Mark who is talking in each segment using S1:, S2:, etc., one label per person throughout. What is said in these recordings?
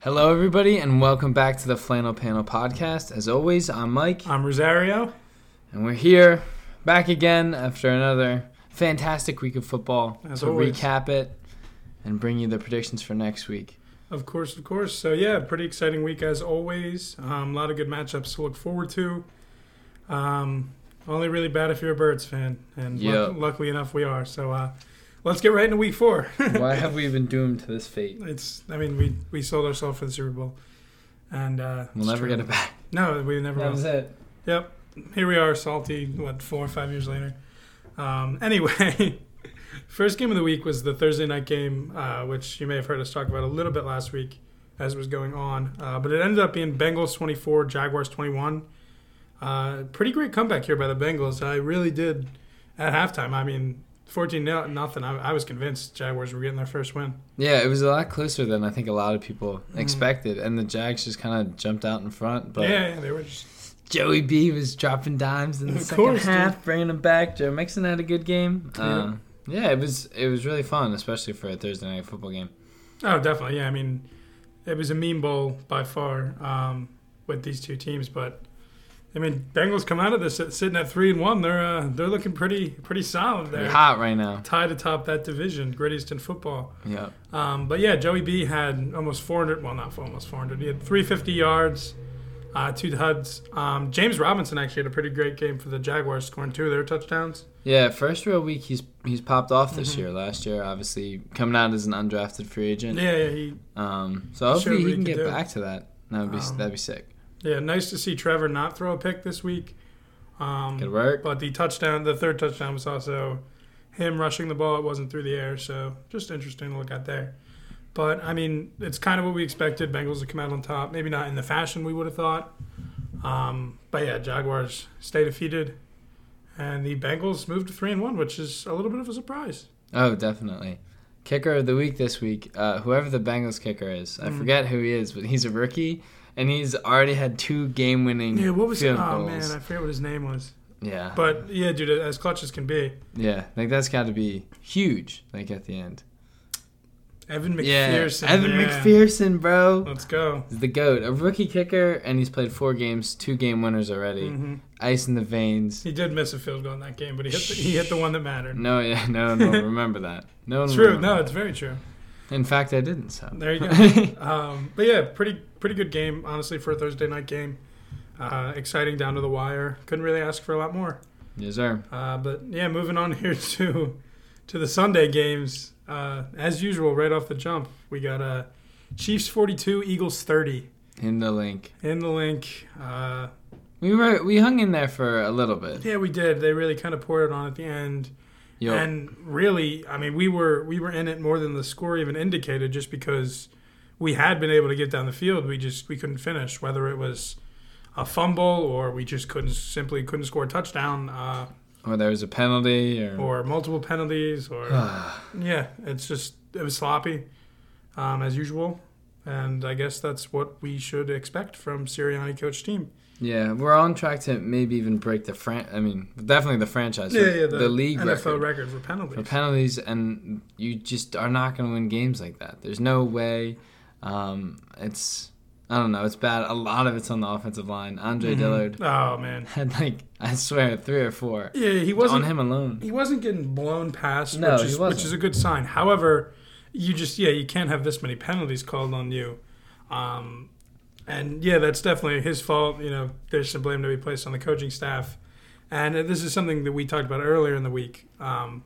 S1: Hello, everybody, and welcome back to the Flannel Panel Podcast. As always, I'm Mike,
S2: I'm Rosario.
S1: and we're here back again after another fantastic week of football
S2: As
S1: to
S2: always.
S1: recap it and bring you the predictions for next week.
S2: Of course, of course. So yeah, pretty exciting week as always. Um, a lot of good matchups to look forward to. Um, only really bad if you're a Birds fan, and luck-
S1: Yeah.
S2: luckily enough, we are. So uh, let's get right into Week Four.
S1: Why have we been doomed to this fate?
S2: It's, I mean, we we sold ourselves for the Super Bowl, and uh,
S1: We'll
S2: it's
S1: never
S2: true.
S1: get it back.
S2: No, we never will.
S1: it.
S2: Yep. Here we are, salty, what, four or five years later. Um, anyway, first game of the week was the Thursday night game, uh, which you may have heard us talk about a little bit last week as it was going on. Uh, but it ended up being Bengals 24, Jaguars 21. Uh, pretty great comeback here by the Bengals. I really did at halftime. I mean, 14 no, nothing. I, I was convinced Jaguars were getting their first win.
S1: Yeah, it was a lot closer than I think a lot of people
S2: Mhm.
S1: expected, and the Jags just kind of jumped out in front. But
S2: yeah, yeah, they were just.
S1: Joey B was dropping dimes in the
S2: Of
S1: second
S2: course, dude.
S1: half, bringing them back. Joe Mixon had a good game.
S2: Yeah.
S1: Um, yeah, it was it was really fun, especially for a Thursday night football game.
S2: Oh, definitely. Yeah, I mean, it was a meme bowl by far um, with these two teams, but I mean, Bengals come out of this sitting at three and one. They're uh, they're looking pretty pretty solid
S1: They're
S2: there,
S1: hot right now.
S2: tied atop that division, greatest in football.
S1: Yeah,
S2: Um, but yeah, Joey B had almost 400. Well, not almost 400. He had 350 yards, uh, two HUDs. Um, James Robinson actually had a pretty great game for the Jaguars, scoring two of their touchdowns.
S1: yeah. First real week, he's he's popped off this
S2: Mhm.
S1: year. Last year, obviously coming out as an undrafted free agent.
S2: Yeah, yeah, he
S1: Um, so
S2: He showed
S1: hopefully
S2: what
S1: he
S2: he
S1: can
S2: could
S1: get
S2: do.
S1: back to that. That would be
S2: Um,
S1: that'd be sick.
S2: Yeah, nice to see Trevor not throw a pick this week. Um,
S1: Good work.
S2: But the touchdown, the third touchdown, was also him rushing the ball. It wasn't through the air, so just interesting to look at there. But I mean, it's kind of what we expected. Bengals to come out on top. Maybe not in the fashion we would have thought. Um, but yeah, Jaguars stay defeated, and the Bengals moved to three and one, which is a little bit of a surprise.
S1: Oh, definitely. Kicker of the week this week, uh, whoever the Bengals kicker is, I
S2: Mm.
S1: forget who he is, but he's a rookie, and he's already had two game-winning
S2: Yeah, what was?
S1: field
S2: Oh man,
S1: goals.
S2: I forget what his name was.
S1: yeah,
S2: But yeah, dude, as clutch as can be,
S1: Yeah, like that's got to be huge. Like at the end.
S2: Evan
S1: yeah,
S2: McPherson.
S1: Evan
S2: yeah.
S1: McPherson, bro,
S2: Let's go.
S1: is the goat, a rookie kicker, and he's played four games, two game winners already.
S2: Mhm.
S1: Ice in the veins.
S2: He did miss a field goal in that game, but he hit the, he hit the one that mattered.
S1: No, yeah, no, no. remember that. No, one will
S2: True,
S1: remember
S2: no,
S1: that.
S2: it's very true.
S1: In fact, I didn't. So
S2: There you go. um, but yeah, pretty pretty good game, honestly, for a Thursday night game. Uh, exciting down to the wire. Couldn't really ask for a lot more.
S1: yes, sir.
S2: Uh, but yeah, moving on here to to the Sunday games. Uh, as usual, right off the jump, we got uh, Chiefs 42, Eagles 30
S1: In the link,
S2: in the link. Uh,
S1: we were we hung in there for a little bit.
S2: yeah, we did. They really kind of poured it on at the end.
S1: Yo,
S2: And really, I mean, we were we were in it more than the score even indicated, just because we had been able to get down the field. We just we couldn't finish, whether it was a fumble or we just couldn't simply couldn't score a touchdown, uh,
S1: or there was a penalty, or,
S2: or multiple penalties, or yeah, it's just it was sloppy um, as usual. And I guess that's what we should expect from Sirianni coach team.
S1: yeah, we're on track to maybe even break the fran. I mean, definitely the franchise. the, league
S2: NFL
S1: record.
S2: record for penalties.
S1: for penalties, and you just are not going to win games like that. There's no way. Um, it's I don't know. It's bad. A lot of it's on the offensive line. Andre
S2: Mhm.
S1: Dillard
S2: Oh man,
S1: had like I swear three or four
S2: yeah, he
S1: on
S2: wasn't
S1: him alone.
S2: He wasn't getting blown past,
S1: No,
S2: which,
S1: he
S2: is,
S1: wasn't.
S2: which is a good sign. However, you just yeah, you can't have this many penalties called on you, um, and yeah, that's definitely his fault. You know, there's some blame to be placed on the coaching staff, and uh, this is something that we talked about earlier in the week, um,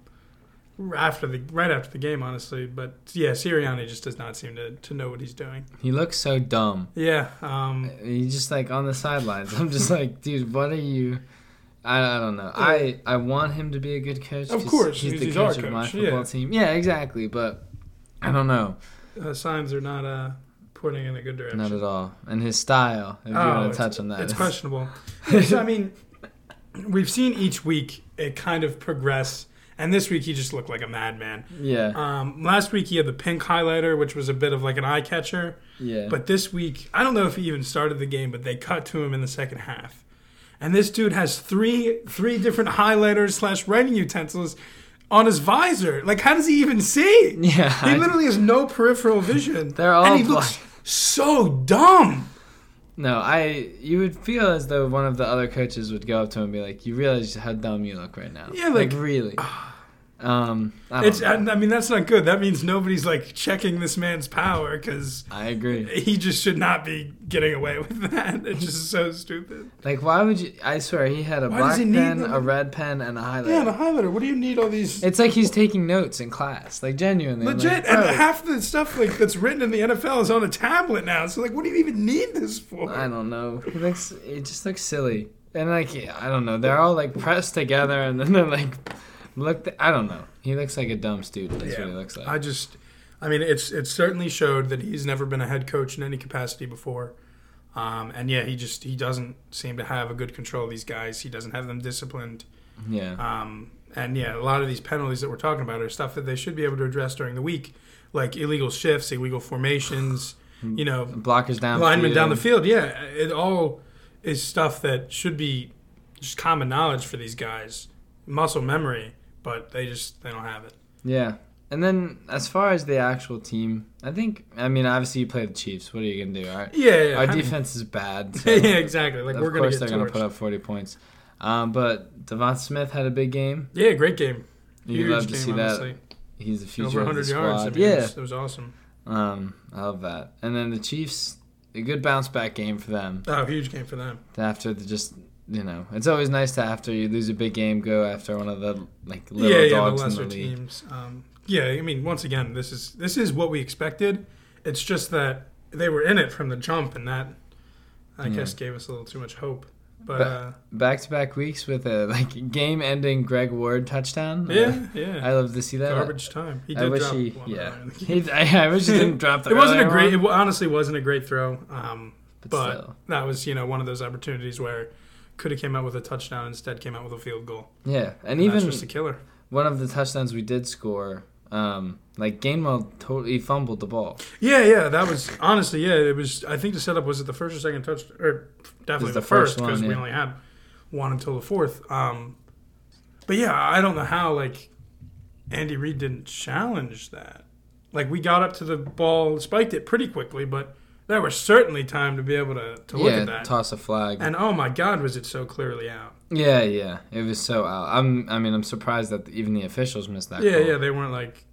S2: after the right after the game, honestly. But yeah, Sirianni just does not seem to, to know what he's doing.
S1: He looks so dumb.
S2: Yeah, um,
S1: He's just like on the sidelines. I'm just like, dude, what are you? I, I don't know. I, I want him to be a good coach.
S2: Of
S1: 'cause
S2: course,
S1: he's,
S2: he's-
S1: the
S2: he's our
S1: coach of my
S2: coach,
S1: football
S2: yeah.
S1: team. Yeah, exactly. But I don't know,
S2: uh, signs are not uh, pointing in a good direction.
S1: not at all. And his style. If you
S2: Oh,
S1: want to
S2: it's-
S1: touch on that,
S2: It's
S1: it's-
S2: questionable. Yes, I mean, we've seen each week it kind of progress, and this week he just looked like a madman.
S1: yeah,
S2: Um, last week he had the pink highlighter, which was a bit of like an eye catcher,
S1: yeah.
S2: but this week I don't know if he even started the game, but they cut to him in the second half, and this dude has three three different highlighters slash writing utensils on his visor. Like, how does he even see?
S1: yeah,
S2: He
S1: I-
S2: literally has no peripheral vision.
S1: They're all
S2: and he looks so dumb.
S1: No, I. You would feel as though one of the other coaches would go up to him and be like, "You realize how dumb you look right now?
S2: Yeah, like- uh,
S1: really." um, I, don't
S2: It's. I,
S1: know.
S2: I mean, that's not good. That means nobody's like checking this man's power because
S1: I agree.
S2: he just should not be getting away with that. It's just so stupid.
S1: Like, why would you? I swear, he had a
S2: Why
S1: black
S2: does he need
S1: pen,
S2: them?
S1: a red pen, and a highlighter.
S2: Yeah, the highlighter. What do you need all these?
S1: it's like he's taking notes in class, like genuinely. I'm
S2: Legit,
S1: like,
S2: and
S1: bro,
S2: half the stuff like that's written in the NFL is on a tablet now. So like, what do you even need this for?
S1: I don't know. He looks. It just looks silly. And like, yeah, I don't know. They're all like pressed together, and then they're like, look. th- I don't know. He looks like a dumb student. That's what he looks like.
S2: I just, I mean, it's it certainly showed that he's never been a head coach in any capacity before, um, and yeah, he just he doesn't seem to have a good control of these guys. He doesn't have them disciplined,
S1: yeah.
S2: um, and yeah, a lot of these penalties that we're talking about are stuff that they should be able to address during the week, like illegal shifts, illegal formations, you know,
S1: Blockers down.
S2: linemen down the field. Yeah, it all is stuff that should be just common knowledge for these guys, muscle memory, but they just they don't have it.
S1: Yeah. And then as far as the actual team, I think I mean obviously you play the Chiefs. What are you gonna do? Our,
S2: Yeah, yeah.
S1: our
S2: I mean-
S1: defense is bad. So
S2: yeah, exactly. Like
S1: of
S2: we're gonna
S1: course
S2: get
S1: they're gonna
S2: torched.
S1: put up forty points. Um, but Devon Smith had a big game.
S2: Yeah, great game.
S1: You
S2: Huge
S1: love to
S2: game,
S1: see
S2: honestly.
S1: that. He's the
S2: Over
S1: future of the
S2: 100 yards. I
S1: squad.
S2: mean, it
S1: yeah.
S2: was, it was awesome.
S1: Um, I love that. And then the Chiefs, a good bounce back game for them
S2: Oh, huge game for them.
S1: after the just. You know, it's always nice to after you lose a big game go after one of the like little
S2: yeah, yeah, the
S1: dogs in
S2: lesser
S1: the league.
S2: teams. Um, yeah, I mean, once again, this is this is what we expected. It's just that they were in it from the jump, and that I
S1: Yeah.
S2: guess gave us a little too much hope. But,
S1: Mm-hmm. But-
S2: uh,
S1: Back to back weeks with a like game ending Greg Ward touchdown.
S2: yeah, yeah.
S1: mm-hmm. I love to see that.
S2: garbage time. He did
S1: I wish
S2: drop
S1: he,
S2: one earlier
S1: yeah.
S2: in the game.
S1: He, I, I wish he didn't drop the.
S2: It wasn't a
S1: earlier
S2: great. It
S1: one,
S2: wa- honestly wasn't a great throw. Um,
S1: but,
S2: but
S1: still.
S2: that was you know one of those opportunities where could have came out with a touchdown instead came out with a field goal.
S1: yeah, and
S2: And that's
S1: even
S2: just a killer.
S1: one of the touchdowns we did score, um, like Gainwell totally fumbled the ball.
S2: Yeah, yeah. That was honestly yeah. It was. I think the setup was it the first or second touch or definitely
S1: the
S2: the first
S1: first one,
S2: because we
S1: yeah.
S2: only had one until the fourth. Um, but yeah, I don't know how like Andy Reid didn't challenge that. Like we got up to the ball, spiked it pretty quickly, but there was certainly time to be able to, to look
S1: yeah,
S2: at that.
S1: toss a flag.
S2: And oh my God, was it so clearly out?
S1: yeah, yeah, it was so out. I'm, I mean, I'm surprised that even the officials missed that.
S2: yeah,
S1: call.
S2: yeah, they weren't like,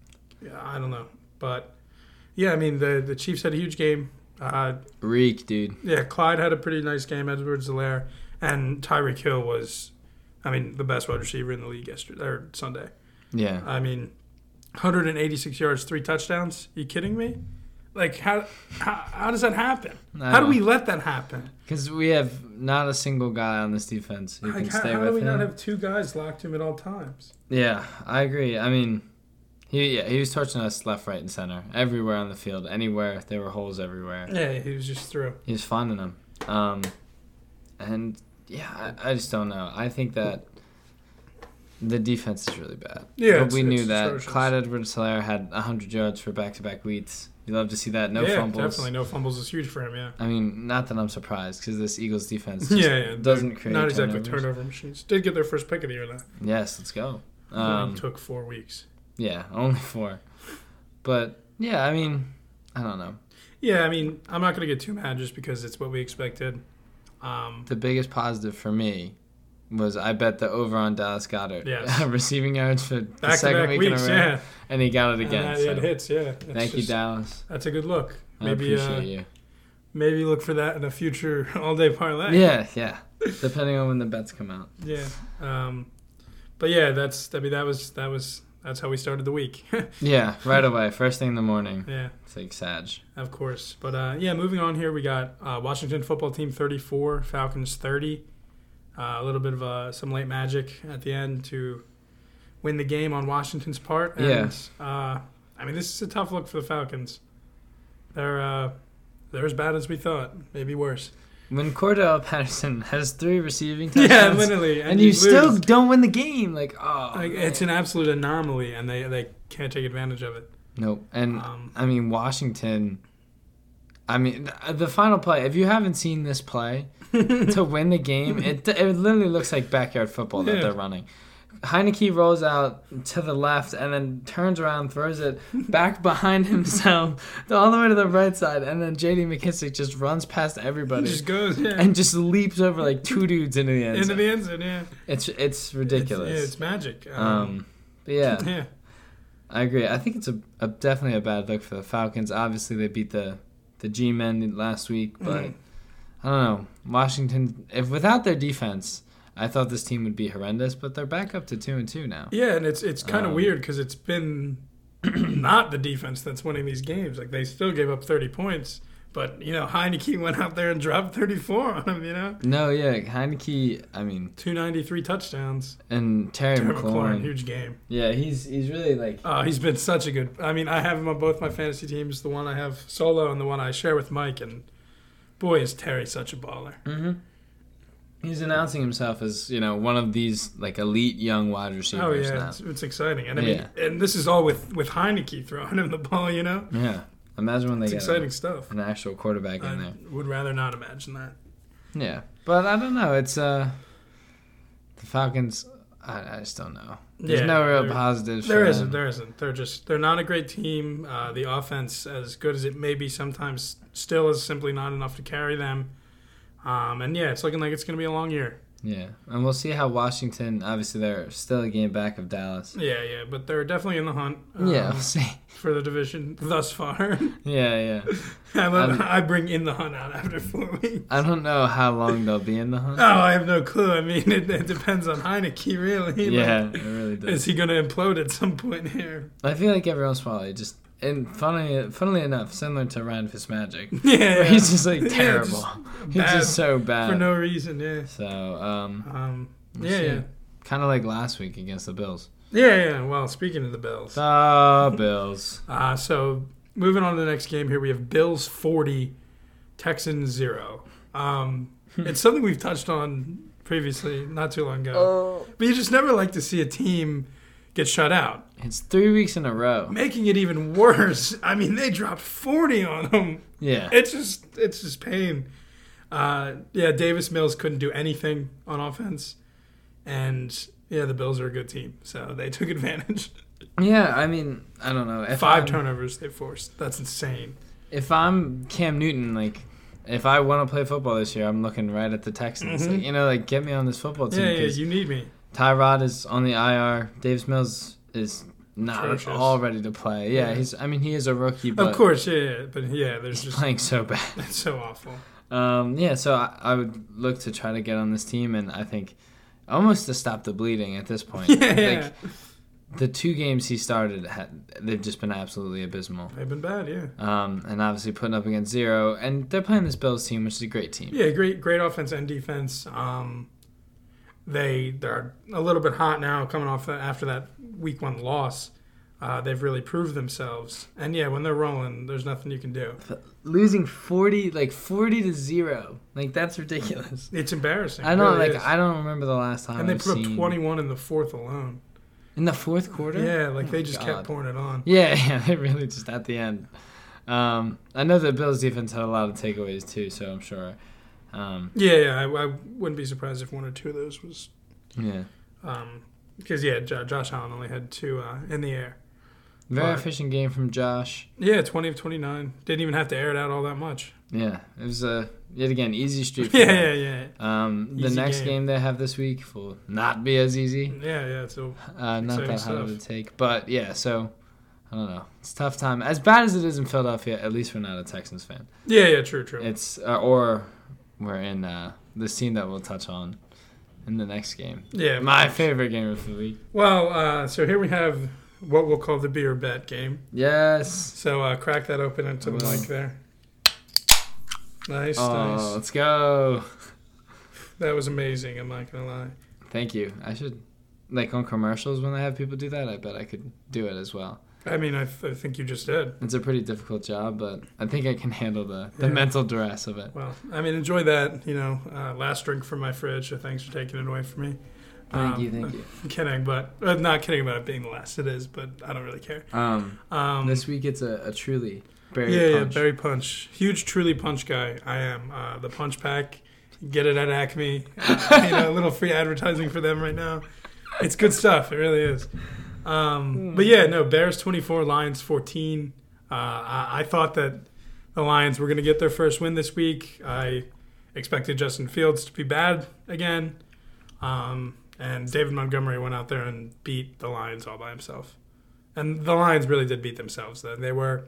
S2: yeah, I don't know, but yeah, I mean the the Chiefs had a huge game. Uh,
S1: Reek, dude.
S2: yeah, Clyde had a pretty nice game. Edwards Alaire and Tyreek Hill was, I mean, the best wide receiver in the league yesterday or Sunday.
S1: Yeah,
S2: I mean, 186 yards, three touchdowns. you kidding me? Like how how, how does that happen?
S1: I
S2: How do
S1: know.
S2: we let that happen?
S1: because we have not a single guy on this defense who
S2: Like,
S1: can
S2: how
S1: stay
S2: how
S1: with
S2: do we
S1: him.
S2: not have two guys locked him at all times?
S1: Yeah, I agree. I mean, he yeah, he was torching us left, right, and center, everywhere on the field, anywhere there were holes everywhere.
S2: Yeah, he was just through.
S1: He was finding them, um, and yeah, I, I just don't know. I think that the defense is really bad.
S2: Yeah,
S1: but
S2: it's-
S1: we knew
S2: it's
S1: that.
S2: atrocious.
S1: Clyde Edwards-Helaire had 100 yards for back-to-back weeks. You love to see that. No
S2: yeah,
S1: fumbles.
S2: definitely no fumbles is huge for him. Yeah.
S1: I mean, not that I'm surprised because this Eagles defense just
S2: yeah, yeah,
S1: doesn't
S2: they're
S1: create
S2: not exactly
S1: turnovers.
S2: turnover machines. Did get their first pick of the year though.
S1: Yes, let's go.
S2: Um,
S1: Um,
S2: took four weeks.
S1: Yeah, only four. But yeah, I mean, I don't know.
S2: Yeah, I mean, I'm not gonna get too mad just because it's what we expected. Um,
S1: The biggest positive for me was I bet the over on Dallas Goddard
S2: Yes.
S1: receiving yards for the
S2: back to
S1: second
S2: back
S1: week
S2: weeks,
S1: in a row,
S2: yeah.
S1: and he got it again.
S2: and that-
S1: so
S2: it hits, yeah. That's
S1: thank you,
S2: just-
S1: Dallas.
S2: That's a good look.
S1: I
S2: Maybe
S1: appreciate
S2: uh,
S1: you.
S2: maybe look for that in a future all day parlay.
S1: Yeah, yeah. Depending on when the bets come out.
S2: Yeah. Um, but yeah, that's I mean that was that was that's how we started the week.
S1: Yeah, right away, first thing in the morning.
S2: yeah.
S1: It's like Sag.
S2: Of course. But uh, yeah, moving on here, we got uh, Washington football team 34, Falcons 30. Uh, a little bit of uh, some late magic at the end to win the game on Washington's part. And, Uh, I mean, this is a tough look for the Falcons. They're uh, they're as bad as we thought, maybe worse.
S1: When Cordell Patterson has three receiving touchdowns,
S2: Yeah, literally.
S1: and, you, still
S2: lose.
S1: don't win the game, like oh,
S2: Like, it's
S1: man.
S2: an absolute anomaly, and they, they can't take advantage of it.
S1: nope. And
S2: Um,
S1: I mean, Washington. I mean, th- uh, the final play. If you haven't seen this play to win the game, it it literally looks like backyard football that
S2: Yeah.
S1: they're running. Heineke rolls out to the left and then turns around, throws it back behind himself, all the way to the right side, and then J.D. McKissick just runs past
S2: It
S1: everybody
S2: just goes yeah.
S1: and just leaps over like two dudes into the end.
S2: into
S1: zone.
S2: the end zone. Yeah,
S1: It's it's
S2: It's-
S1: ridiculous.
S2: yeah, it's magic.
S1: um, but yeah,
S2: yeah,
S1: I agree. I think it's a, a definitely a bad look for the Falcons. Obviously, they beat the the G men last week, but
S2: Mhm.
S1: I don't know. Washington, if without their defense, I thought this team would be horrendous, but they're back up to two and two now.
S2: Mm-hmm. yeah, and it's it's kind of 'cause
S1: Um,
S2: weird because it's been not the defense that's winning these games. Like they still gave up 30 points, but you know Heineke went out there and dropped 34 on them. You know,
S1: No, yeah, Heineke. I mean,
S2: 293 touchdowns.
S1: and Terry
S2: Terry McLaurin,
S1: McLaurin.
S2: huge game.
S1: Yeah, he's he's really like
S2: Uh, he's been such a good. I mean, I have him on both my fantasy teams, the one I have solo and the one I share with Mike. And boy, is Terry such a baller.
S1: hmm he's announcing himself as you know one of these like elite young wide
S2: Oh
S1: receivers
S2: yeah, it's, it's exciting. And I mean,
S1: Yeah.
S2: and this is all with with Heineke throwing him the ball. You know,
S1: now. Yeah, imagine when they
S2: it's
S1: get
S2: exciting stuff.
S1: an actual quarterback in
S2: I
S1: there.
S2: would rather not imagine that.
S1: Yeah, but I don't know. It's uh, the Falcons. I, I just don't know. There's
S2: Yeah,
S1: no real
S2: there-
S1: positives.
S2: There
S1: for
S2: isn't.
S1: them.
S2: There isn't. They're just. They're not a great team. Uh, the offense, as good as it may be, sometimes still is simply not enough to carry them. Um, and yeah, it's looking like it's going to be a long year.
S1: Yeah, and we'll see how Washington. Obviously, they're still a game back of Dallas.
S2: Yeah, yeah, but they're definitely in the hunt. um,
S1: yeah, we'll see.
S2: for the division thus far.
S1: Yeah, yeah.
S2: I, love,
S1: Um,
S2: I bring in the hunt out after four weeks.
S1: I don't know how long they'll be in the hunt.
S2: Oh, I have no clue. I mean, it, it depends on Heineke, really. Like,
S1: yeah, it really does.
S2: is he going to implode at some point here?
S1: I feel like every once in a while, it just and funnily, funnily enough, similar to Ryan Fitzmagic,
S2: Yeah, yeah.
S1: where he's just like
S2: Yeah,
S1: terrible. he's
S2: bad
S1: just so bad.
S2: for no reason. Yeah.
S1: so, um,
S2: Um.
S1: We'll
S2: Yeah,
S1: see.
S2: yeah,
S1: kind of like last week against the Bills.
S2: yeah, yeah. Well, speaking of the Bills,
S1: The Bills.
S2: uh, so moving on to the next game here, we have Bills forty, Texans zero. Um, it's something we've touched on previously, not too long ago.
S1: Uh,
S2: But you just never like to see a team get shut out.
S1: It's three weeks in a row.
S2: Making it even worse, I mean, they dropped 40 on them.
S1: Yeah.
S2: It's just, it's just pain. Uh, yeah, Davis Mills couldn't do anything on offense, and yeah, the Bills are a good team, so they took advantage.
S1: Yeah, I mean, I don't know. If
S2: 5
S1: I'm,
S2: turnovers they forced. That's insane.
S1: If I'm Cam Newton, like, if I want to play football this year, I'm looking right at the Texans.
S2: Mhm.
S1: Like, you know, like, get me on this football team.
S2: Yeah, yeah,
S1: 'cause
S2: you need me.
S1: Tyrod is on the IR. Davis Mills is not
S2: Atrocious.
S1: at all ready to play. Yeah,
S2: Yeah.
S1: he's, I mean, he is a rookie, but
S2: Of course, yeah, yeah, but yeah, there's
S1: he's
S2: just
S1: playing so bad.
S2: it's so awful.
S1: Um, yeah, so I, I would look to try to get on this team, and I think almost to stop the bleeding at this point.
S2: Yeah,
S1: Like, the two games he started, had, they've just been absolutely abysmal.
S2: they've been bad. Yeah,
S1: um, and obviously putting up against zero. And they're playing this Bills team, which is a great team.
S2: Yeah, great, great offense and defense. Um, they they're a little bit hot now, coming off that, after that week one loss. Uh, they've really proved themselves, and yeah, when they're rolling, there's nothing you can do.
S1: Losing forty, like forty to zero, like that's ridiculous.
S2: It's embarrassing.
S1: I don't
S2: It really
S1: like.
S2: is.
S1: I don't remember the last time.
S2: and they
S1: I've
S2: put up
S1: seen-
S2: 21 in the fourth alone.
S1: in the fourth quarter.
S2: Yeah, like
S1: Oh
S2: they
S1: my
S2: just
S1: God.
S2: kept pouring it on.
S1: Yeah, yeah, they really just at the end. Um, I know the Bills defense had a lot of takeaways too, so I'm sure. Um,
S2: Yeah, yeah. I, I wouldn't be surprised if one or two of those was
S1: yeah,
S2: because Um, yeah, Jo- Josh Allen only had two uh, in the air.
S1: very
S2: Right.
S1: efficient game from Josh.
S2: Yeah, 20 of 29. Didn't even have to air it out all that much.
S1: Yeah, it was a yet again easy street. for
S2: Yeah,
S1: them.
S2: yeah, yeah,
S1: Um, the
S2: Easy
S1: next
S2: game.
S1: game they have this week will not be as easy.
S2: yeah, yeah. So
S1: Uh, not
S2: Exciting
S1: that hard of a
S2: stuff.
S1: take, but yeah. So I don't know. It's a tough time. As bad as it is in Philadelphia, at least we're not a Texans fan.
S2: yeah, yeah. True, true.
S1: It's uh, or we're in uh, this team that we'll touch on in the next game.
S2: Yeah,
S1: My favorite game of the week.
S2: Well, uh, so here we have what we'll call the beer bet game.
S1: Yes.
S2: So uh, crack that open into the
S1: Wow.
S2: mic there. Nice,
S1: Oh,
S2: nice.
S1: let's go.
S2: That was amazing. I'm not gonna lie.
S1: Thank you. I should like on commercials when they have people do that. I bet I could do it as well.
S2: I mean, I, th- I think you just did.
S1: It's a pretty difficult job, but I think I can handle the the
S2: Yeah.
S1: mental duress of it.
S2: Well, I mean, enjoy that. You know, uh, last drink from my fridge. So thanks for taking it away from me.
S1: Thank
S2: Um,
S1: you. Thank you.
S2: I'm kidding, but uh, not kidding about it being the last. It is, but I don't really care.
S1: Um,
S2: Um,
S1: this week it's a, a truly berry
S2: yeah,
S1: punch.
S2: yeah, berry punch. Huge, truly punch guy. I am uh, the punch pack. Get it at Acme. Uh, you know, a little free advertising for them right now. it's good stuff. It really is. Um, but yeah, no, Bears 24, Lions 14. Uh, I, I thought that the Lions were going to get their first win this week. I expected Justin Fields to be bad again. Um, and David Montgomery went out there and beat the Lions all by himself. And the Lions really did beat themselves, though. They were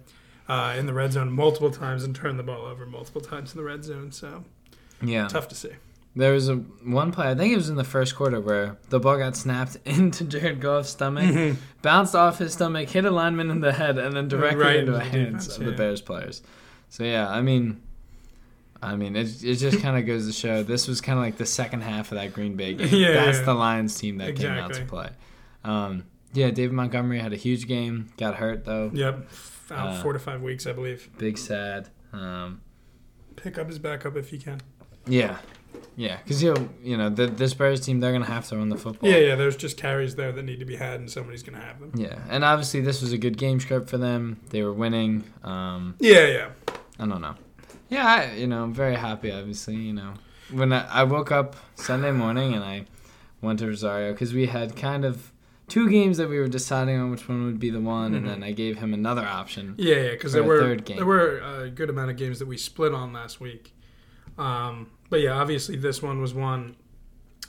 S2: uh, in the red zone multiple times and turned the ball over multiple times in the red zone. So
S1: Yeah.
S2: tough to see.
S1: There was a one play, I think it was in the first quarter, where the ball got snapped into Jared Goff's stomach, bounced off his stomach, hit a lineman in the head, and then directly
S2: Right
S1: into
S2: into
S1: the
S2: the
S1: hands
S2: defense,
S1: of the
S2: yeah.
S1: Bears players. So yeah, I mean, I mean, it it just kind of goes to show this was kind of like the second half of that Green Bay game.
S2: Yeah,
S1: That's
S2: yeah.
S1: the Lions team that came out to
S2: Exactly.
S1: play. Um, yeah, David Montgomery had a huge game, got hurt though,
S2: Yep. Out
S1: Uh,
S2: four to five weeks, I believe.
S1: big sad. Um,
S2: Pick up his backup if you can.
S1: yeah, yeah, because you know, you know the, this Bears team they're gonna have to run the football.
S2: Yeah, yeah. There's just carries there that need to be had, and somebody's going to have them.
S1: Yeah, and obviously this was a good game script for them. They were winning. Um,
S2: Yeah, yeah.
S1: I don't know. Yeah, I, you know, I'm very happy. Obviously, you know, when I, I woke up Sunday morning and I went to Rosario because we had kind of two games that we were deciding on which one would be the one, and
S2: Mhm.
S1: then I gave him another option.
S2: Yeah, yeah, because
S1: For
S2: there
S1: a
S2: were
S1: third game.
S2: there were a good amount of games that we split on last week. Um, but yeah, obviously this one was one.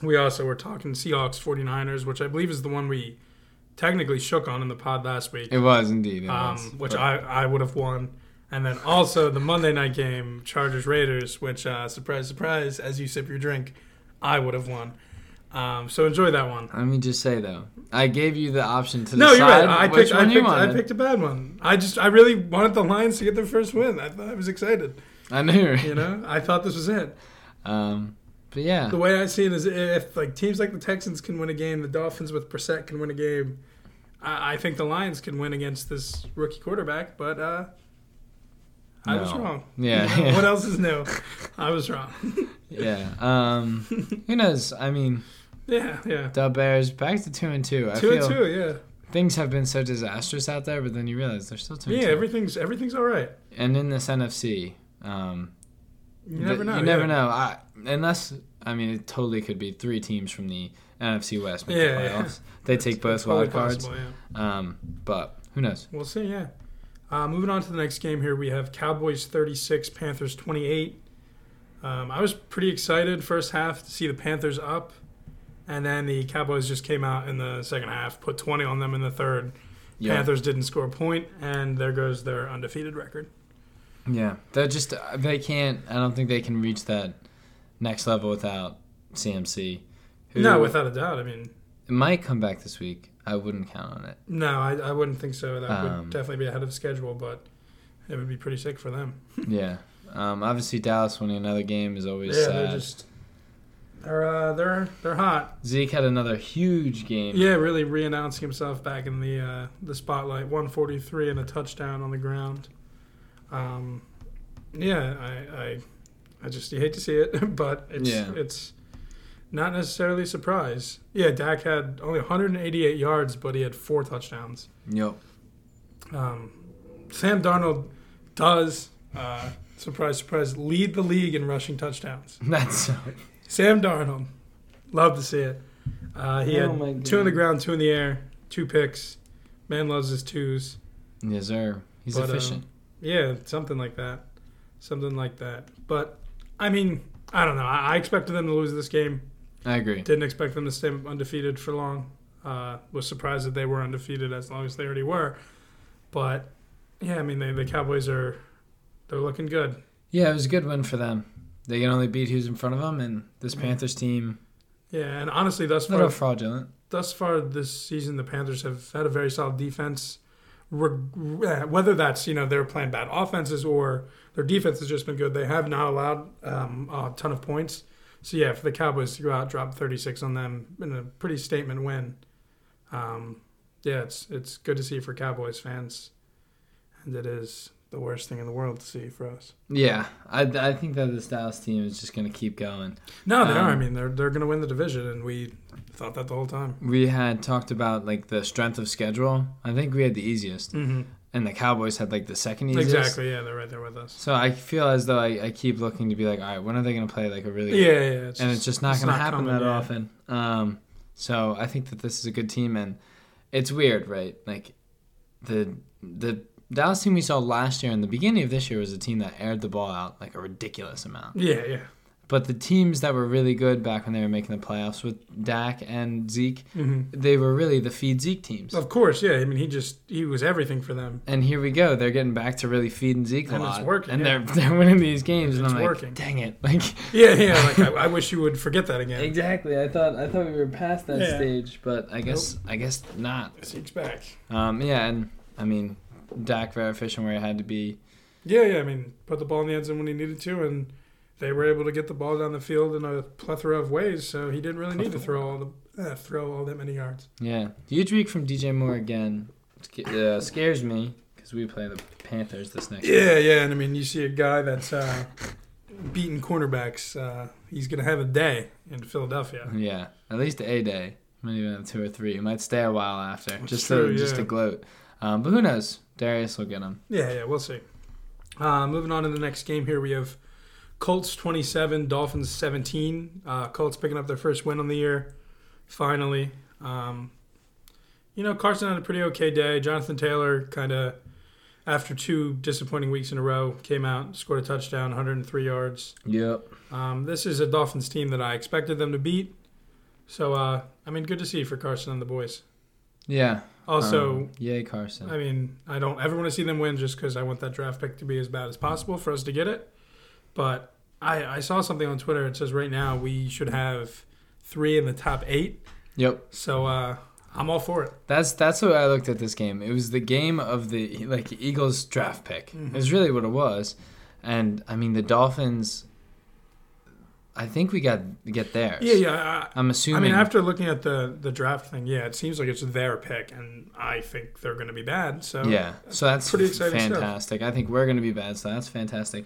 S2: We also were talking Seahawks 49ers, which I believe is the one we technically shook on in the pod last week,
S1: It was indeed. It
S2: um,
S1: was.
S2: which
S1: But-
S2: I, I would have won. And then also the Monday night game, Chargers Raiders, which, uh, surprise, surprise, as you sip your drink, I would have won. Um, so enjoy that one.
S1: Let me just say though, I gave you the option to
S2: No,
S1: decide
S2: you're right. I
S1: which
S2: picked,
S1: one
S2: I,
S1: you
S2: picked, I
S1: wanted.
S2: picked a bad one. I just, I really wanted the Lions to get their first win. I thought I was excited.
S1: I knew. you were-
S2: You know, I thought this was it.
S1: Um, but yeah,
S2: The way I see it is, if like teams like the Texans can win a game, the Dolphins with Brissett can win a game. I, I think the Lions can win against this rookie quarterback, but uh, I was
S1: No.
S2: wrong.
S1: Yeah.
S2: You know, what else is new? I was wrong.
S1: yeah. Um, who knows? I mean,
S2: Yeah, yeah.
S1: the Bears back to two and two. I
S2: two
S1: feel
S2: and two, yeah.
S1: things have been so disastrous out there, but then you realize they're still two. and
S2: Yeah,
S1: two.
S2: everything's everything's all right.
S1: and in this NFC, um,
S2: You never
S1: th-
S2: know.
S1: You never
S2: yeah.
S1: know. I, unless I mean, it totally could be three teams from the NFC West make
S2: Yeah,
S1: the
S2: yeah.
S1: playoffs. They take both
S2: It's totally
S1: wild cards.
S2: possible, yeah.
S1: Um, but who knows?
S2: We'll see, yeah. Uh, moving on to the next game here, we have Cowboys 36, Panthers 28. Um, I was pretty excited first half to see the Panthers up, and then the Cowboys just came out in the second half, put 20 on them in the third.
S1: Yeah,
S2: Panthers didn't score a point, and there goes their undefeated record.
S1: yeah. They're just uh, they can't. I don't think they can reach that next level without CMC. Who
S2: no, without a doubt. I mean,
S1: might come back this week. I wouldn't count on it.
S2: no, I, I wouldn't think so. That
S1: Um,
S2: would definitely be ahead of schedule, but it would be pretty sick for them.
S1: yeah. Um, obviously, Dallas winning another game is always
S2: yeah,
S1: sad.
S2: they're just they're uh, they're they're hot.
S1: Zeke had another huge game.
S2: Yeah, really re-announcing himself back in the uh, the spotlight. 143 and a touchdown on the ground. Um, yeah, I, I I just you hate to see it, but it's
S1: Yeah.
S2: it's not necessarily a surprise. Yeah, Dak had only 188 yards, but he had four touchdowns.
S1: Yep.
S2: Um, Sam Darnold does uh, surprise surprise lead the league in rushing touchdowns.
S1: That's so.
S2: Sam Darnold. Love to see it. Uh, he
S1: Oh my
S2: had two on the
S1: God.
S2: ground, two in the air, two picks. Man loves his twos.
S1: Yes, sir. He's
S2: But, uh,
S1: efficient.
S2: Yeah, something like that. Something like that. But, I mean, I don't know. I, I expected them to lose this game.
S1: I agree.
S2: Didn't expect them to stay undefeated for long. Uh, was surprised that they were undefeated as long as they already were. But, yeah, I mean, they, the Cowboys are they're looking good.
S1: Yeah, it was a good win for them. They can only beat who's in front of them, and this Panthers team,
S2: Yeah, and honestly, thus
S1: a
S2: far,
S1: little fraudulent.
S2: thus far this season, the Panthers have had a very solid defense. Reg- eh, Whether that's you know they're playing bad offenses or their defense has just been good, they have not allowed um, a ton of points. So yeah, for the Cowboys to go out drop 36 on them in a pretty statement win, um, yeah, it's it's good to see for Cowboys fans, and it is the worst thing in the world to see for us.
S1: Yeah, I, I think that this Dallas team is just going to keep going.
S2: No, they are. I
S1: Um,
S2: mean, they're they're going to win the division, and we thought that the whole time.
S1: We had talked about like the strength of schedule. I think we had the easiest,
S2: Mm-hmm.
S1: and the Cowboys had like the second easiest.
S2: Exactly. Yeah, they're right there with us.
S1: So I feel as though I, I keep looking to be like, all right, when are they going to play like a really
S2: Yeah, yeah.
S1: and it's just not
S2: it's
S1: going to
S2: not
S1: happen
S2: coming,
S1: that
S2: yeah.
S1: often. Um, So I think that this is a good team, and it's weird, right? Like the the Dallas team we saw last year and the beginning of this year was a team that aired the ball out like a ridiculous amount.
S2: Yeah, yeah.
S1: But the teams that were really good back when they were making the playoffs with Dak and Zeke,
S2: hmm
S1: they were really the feed Zeke teams.
S2: Of course, yeah. I mean, he just he was everything for them.
S1: And here we go. They're getting back to really feeding Zeke a
S2: And it's
S1: lot.
S2: working,
S1: And
S2: yeah.
S1: they're they're winning these games. and
S2: It's
S1: I'm like,
S2: working.
S1: dang it! Like
S2: Yeah, yeah. Like I, I wish you would forget that again.
S1: exactly. I thought I thought we were past that
S2: Yeah.
S1: stage, but I guess I guess not.
S2: Zeke's back.
S1: Um, yeah, and I mean, Dak very efficient where it had to be.
S2: Yeah, yeah. I mean, put the ball in the end zone when he needed to, and they were able to get the ball down the field in a plethora of ways. So he didn't really need to throw all the uh, throw all that many yards.
S1: Yeah, huge week from DJ Moore again. Sca- Uh, scares me because we play the Panthers this next.
S2: Yeah, yeah. And I mean, you see a guy that's uh, beating cornerbacks. Uh, he's gonna have a day in Philadelphia.
S1: Week. Yeah, at least a day. Might even have two or three. It might stay a while after,
S2: That's
S1: just
S2: true,
S1: to just to
S2: yeah.
S1: gloat. Um, but who knows? Darius will get him.
S2: Yeah, yeah. We'll see. Uh, moving on to the next game here, we have Colts 27, Dolphins 17. Uh, Colts picking up their first win on the year, finally. Um, you know, Carson had a pretty okay day. Jonathan Taylor kind of, after two disappointing weeks in a row, came out, scored a touchdown, 103 yards.
S1: Yep.
S2: Um, this is a Dolphins team that I expected them to beat. So, uh, I mean, good to see for Carson and the boys.
S1: Yeah.
S2: Also,
S1: um, yay Carson.
S2: I mean, I don't ever want to see them win just because I want that draft pick to be as bad as possible for us to get it. But I, I saw something on Twitter. It says right now we should have three in the top eight.
S1: yep.
S2: So uh, I'm all for it.
S1: That's that's what I looked at this game. It was the game of the like Eagles draft pick.
S2: Mhm.
S1: Is really what it was, and I mean the Dolphins. I think we got get theirs.
S2: Yeah, yeah.
S1: I'm
S2: I,
S1: assuming.
S2: I mean, after looking at the, the draft thing, yeah, it seems like it's their pick, and I think they're going to be bad. So
S1: yeah, so that's
S2: pretty exciting stuff.
S1: fantastic. I think we're going to be bad, so that's fantastic.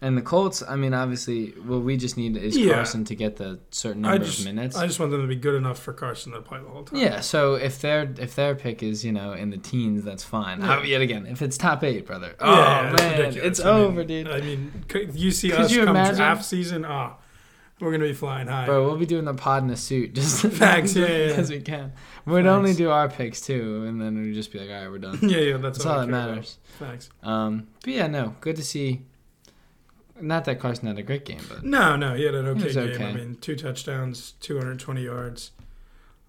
S1: And the Colts, I mean, obviously, what we just need is
S2: Yeah.
S1: Carson to get the certain
S2: I
S1: number
S2: just
S1: of minutes.
S2: I just want them to be good enough for Carson to play the whole time.
S1: yeah, so if their if their pick is you know in the teens, that's fine.
S2: Yeah.
S1: Oh, yet again, if it's top eight, brother,
S2: Yeah,
S1: oh
S2: yeah, it's
S1: man, it's,
S2: ridiculous. I mean,
S1: over, dude.
S2: I mean, c- you see
S1: Could
S2: us
S1: you
S2: come
S1: imagine?
S2: draft season, ah, we're going to be flying high.
S1: Bro, we'll be doing the pod in a suit just
S2: Facts, yeah, yeah.
S1: as we can. We'd
S2: Facts.
S1: only do our picks too, and then we'd just be like, all right, we're done.
S2: yeah, yeah, that's,
S1: That's
S2: all
S1: all
S2: I
S1: that
S2: care about.
S1: matters.
S2: Thanks.
S1: Um, but yeah, no, good to see. Not that Carson had a great game, but
S2: No, no, he had an okay
S1: was
S2: game. I
S1: okay.
S2: mean, two touchdowns, 220 yards.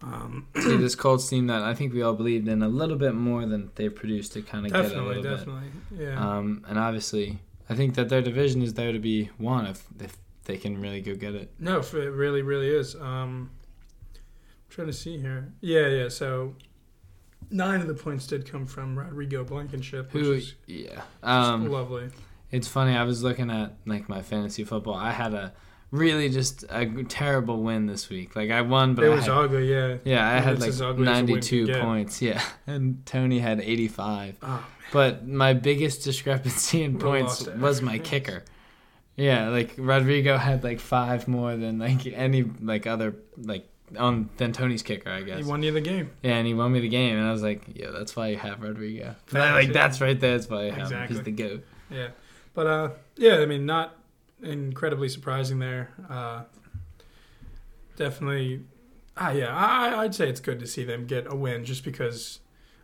S2: Um,
S1: to this Colts team that I think we all believed in a little bit more than they produced to kind of get it a
S2: definitely,
S1: little
S2: definitely.
S1: bit.
S2: Yeah.
S1: Um, and obviously, I think that their division is there to be won if if they can really go get it.
S2: no, f- it really, really is. Um, trying to see here. Yeah, yeah. So nine of the points did come from Rodrigo Blankenship, which
S1: Who?
S2: is
S1: Yeah.
S2: just
S1: Um,
S2: lovely.
S1: It's funny. I was looking at like my fantasy football. I had a really just a g- terrible win this week. Like I won, but
S2: It
S1: I
S2: was
S1: had,
S2: ugly, yeah.
S1: yeah, I
S2: and
S1: had
S2: it's as
S1: like
S2: ugly as a win can
S1: 92
S2: get.
S1: points. Yeah, and Tony had 85.
S2: Oh,
S1: But my biggest discrepancy in
S2: Would've
S1: points
S2: lost it.
S1: was my kicker. Yeah, like Rodrigo had like five more than like any like other like on than Tony's kicker, I
S2: he
S1: guess.
S2: won you the game.
S1: Yeah, and he won me the game, and I was like, yeah, that's why you have Rodrigo. 'Cause I,
S2: Facts,
S1: like
S2: yeah.
S1: that's right there. That's why you have him.
S2: Exactly.
S1: He's the goat.
S2: Yeah, but uh, yeah, I mean, not incredibly surprising there. Uh, definitely, ah, yeah, I, I- I'd say it's good to see them get a win, just because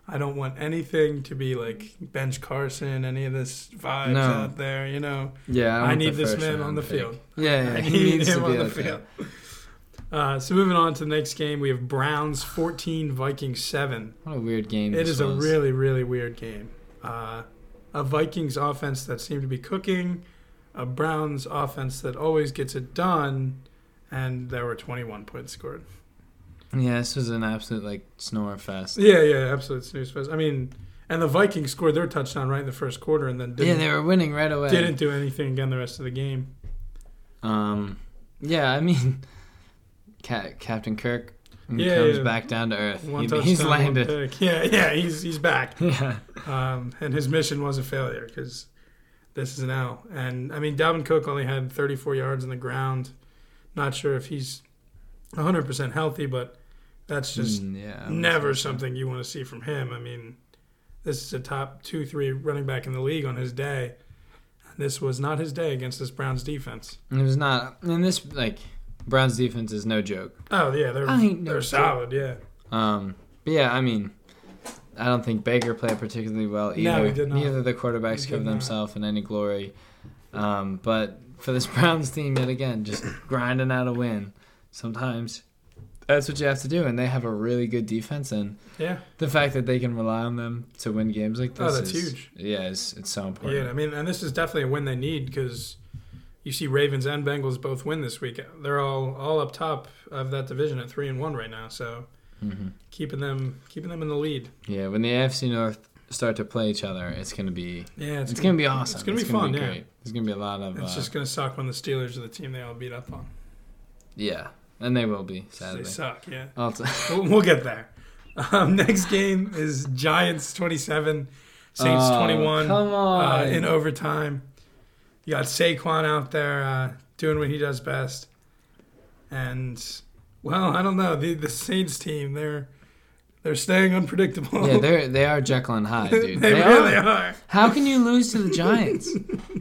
S2: I don't want anything to be like bench Carson, any of this vibes
S1: No.
S2: out there. You know,
S1: Yeah,
S2: I,
S1: want
S2: need
S1: the
S2: this
S1: first
S2: man
S1: round
S2: on the
S1: pick.
S2: field.
S1: Yeah, yeah,
S2: I
S1: he
S2: need
S1: needs
S2: him
S1: to
S2: on
S1: be
S2: the
S1: like that.
S2: field. Uh, so moving on to the next game, we have Browns fourteen, Vikings seven.
S1: What a weird game.
S2: It
S1: this
S2: is a
S1: was.
S2: really, really weird game. Uh, a Vikings offense that seemed to be cooking, a Browns offense that always gets it done, and there were 21 points scored.
S1: Yeah, this was an absolute like snore fest.
S2: Yeah, yeah, absolute snooze fest. I mean, and the Vikings scored their touchdown right in the first quarter, and then
S1: yeah,
S2: didn't,
S1: they were winning right away.
S2: didn't do anything again the rest of the game.
S1: Um, yeah, I mean, Ca Captain Kirk he
S2: Yeah,
S1: comes
S2: yeah.
S1: back down to earth.
S2: One
S1: He-
S2: touchdown,
S1: he's
S2: one
S1: landed.
S2: pick. Yeah, yeah, he's he's back.
S1: Yeah,
S2: Um, and his mission was a failure because this is an L. And I mean, Dalvin Cook only had 34 yards on the ground. Not sure if he's 100% healthy, but that's just
S1: Mm, yeah, I would
S2: never
S1: say so.
S2: something you want to see from him. I mean, this is a top two, three running back in the league on his day. This was not his day against this Browns defense.
S1: It was not. And this like Browns defense is no joke.
S2: Oh yeah, they're
S1: I ain't no
S2: they're
S1: joke.
S2: solid. Yeah.
S1: Um, but yeah, I mean, I don't think Baker played particularly well either.
S2: No, he did not.
S1: Neither of the quarterbacks
S2: He did
S1: give
S2: not.
S1: themselves in any glory. Um, but for this Browns team, yet again, just grinding out a win. Sometimes that's what you have to do, and they have a really good defense, and
S2: Yeah.
S1: the fact that they can rely on them to win games like
S2: Oh,
S1: this
S2: that's
S1: is
S2: huge.
S1: Yeah, it's, it's so important.
S2: Yeah, I mean, and this is definitely a win they need because you see Ravens and Bengals both win this week. They're all all up top of that division at three and one right now. So
S1: hmm
S2: keeping them keeping them in the lead.
S1: yeah, when the AFC North start to play each other, it's gonna be
S2: Yeah,
S1: it's, gonna, be awesome.
S2: It's gonna be fun. yeah,
S1: great. There's gonna be a lot of
S2: it's
S1: uh,
S2: just gonna suck when the Steelers are the team they all beat up on.
S1: yeah, and they will be sadly.
S2: They suck. Yeah,
S1: Also-
S2: we'll, we'll get there. Um, next game is Giants twenty seven, Saints
S1: Oh,
S2: twenty one.
S1: Come on.
S2: uh, in overtime. You got Saquon out there uh, doing what he does best, and well, I don't know the the Saints team. They're they're staying unpredictable.
S1: yeah, they're they are Jekyll and Hyde,
S2: they
S1: dude. They
S2: really
S1: are.
S2: are.
S1: How can you lose to the Giants?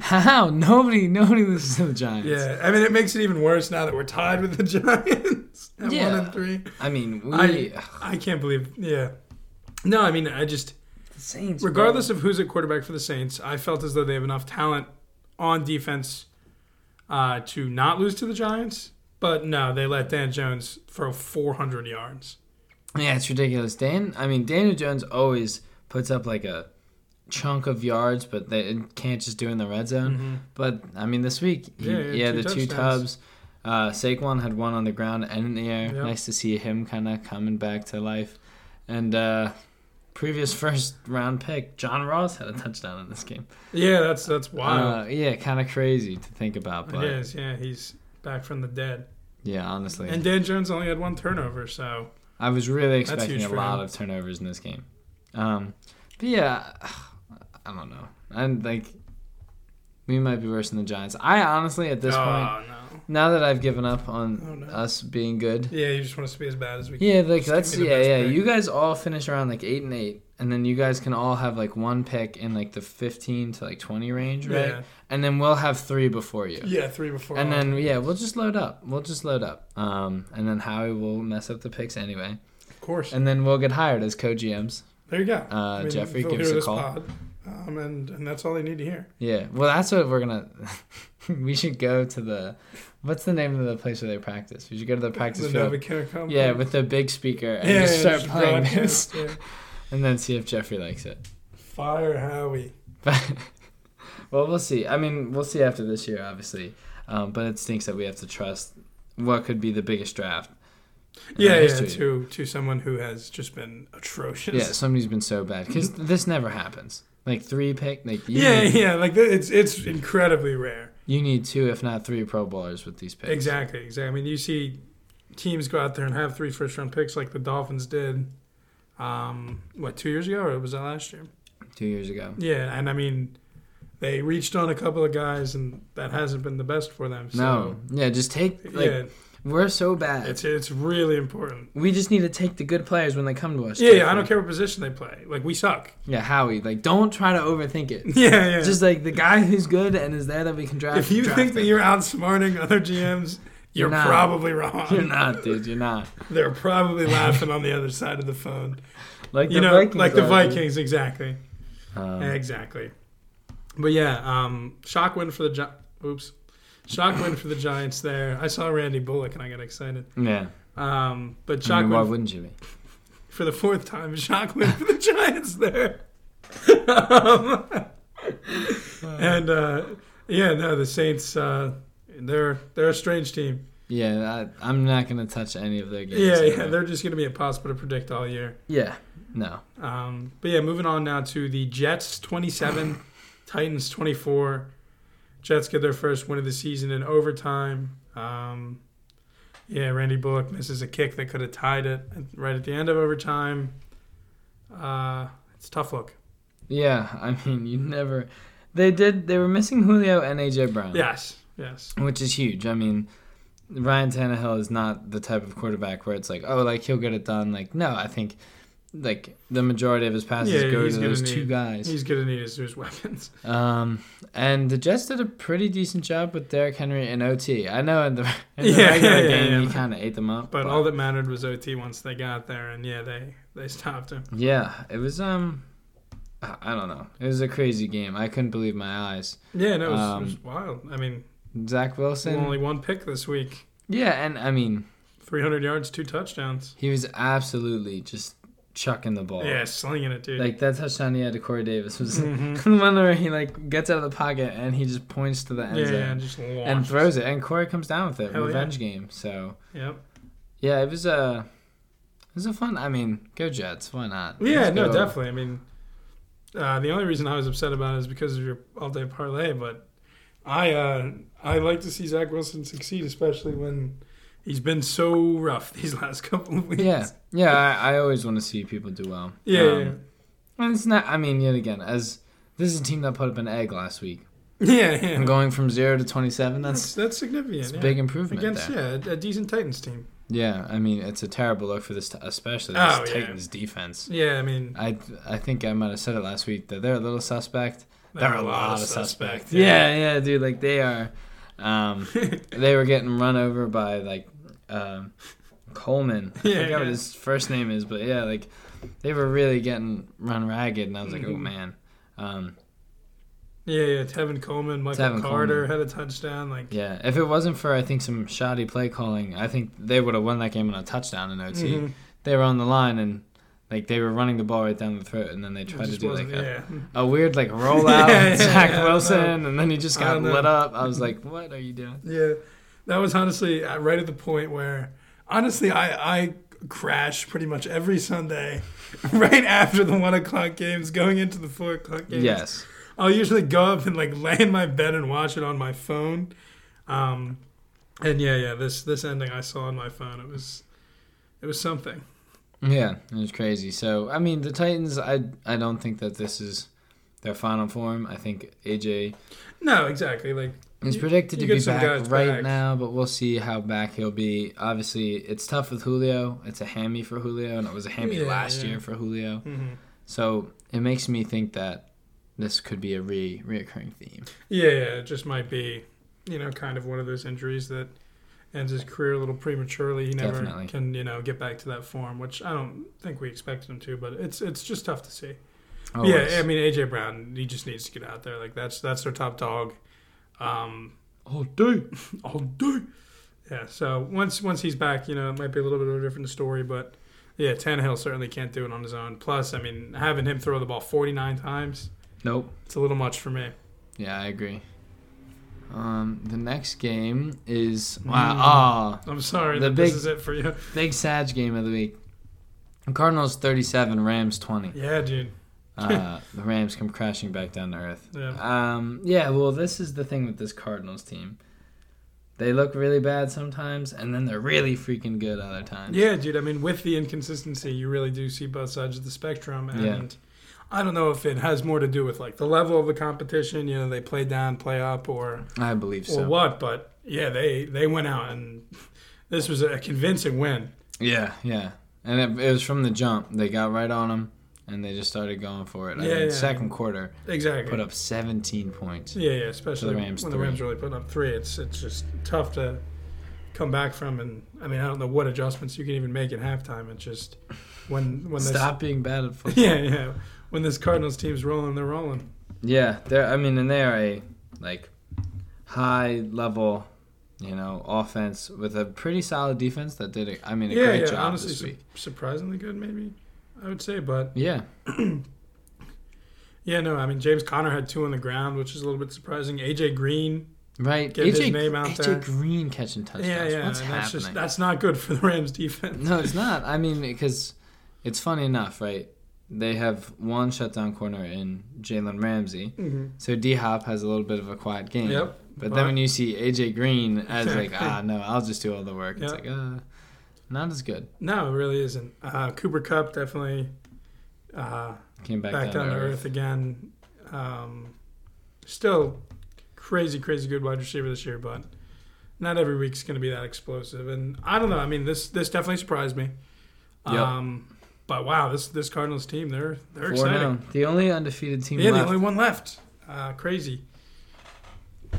S1: How? Nobody nobody loses to the Giants.
S2: Yeah, I mean it makes it even worse now that we're tied with the Giants at one
S1: Yeah.
S2: and three.
S1: I mean, we
S2: I-
S1: ugh,
S2: I can't believe. Yeah, no, I mean I just
S1: the Saints. bro.
S2: regardless of who's at quarterback for the Saints, I felt as though they have enough talent on defense uh, to not lose to the Giants. But no, they let Dan Jones throw 400 yards.
S1: Yeah, it's ridiculous. Dan, I mean, Daniel Jones always puts up like a chunk of yards, but they it can't just do it in the red zone. But I mean, this week, he,
S2: Mm-hmm. Yeah,
S1: yeah,
S2: yeah, two
S1: the two
S2: touchdowns.
S1: tubs. Uh, Saquon had one on the ground and in the air.
S2: Yep.
S1: Nice to see him kind of coming back to life. And uh, previous first round pick, John Ross had a touchdown in this game.
S2: Yeah, that's that's wild.
S1: Uh, yeah, kind of crazy to think about, but
S2: it is. Yeah, he's back from the dead.
S1: yeah, honestly,
S2: And Dan Jones only had one turnover, so
S1: I was really
S2: That's
S1: expecting
S2: huge
S1: a
S2: for
S1: lot
S2: him.
S1: of turnovers in this game. Um, but yeah, I don't know. I'm like, we might be worse than the Giants. I honestly, at this
S2: oh
S1: point,
S2: no.
S1: now that I've given up on
S2: Oh, no.
S1: us being good,
S2: Yeah, you just want us to be as bad as we can.
S1: yeah, like
S2: Just
S1: that's
S2: give me the
S1: yeah,
S2: best
S1: yeah.
S2: pick.
S1: You guys all finish around like eight and eight, and then you guys can all have like one pick in like the fifteen to like twenty range, right?
S2: Yeah,
S1: And then we'll have three before you.
S2: yeah, three before.
S1: And
S2: all.
S1: then yeah, we'll just load up. We'll just load up. Um, and then Howie will mess up the picks anyway.
S2: of course,
S1: And then we'll get hired as co GMs.
S2: there you go.
S1: Uh, Jeffrey,
S2: they'll
S1: give
S2: hear
S1: us a
S2: this
S1: call.
S2: pod, um, and and that's all they need to hear.
S1: Yeah. Well, that's what we're gonna. we should go to the. What's the name of the place where they practice? We should go to the practice
S2: the
S1: field.
S2: Novocaine company.
S1: Yeah, with the big speaker and
S2: yeah,
S1: just start
S2: just
S1: playing this,
S2: broadcast, yeah.
S1: and then see if Jeffrey likes it.
S2: Fire Howie.
S1: But well, we'll see. I mean, we'll see after this year, obviously. Um, but it stinks that we have to trust what could be the biggest draft. in
S2: Yeah,
S1: our
S2: yeah,
S1: history.
S2: to to someone who has just been atrocious.
S1: Yeah, somebody's been so bad because this never happens. Like three pick, like you,
S2: yeah,
S1: need,
S2: yeah. Like th- it's it's incredibly rare.
S1: you need two, if not three, Pro Bowlers with these picks.
S2: Exactly, exactly. I mean, you see teams go out there and have three first round picks, like the Dolphins did. Um, what two years ago, or was that last year?
S1: Two years ago.
S2: Yeah, and I mean, they reached on a couple of guys, and that hasn't been the best for them.
S1: No.
S2: So,
S1: Yeah, just take like
S2: yeah,
S1: we're so bad.
S2: it's it's really important.
S1: we just need to take the good players when they come to us.
S2: Yeah, yeah.
S1: Jeffrey.
S2: I don't care what position they play. Like we suck.
S1: Yeah, Howie, like don't try to overthink it.
S2: Yeah, yeah.
S1: Just like the guy who's good and is there that we can draft.
S2: if you
S1: draft
S2: think that
S1: him.
S2: you're outsmarting other GMs, you're,
S1: You're not.
S2: probably wrong.
S1: you're not, dude, you're not.
S2: They're probably laughing on the other side of the phone.
S1: Like
S2: You
S1: the
S2: know,
S1: Vikings
S2: like the
S1: are, dude.
S2: Vikings, exactly,
S1: Um,
S2: exactly. But yeah, um, shock win for the Gi- oops, shock win for the Giants. There, I saw Randy Bullock and I got excited.
S1: yeah.
S2: Um, but
S1: I
S2: shock
S1: mean, why
S2: win
S1: wouldn't you be?
S2: for the fourth time. Shock win for the Giants. There, um, and uh, yeah, no, the Saints. Uh, they're they're a strange team.
S1: Yeah, I, I'm not gonna touch any of their games.
S2: Yeah, yeah,
S1: anyway.
S2: they're just going to be impossible to predict all year.
S1: yeah. No.
S2: Um, but yeah, moving on now to the Jets 27, Titans 24. Jets get their first win of the season in overtime. Um, yeah, Randy Bullock misses a kick that could have tied it right at the end of overtime. Uh, it's a tough look.
S1: Yeah, I mean, you never. They did. They were missing Julio and AJ Brown.
S2: Yes, yes.
S1: which is huge. I mean, Ryan Tannehill is not the type of quarterback where it's like, oh, like he'll get it done. Like, no, I think like the majority of his passes
S2: Yeah,
S1: go
S2: he's
S1: to
S2: gonna
S1: those two
S2: need-
S1: guys.
S2: He's gonna need his, his weapons.
S1: Um, and the Jets did a pretty decent job with Derrick Henry in OT. I know in the, in the
S2: Yeah,
S1: regular
S2: yeah,
S1: game
S2: yeah.
S1: he kind of ate them up,
S2: But all that mattered was OT once they got there, and yeah, they they stopped him.
S1: yeah, it was um, I I don't know, it was a crazy game. I couldn't believe my eyes.
S2: Yeah, no, it was,
S1: Um,
S2: it was wild. I mean,
S1: Zach Wilson,
S2: only one pick this week,
S1: yeah, and I mean
S2: 300 yards, two touchdowns.
S1: he was absolutely just chucking the ball.
S2: Yeah, slinging it, dude.
S1: Like that touchdown he had to Corey Davis was
S2: Mhm.
S1: the one where he like gets out of the pocket and he just points to the end
S2: yeah,
S1: zone
S2: yeah, just launches.
S1: and throws it, and Corey comes down with it,
S2: Hell yeah.
S1: revenge game. So.
S2: Yep.
S1: Yeah, it was a, it was a fun. I mean, go Jets. Why not?
S2: Yeah,
S1: Let's
S2: no,
S1: go.
S2: definitely. I mean, uh, the only reason I was upset about it is because of your all-day parlay. But I, uh, I like to see Zach Wilson succeed, especially when he's been so rough these last couple of weeks.
S1: Yeah, yeah. I, I always want to see people do well.
S2: yeah,
S1: Um, And it's not. I mean, yet again, as this is a team that put up an egg last week,
S2: yeah, yeah. yeah.
S1: and going from zero to twenty-seven,
S2: that's
S1: that's
S2: that's significant.
S1: it's a
S2: yeah.
S1: big improvement
S2: against
S1: there.
S2: yeah a, a decent Titans team.
S1: Yeah, I mean, it's a terrible look for this, t- especially this
S2: Oh, yeah.
S1: Titans defense.
S2: Yeah, I mean
S1: I I think I might have said it last week that they're a little suspect.
S2: there are a lot of suspects.
S1: Yeah, yeah, dude. Like they are. Um, they were getting run over by like um, Coleman. I
S2: Yeah,
S1: forget what
S2: yeah.
S1: his first name is, but yeah, like they were really getting run ragged, and I was like, oh
S2: Mhm.
S1: man. Um,
S2: yeah, yeah. Tevin Coleman, Michael
S1: Tevin
S2: Carter had a touchdown. Like
S1: yeah, if it wasn't for I think some shoddy play calling, I think they would have won that game on a touchdown in OT.
S2: mhm,
S1: They were on the line and. Like they were running the ball right down the throat, and then they
S2: it
S1: tried to
S2: just
S1: do like
S2: wasn't-
S1: a,
S2: yeah. Mm-hmm.
S1: a weird like rollout,
S2: Yeah, yeah,
S1: with Zach
S2: yeah, I don't
S1: Wilson, and then he just
S2: I
S1: got
S2: don't know.
S1: lit up. I was like, "What are you doing?"
S2: Yeah, that was honestly uh, right at the point where honestly I I crash pretty much every Sunday, right after the one o'clock games, going into the four o'clock games.
S1: Yes,
S2: I'll usually go up and like lay in my bed and watch it on my phone. Um, and yeah, yeah, this this ending I saw on my phone. It was it was something.
S1: Yeah, it was crazy. So I mean, the Titans. I I don't think that this is their final form. I think AJ
S2: No, exactly. Like
S1: is
S2: You-
S1: predicted
S2: you
S1: to
S2: get
S1: be
S2: some
S1: back
S2: guys
S1: right
S2: back.
S1: now, but we'll see how back he'll be. Obviously, it's tough with Julio. It's a hammy for Julio, and it was a hammy
S2: Yeah,
S1: last
S2: yeah.
S1: year for Julio.
S2: mhm.
S1: So it makes me think that this could be a re reoccurring theme.
S2: yeah, yeah, it just might be you know kind of one of those injuries that ends his career a little prematurely. He never
S1: Definitely.
S2: can you know get back to that form, which I don't think we expected him to. But it's it's just tough to see.
S1: Always.
S2: Yeah, I mean AJ Brown, he just needs to get out there. Like that's that's their top dog. Um,
S1: all day.
S2: all day. Yeah, so once once he's back, you know, it might be a little bit of a different story, but yeah, Tannehill certainly can't do it on his own. Plus, I mean, having him throw the ball 49 times,
S1: Nope.
S2: it's a little much for me.
S1: Yeah, I agree. Um, the next game is
S2: Mm.
S1: wow. ah.
S2: I'm sorry
S1: The
S2: that
S1: big-
S2: this is it for you.
S1: Big Sag game of the week. Cardinals 37, Rams 20.
S2: Yeah, dude.
S1: Uh, the Rams come crashing back down to earth.
S2: Yeah.
S1: Um, yeah, well, this is the thing with this Cardinals team. They look really bad sometimes, and then they're really freaking good other times.
S2: Yeah, dude. I mean, with the inconsistency, you really do see both sides of the spectrum. And
S1: Yeah.
S2: I don't know if it has more to do with like the level of the competition, you know, they play down, play up, or
S1: I believe
S2: or
S1: so.
S2: what, but yeah, they they went out and this was a convincing win.
S1: Yeah, yeah. And it, it was from the jump. They got right on them, and they just started going for it. I
S2: Yeah,
S1: mean,
S2: yeah.
S1: second quarter,
S2: Exactly.
S1: put up 17 points.
S2: Yeah, yeah, especially
S1: the Rams
S2: when
S1: three.
S2: the Rams really putting up three, it's it's just tough to come back from. And I mean, I don't know what adjustments you can even make at halftime. It's just when when
S1: Stop being bad at
S2: this
S1: football.
S2: yeah yeah when this Cardinals team's rolling, they're rolling.
S1: Yeah, they're. I mean, and they are a like high level, you know, offense with a pretty solid defense that did. A, I mean, a
S2: yeah,
S1: great
S2: yeah,
S1: job
S2: honestly,
S1: this
S2: su-
S1: week.
S2: surprisingly good, maybe I would say. But
S1: Yeah,
S2: yeah, no, I mean James Conner had two on the ground, which is a little bit surprising. AJ Green,
S1: right.
S2: Get his name out
S1: AJ
S2: there.
S1: Green catching touchdowns.
S2: yeah, yeah,
S1: What's
S2: and
S1: happening?
S2: that's just that's not good for the Rams defense.
S1: no, it's not. I mean, because it's funny enough, right? They have one shutdown corner in Jalen Ramsey,
S2: Mhm.
S1: so D Hop has a little bit of a quiet game.
S2: Yep.
S1: But then when you see AJ Green as like,
S2: Exactly.
S1: ah, no, I'll just do all the work. It's
S2: Yep.
S1: like, uh, not as good.
S2: No, it really isn't. Uh, Cooper Cup definitely. Uh,
S1: Came back,
S2: back, down, to earth, again. Um, still crazy, crazy good wide receiver this year, but not every week's going to be that explosive. And I don't know. I mean, this this definitely surprised me.
S1: Yep.
S2: Um, But wow, this this Cardinals team, they're they're
S1: Four
S2: exciting.
S1: now. The only undefeated team
S2: Yeah,
S1: left.
S2: the only one left. Uh, crazy.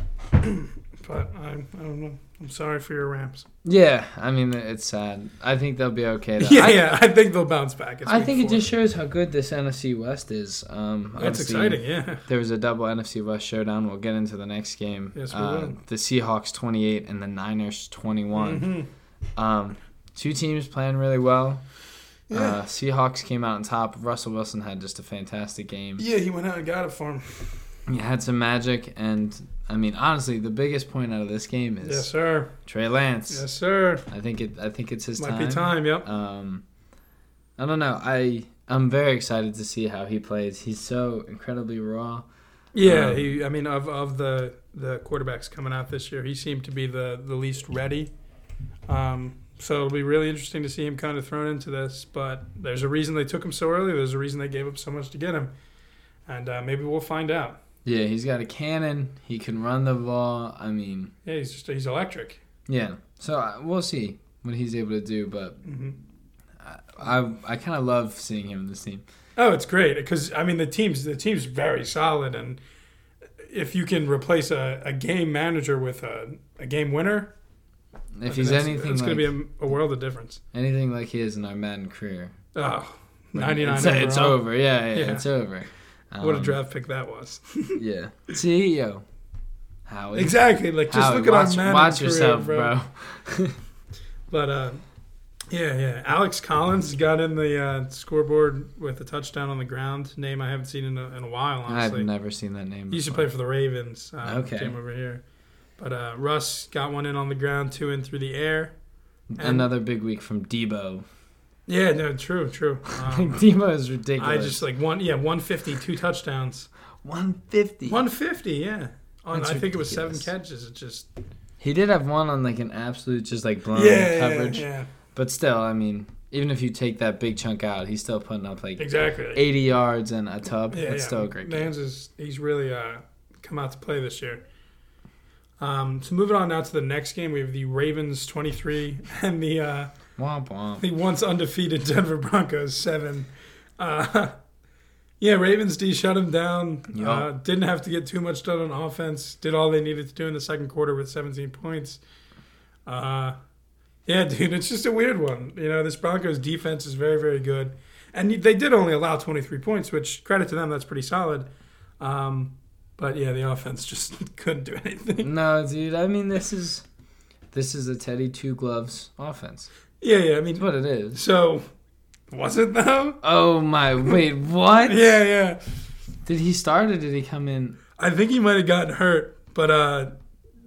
S2: but I'm, I don't know. I'm sorry for your Rams.
S1: yeah, I mean it's sad. I think they'll be okay. Though.
S2: Yeah,
S1: I,
S2: yeah. I think they'll bounce back. It's
S1: I
S2: week
S1: think it
S2: four.
S1: just shows how good this NFC West is. Um,
S2: that's
S1: obviously,
S2: exciting. Yeah,
S1: There was a double NFC West showdown. We'll get into the next game.
S2: Yes, we
S1: uh,
S2: will.
S1: The Seahawks 28 and the Niners 21.
S2: Mhm.
S1: Um, two teams playing really well.
S2: Yeah.
S1: Uh, Seahawks came out on top. Russell Wilson had just a fantastic game.
S2: yeah, he went out and got it for him.
S1: He had some magic, and I mean, honestly, the biggest point out of this game is
S2: Yes, sir.
S1: Trey Lance.
S2: Yes, sir.
S1: I think it. I think it's his
S2: Might
S1: time.
S2: be time. Yep.
S1: Um, I don't know. I I'm very excited to see how he plays. He's so incredibly raw.
S2: Yeah,
S1: Um,
S2: he. I mean, of of the the quarterbacks coming out this year, he seemed to be the the least ready. Um, so it'll be really interesting to see him kind of thrown into this. But there's a reason they took him so early. There's a reason they gave up so much to get him, and uh, maybe we'll find out.
S1: Yeah, he's got a cannon. He can run the ball. I mean,
S2: Yeah, he's just he's electric.
S1: yeah. So I, we'll see what he's able to do. But
S2: hmm
S1: I I, I kind of love seeing him in this team.
S2: Oh, it's great because I mean the team's the team's very solid, and if you can replace a, a game manager with a, a game winner,
S1: If he's
S2: that's-
S1: anything
S2: it's
S1: like
S2: going to be a, a world of difference.
S1: anything like he is in our Madden career,
S2: Oh,
S1: when
S2: 99
S1: It's, it's
S2: overall.
S1: over. Yeah, yeah,
S2: Yeah.
S1: it's over.
S2: What a
S1: Um,
S2: draft pick that was.
S1: Yeah, CEO. Howie.
S2: exactly. Like just
S1: Howie,
S2: look at
S1: watch,
S2: our Madden
S1: watch
S2: career,
S1: yourself,
S2: bro.
S1: bro.
S2: But uh, yeah, yeah. Alex Collins got in the uh, scoreboard with a touchdown on the ground. Name I haven't seen in a, in a while. Honestly,
S1: I've never seen that name.
S2: he used to
S1: before.
S2: play for the Ravens. Uh,
S1: Okay.
S2: Came over here. But uh, Russ got one in on the ground, two in through the air. and-
S1: Another big week from Debo.
S2: Yeah, no, true, true. Um,
S1: Debo is
S2: I
S1: ridiculous.
S2: just like one, yeah, 150, two touchdowns,
S1: 150.
S2: 150, yeah. On,
S1: That's
S2: I think it was seven
S1: ridiculous.
S2: catches. It just
S1: He did have one on like an absolute just like blown coverage.
S2: yeah,
S1: But still, I mean, even if you take that big chunk out, he's still putting up like
S2: exactly.
S1: 80 yards and a tub.
S2: Yeah,
S1: That's
S2: yeah.
S1: still a great game.
S2: Nance is he's really uh, come out to play this year. Um, so moving on now to the next game, we have the Ravens twenty three and the uh,
S1: Womp womp.
S2: the once undefeated Denver Broncos seven. Uh, yeah, Ravens D shut him down.
S1: Yeah.
S2: Uh, didn't have to get too much done on offense. Did all they needed to do in the second quarter with seventeen points. Uh, yeah, dude, it's just a weird one. You know, this Broncos defense is very, very good, and they did only allow 23 points, which credit to them, that's pretty solid. Um, but yeah, the offense just couldn't do anything.
S1: No, dude. I mean, this is this is a Teddy two gloves offense.
S2: Yeah, yeah. I
S1: That's
S2: mean,
S1: what it is.
S2: so was it though?
S1: Oh my! Wait, what?
S2: Yeah, yeah.
S1: Did he start or did he come in?
S2: I think he might have gotten hurt, but uh,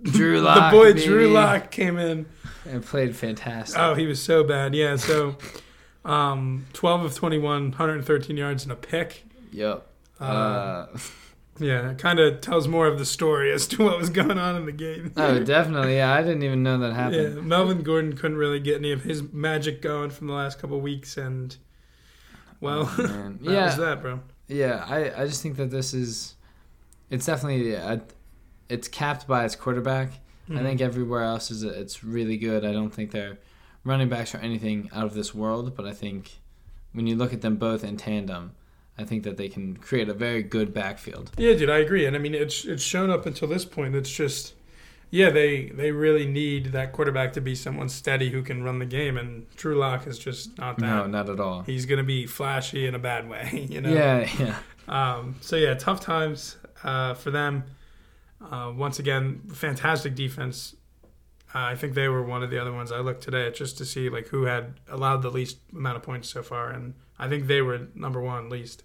S1: Drew
S2: the
S1: Lock.
S2: boy Drew
S1: baby,
S2: Lock came in.
S1: and played fantastic.
S2: Oh, he was so bad. Yeah, so um, 12 of 21, 113 yards and a pick.
S1: Yep. Uh,
S2: Uh, yeah, it kind of tells more of the story as to what was going on in the game.
S1: oh, definitely. Yeah, I didn't even know that
S2: Yeah,
S1: happened.
S2: Melvin Gordon couldn't really get any of his magic going from the last couple weeks, and well,
S1: Oh, man.
S2: that
S1: yeah,
S2: was that, bro.
S1: yeah. I, I just think that this is, it's definitely yeah, I- it's capped by its quarterback. I think everywhere else is it's really good. I don't think their running backs are anything out of this world, but I think when you look at them both in tandem, I think that they can create a very good backfield.
S2: Yeah, dude, I agree, and I mean it's it's shown up until this point. It's just, yeah, they they really need that quarterback to be someone steady who can run the game, and Drew Lock is just not that.
S1: No, not at all.
S2: He's gonna be flashy in a bad way, you know.
S1: Yeah, yeah.
S2: Um, so yeah, tough times uh, for them. Uh, once again, fantastic defense. Uh, I think they were one of the other ones I looked today at just to see like who had allowed the least amount of points so far, and I think they were number one least.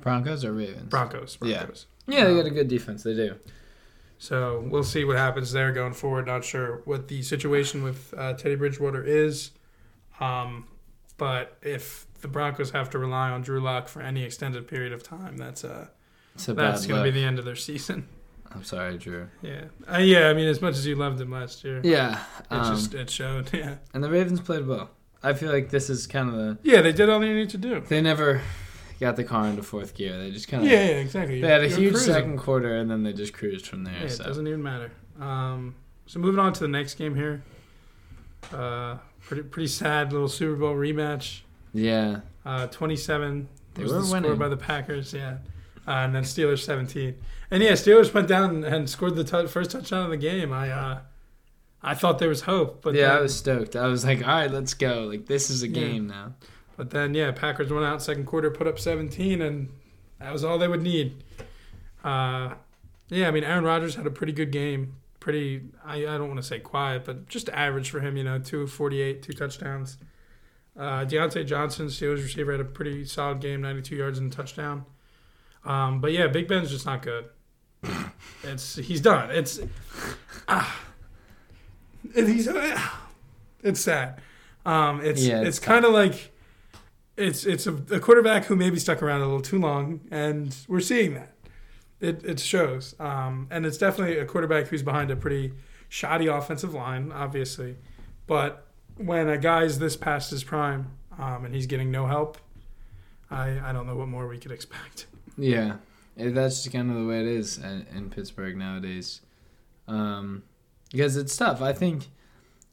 S1: Broncos or Ravens?
S2: Broncos,
S1: Yeah.
S2: Broncos.
S1: yeah, they got a good defense. They do.
S2: So we'll see what happens there going forward. Not sure what the situation with uh, Teddy Bridgewater is, um, but if the Broncos have to rely on Drew Lock for any extended period of time, that's uh,
S1: It's a
S2: that's
S1: bad
S2: going to be
S1: look.
S2: the end of their season.
S1: I'm sorry, Drew.
S2: Yeah, uh, yeah. I mean, as much as you loved him last year, it
S1: Yeah. Um,
S2: just it showed. Yeah,
S1: And the Ravens played well. I feel like this is kind of the
S2: yeah. They did all they needed to do.
S1: they never got the car into fourth gear. They just
S2: Yeah,
S1: kind of
S2: yeah. Exactly.
S1: they had a
S2: You're
S1: huge
S2: cruising.
S1: second quarter and then they just cruised from there.
S2: Yeah, it
S1: so
S2: doesn't even matter. Um, so moving on to the next game here. Uh, pretty pretty sad little Super Bowl rematch.
S1: Yeah.
S2: Uh, 27
S1: They
S2: was
S1: were
S2: the score
S1: winning.
S2: by the Packers, yeah. Uh, and then Steelers 17. And yeah, Steelers went down and scored the tou- first touchdown of the game. I uh, I thought there was hope, but
S1: yeah,
S2: then,
S1: I was stoked. I was like, all right, let's go. Like, this is a
S2: Yeah.
S1: game now.
S2: but then yeah, Packers went out second quarter, put up 17, and that was all they would need. Uh, yeah, I mean Aaron Rodgers had a pretty good game. Pretty, I, I don't want to say quiet, but just average for him. You know, two forty-eight, two touchdowns. Uh, Deontay Johnson, Steelers receiver, had a pretty solid game, ninety-two yards and a touchdown. Um, but yeah, Big Ben's just not good. it's he's done. It's ah, and he's ah, it's sad. Um, it's
S1: Yeah,
S2: it's,
S1: it's
S2: kind of like it's it's a, a quarterback who maybe stuck around a little too long, and we're seeing that. It it shows, um, and it's definitely a quarterback who's behind a pretty shoddy offensive line, obviously. But when a guy's this past his prime um, and he's getting no help, I, I don't know what more we could expect.
S1: Yeah. Eh, That's just kind of the way it is in, in Pittsburgh nowadays. Um, because it's tough. I think,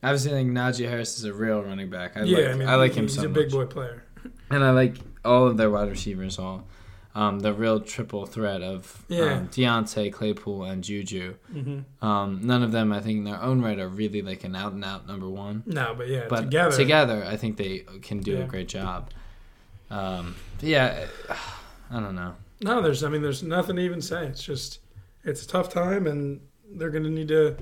S1: obviously, I think Najee Harris is a real running back. I like, I, like him
S2: he's
S1: so
S2: a
S1: much.
S2: big boy player.
S1: And I like all of their wide receivers, all um, the real triple threat of
S2: Yeah.
S1: um, Deontay, Claypool, and Juju.
S2: hmm
S1: Um, none of them, I think, in their own right, are really like an out and out number one.
S2: No, but yeah,
S1: But
S2: together,
S1: together, I think they can do
S2: Yeah.
S1: a great job. Um, but yeah, I don't know.
S2: No, there's I mean, there's nothing to even say. It's just it's a tough time, and they're going to need to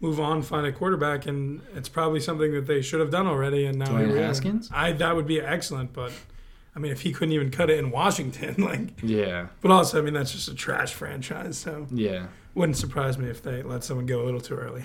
S2: move on, find a quarterback, and it's probably something that they should have done already. And now
S1: Dwayne
S2: here we are.
S1: Haskins?
S2: I that would be excellent, but I mean, if he couldn't even cut it in Washington, like,
S1: Yeah,
S2: but also I mean, that's just a trash franchise, so
S1: yeah,
S2: wouldn't surprise me if they let someone go a little too early,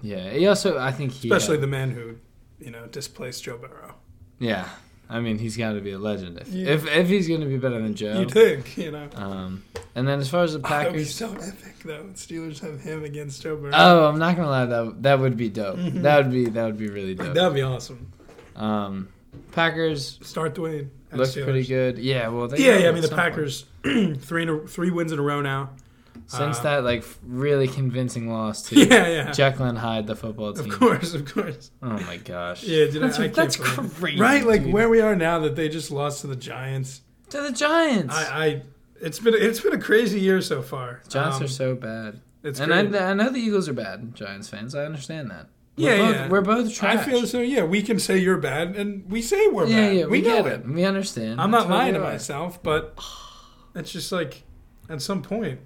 S1: yeah. He also, I think he,
S2: especially the man who you know displaced Joe Burrow.
S1: yeah. I mean, he's got to be a legend if,
S2: Yeah.
S1: if if he's gonna be better than Joe.
S2: You'd think, you know.
S1: Um, and then as far as the
S2: That would be
S1: Packers,
S2: so epic, though. Steelers have him against Joe Burrow.
S1: oh, I'm not gonna lie, that that would be dope.
S2: Mhm.
S1: That would be that would be really dope.
S2: That'd be awesome.
S1: Um, Packers
S2: Start Dwayne. at
S1: looked
S2: Steelers.
S1: pretty good. Yeah, well, they
S2: Yeah,
S1: got
S2: yeah. I
S1: it
S2: mean,
S1: at
S2: the
S1: some point.
S2: Packers three in a, three wins in a row now.
S1: since
S2: uh,
S1: that like really convincing loss to
S2: Yeah, yeah.
S1: Jekyll and Hyde, the football
S2: of
S1: team.
S2: course, of course.
S1: Oh my gosh.
S2: Yeah, dude, I-
S1: that's,
S2: I can't
S1: that's
S2: believe
S1: crazy.
S2: Right, like
S1: dude.
S2: where we are now that they just lost to the Giants.
S1: to the Giants.
S2: I, I it's been it's been a crazy year so far.
S1: Giants
S2: Um,
S1: are so bad,
S2: it's
S1: and
S2: great.
S1: I, I know the Eagles are bad. Giants fans, I understand that.
S2: Yeah,
S1: we're both,
S2: yeah.
S1: We're both
S2: I
S1: trash.
S2: feel so. Yeah, we can say you're bad, and we say we're
S1: yeah,
S2: bad.
S1: yeah.
S2: we, know
S1: get
S2: it.
S1: We understand.
S2: I'm
S1: That's
S2: not
S1: what
S2: lying
S1: we
S2: to
S1: are.
S2: myself, but it's just like at some point,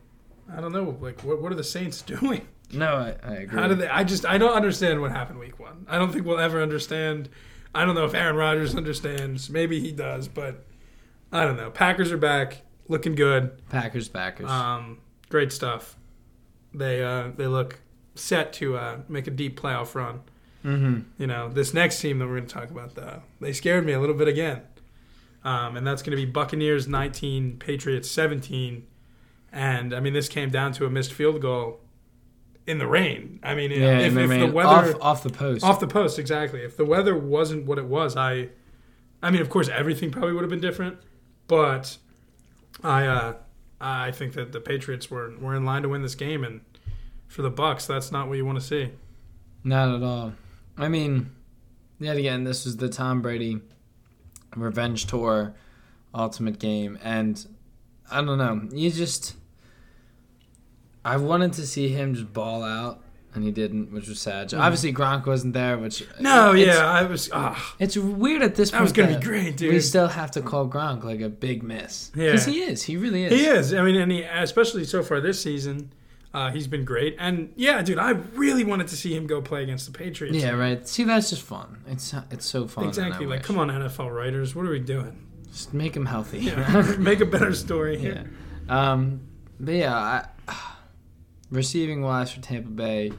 S2: I don't know. Like, what, what are the Saints doing?
S1: No, I, I agree.
S2: How did they? I just I don't understand what happened week one. I don't think we'll ever understand. I don't know if Aaron Rodgers understands. Maybe he does, but I don't know. Packers are back, looking good.
S1: Packers, Packers.
S2: Um, great stuff. They uh, they look set to uh, make a deep playoff run.
S1: mm-hmm.
S2: You know, this next team that we're going to talk about though, they scared me a little bit again. Um, and that's going to be Buccaneers 19, Patriots 17. And I mean, this came down to a missed field goal in the rain. I mean,
S1: Yeah,
S2: if,
S1: and they
S2: if the
S1: ran
S2: weather
S1: off, off the post.
S2: off the post exactly if the weather wasn't what it was i i mean of course everything probably would have been different but i uh i think that the patriots were were in line to win this game and for the bucks that's not what you want to see
S1: Not at all. I mean, yet again, this was the Tom Brady revenge tour ultimate game, and I don't know. You just, I wanted to see him just ball out, and he didn't, which was sad. Obviously, Gronk wasn't there, which
S2: Mm. no
S1: it's,
S2: yeah i was ah
S1: it's weird at this point.
S2: that was gonna be
S1: that
S2: great
S1: We
S2: dude
S1: still have to call Gronk like a big miss because
S2: Yeah.
S1: he is. He really is.
S2: he is i mean and he especially so far this season uh, he's been great and yeah dude i really wanted to see him go play against the patriots
S1: Yeah, right. See, that's just fun. It's it's so fun. and I
S2: exactly like
S1: wish.
S2: come on nfl writers what are we doing
S1: just make him healthy.
S2: yeah. make a better story here
S1: Yeah. Um, but yeah, I, receiving wise for Tampa Bay,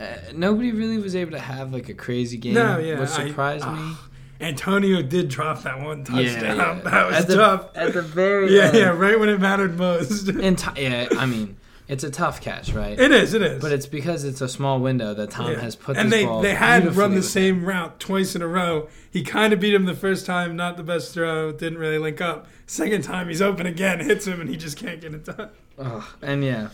S1: uh, nobody really was able to have like a crazy game,
S2: No, yeah,
S1: which
S2: I-
S1: surprised me.
S2: ah, Antonio did drop that one touchdown. That was
S1: at the,
S2: tough.
S1: At the very
S2: yeah,
S1: end.
S2: yeah, right when it mattered most.
S1: Enti- yeah, I mean, it's a tough catch, right?
S2: it is, it is.
S1: but it's because it's a small window that Tom
S2: Yeah.
S1: has put
S2: and
S1: this
S2: they
S1: ball
S2: they had run
S1: beautifully
S2: the
S1: with.
S2: same route twice in a row. He kind of beat him the first time, not the best throw, didn't really link up. Second time he's open again, hits him, and he just can't get it done.
S1: Ugh, and yeah,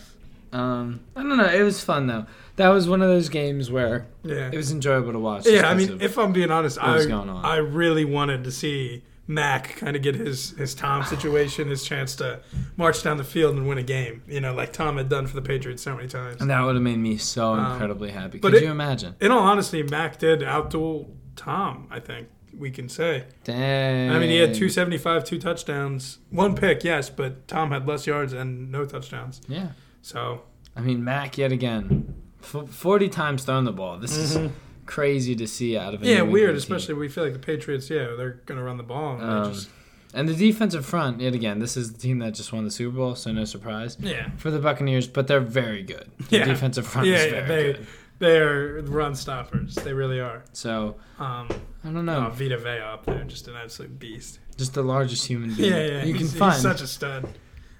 S1: Um, I don't know. It was fun though. That was one of those games where
S2: Yeah.
S1: it was enjoyable to watch. just
S2: yeah, I
S1: 'cause
S2: mean,
S1: of
S2: if I'm being honest,
S1: what
S2: I
S1: was going on.
S2: I really wanted to see Mac kind of get his his Tom situation, his chance to march down the field and win a game. You know, like Tom had done for the Patriots so many times.
S1: and that would have made me so
S2: Um,
S1: incredibly happy.
S2: but
S1: Could
S2: it-
S1: you imagine?
S2: In all honesty, Mac did outduel Tom. I think we can say.
S1: Dang.
S2: I mean, he had 275, two touchdowns, one pick, yes, but Tom had less yards and no touchdowns.
S1: Yeah.
S2: So
S1: I mean, Mac yet again, F- forty times thrown the ball. This is crazy to see out of a
S2: Mm-hmm. yeah,
S1: New
S2: weird.
S1: England team.
S2: Especially we feel like the Patriots. Yeah, they're gonna run the ball. And they
S1: Um,
S2: just,
S1: And the defensive front, yet again, this is the team that just won the Super Bowl, so no surprise
S2: yeah,
S1: for the Buccaneers. But they're very good. The
S2: Yeah.
S1: defensive front
S2: yeah,
S1: is
S2: yeah,
S1: very
S2: they
S1: good.
S2: they're run stoppers. They really are.
S1: So
S2: Um,
S1: I don't know,
S2: oh, Vita Vea up there, just an absolute beast.
S1: just the largest human being
S2: Yeah, yeah,
S1: you
S2: he's,
S1: can
S2: he's
S1: find.
S2: such a stud.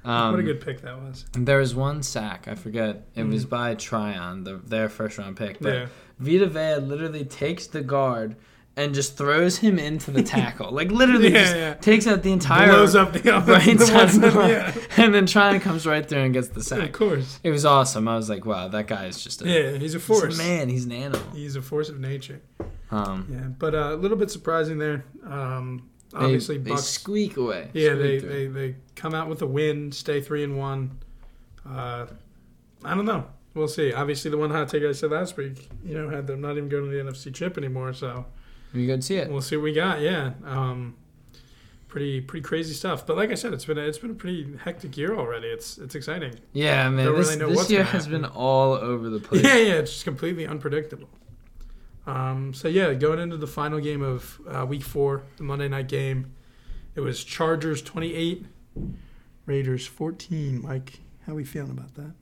S1: um,
S2: what a good pick that was.
S1: There was one sack I forget. It was by Tryon, the, their first round pick. But
S2: Yeah,
S1: Vita Vea literally takes the guard and just throws him into the tackle. like literally
S2: Yeah,
S1: just
S2: yeah.
S1: takes out the entire
S2: blows up the
S1: right
S2: the
S1: side
S2: one
S1: of the line.
S2: yeah.
S1: And then Tryon comes right through and gets the
S2: yeah, of
S1: sack.
S2: course.
S1: It was awesome. I was like, wow, that guy is just a,
S2: Yeah, he's a
S1: he's a
S2: force.
S1: man. He's an animal.
S2: He's a force of nature.
S1: Um,
S2: Yeah, but uh, a little bit surprising there. Um,
S1: they-
S2: obviously,
S1: they,
S2: Bucks.
S1: squeak away.
S2: Yeah,
S1: squeak
S2: they,
S1: through.
S2: they, they come out with a win, stay three and one. Uh, I don't know. We'll see. Obviously, the one hot take I said last week, you know, had them not even going to the NFC Chip anymore. So
S1: You can see it.
S2: we'll see what we got. Yeah, um, pretty pretty crazy stuff. But like I said, it's been a, it's been a pretty hectic year already. It's it's exciting.
S1: Yeah, man.
S2: don't
S1: This,
S2: really know
S1: this
S2: what's
S1: year
S2: gonna
S1: has
S2: happen.
S1: been all over the place.
S2: Yeah, yeah, it's just completely unpredictable. Um, so yeah, going into the final game of uh, Week Four, the Monday night game, it was Chargers twenty-eight, Raiders fourteen. Mike, how we feeling about that?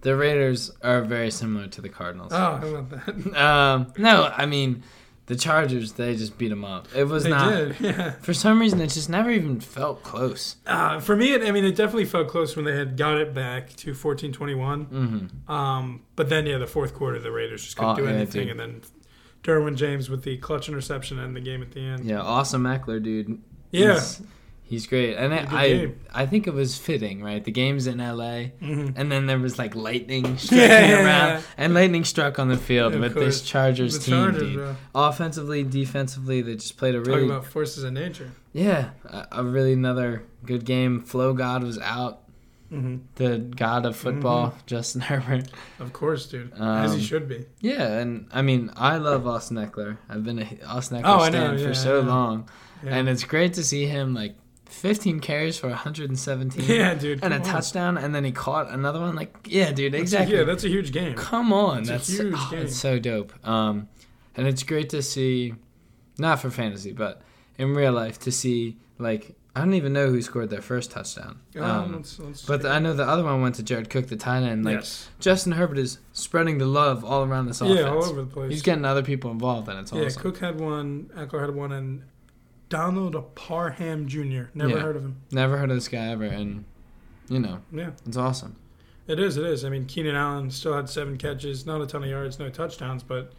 S1: The Raiders are very similar to the Cardinals.
S2: Oh, how about that?
S1: Um, no, I mean, the Chargers, they just beat them up. It was
S2: they
S1: not.
S2: did. Yeah.
S1: For some reason, it just never even felt close.
S2: Uh, for me, it, I mean, it definitely felt close when they had got it back to 14-21.
S1: Mm-hmm.
S2: Um, but then yeah, the fourth quarter, the Raiders just couldn't
S1: Oh,
S2: do
S1: yeah,
S2: anything,
S1: dude.
S2: and then Derwin James with the clutch interception and the game at the end.
S1: Yeah, awesome Eckler, dude.
S2: Yeah.
S1: He's, he's great. And
S2: good
S1: I,
S2: game.
S1: I, I think it was fitting, right? The game's in L.A.,
S2: Mhm.
S1: and then there was like lightning striking
S2: Yeah, yeah,
S1: around.
S2: yeah.
S1: And lightning struck on the field
S2: Of
S1: with
S2: course.
S1: this Chargers
S2: The
S1: team,
S2: Chargers,
S1: dude.
S2: bro.
S1: Offensively, defensively, they just played a
S2: Talking
S1: really.
S2: about forces of nature.
S1: yeah, a, a really another good game. Flo God was out.
S2: hmm
S1: The god of football,
S2: Mm-hmm.
S1: Justin Herbert.
S2: Of course, dude. As he
S1: Um,
S2: should be.
S1: Yeah, and I mean, I love Austin Eckler. I've been a Austin Eckler
S2: Oh, I know,
S1: stan
S2: yeah,
S1: for so
S2: I know.
S1: long,
S2: Yeah,
S1: and it's great to see him like 15 carries for 117
S2: yeah dude.
S1: and a
S2: come on.
S1: touchdown, and then he caught another one. Like, yeah, dude,
S2: That's a-
S1: exactly. Um,
S2: Yeah, that's a huge game.
S1: Come on,
S2: It's a
S1: that's
S2: huge
S1: oh,
S2: game.
S1: it's so dope. Um, and it's great to see, not for fantasy, but in real life to see like I don't even know who scored their first touchdown.
S2: Um,
S1: Um,
S2: let's, let's
S1: but I know the other one went to Jared Cook, the tight end. Like
S2: yes.
S1: Justin Herbert is spreading the love all around this offense.
S2: Yeah, all over the place.
S1: He's getting other people involved, and it's
S2: yeah,
S1: awesome.
S2: Cook had one, Eckler had one, and Donald Parham Jr. Never
S1: Yeah.
S2: heard of him.
S1: Never heard of this guy ever, and you know
S2: Yeah,
S1: it's awesome.
S2: it is. It is. I mean, Keenan Allen still had seven catches, not a ton of yards, no touchdowns, but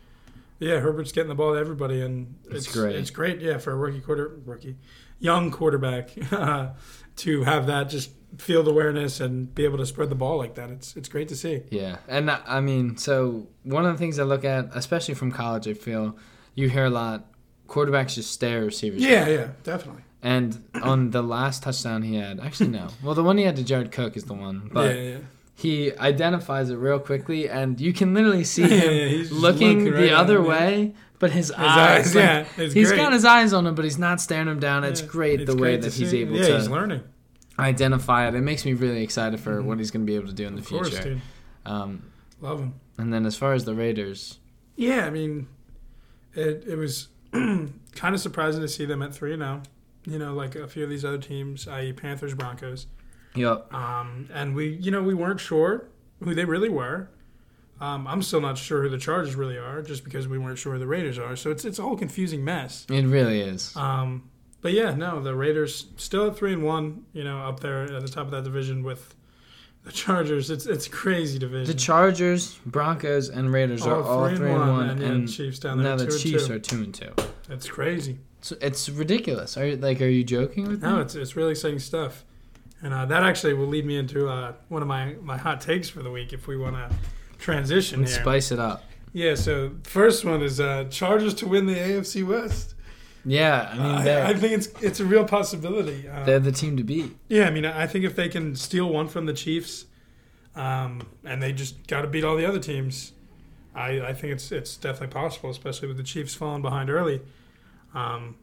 S2: yeah, Herbert's getting the ball to everybody, and
S1: It's great.
S2: It's great, yeah, for a rookie quarter, rookie, young quarterback uh, to have that just field awareness and be able to spread the ball like that. It's it's great to see.
S1: Yeah, and I I mean, so one of the things I look at, especially from college, I feel you hear a lot. Quarterbacks just stare at receivers.
S2: Yeah, yeah, definitely.
S1: And on the last touchdown he had, actually no, well the one he had to Jared Cook is the one, but
S2: yeah, yeah.
S1: he identifies it real quickly, and you can literally see
S2: Yeah,
S1: him
S2: yeah, he's just
S1: looking,
S2: looking right
S1: the
S2: at
S1: other
S2: him, yeah.
S1: way, but his,
S2: His
S1: eyes,
S2: eyes,
S1: like,
S2: yeah, it's
S1: He's
S2: great.
S1: got his eyes on him, but he's not staring him down. It's
S2: Yeah,
S1: great the
S2: it's
S1: way
S2: great
S1: that
S2: to
S1: he's
S2: see.
S1: able
S2: yeah,
S1: to
S2: he's learning.
S1: identify it. It makes me really excited for
S2: Mhm.
S1: what he's going to be able to do in the
S2: Of course,
S1: future.
S2: dude.
S1: Um,
S2: Love him.
S1: and then as far as the Raiders,
S2: Yeah, I mean, it it was kind of surprising to see them at three now. You know, like a few of these other teams, i.e., Panthers, Broncos,
S1: yep,
S2: um, and we, you know, we weren't sure who they really were. Um, I'm still not sure who the Chargers really are, just because we weren't sure who the Raiders are. So it's it's a whole confusing mess.
S1: it really is.
S2: Um, but yeah, no, the Raiders still at three and one. You know, up there at the top of that division with the Chargers. It's it's a crazy division.
S1: The Chargers, Broncos, and Raiders are all three and one,
S2: Uh, and,
S1: and,
S2: yeah, Chiefs down there.
S1: now the
S2: two and
S1: Chiefs
S2: two.
S1: are two and two.
S2: That's crazy.
S1: So it's ridiculous. Are you, like, are you joking with me?
S2: No, it's it's really exciting stuff. And uh, that actually will lead me into uh, one of my, my hot takes for the week if we want to transition
S1: And
S2: here.
S1: spice it up.
S2: Yeah, so first one is uh, Chargers to win the AFC West.
S1: Yeah, I mean, they're,
S2: I, I think it's it's a real possibility. Um,
S1: they're the team to beat.
S2: yeah, I mean, I think if they can steal one from the Chiefs, um, and they just got to beat all the other teams, I, I think it's it's definitely possible, especially with the Chiefs falling behind early. Um,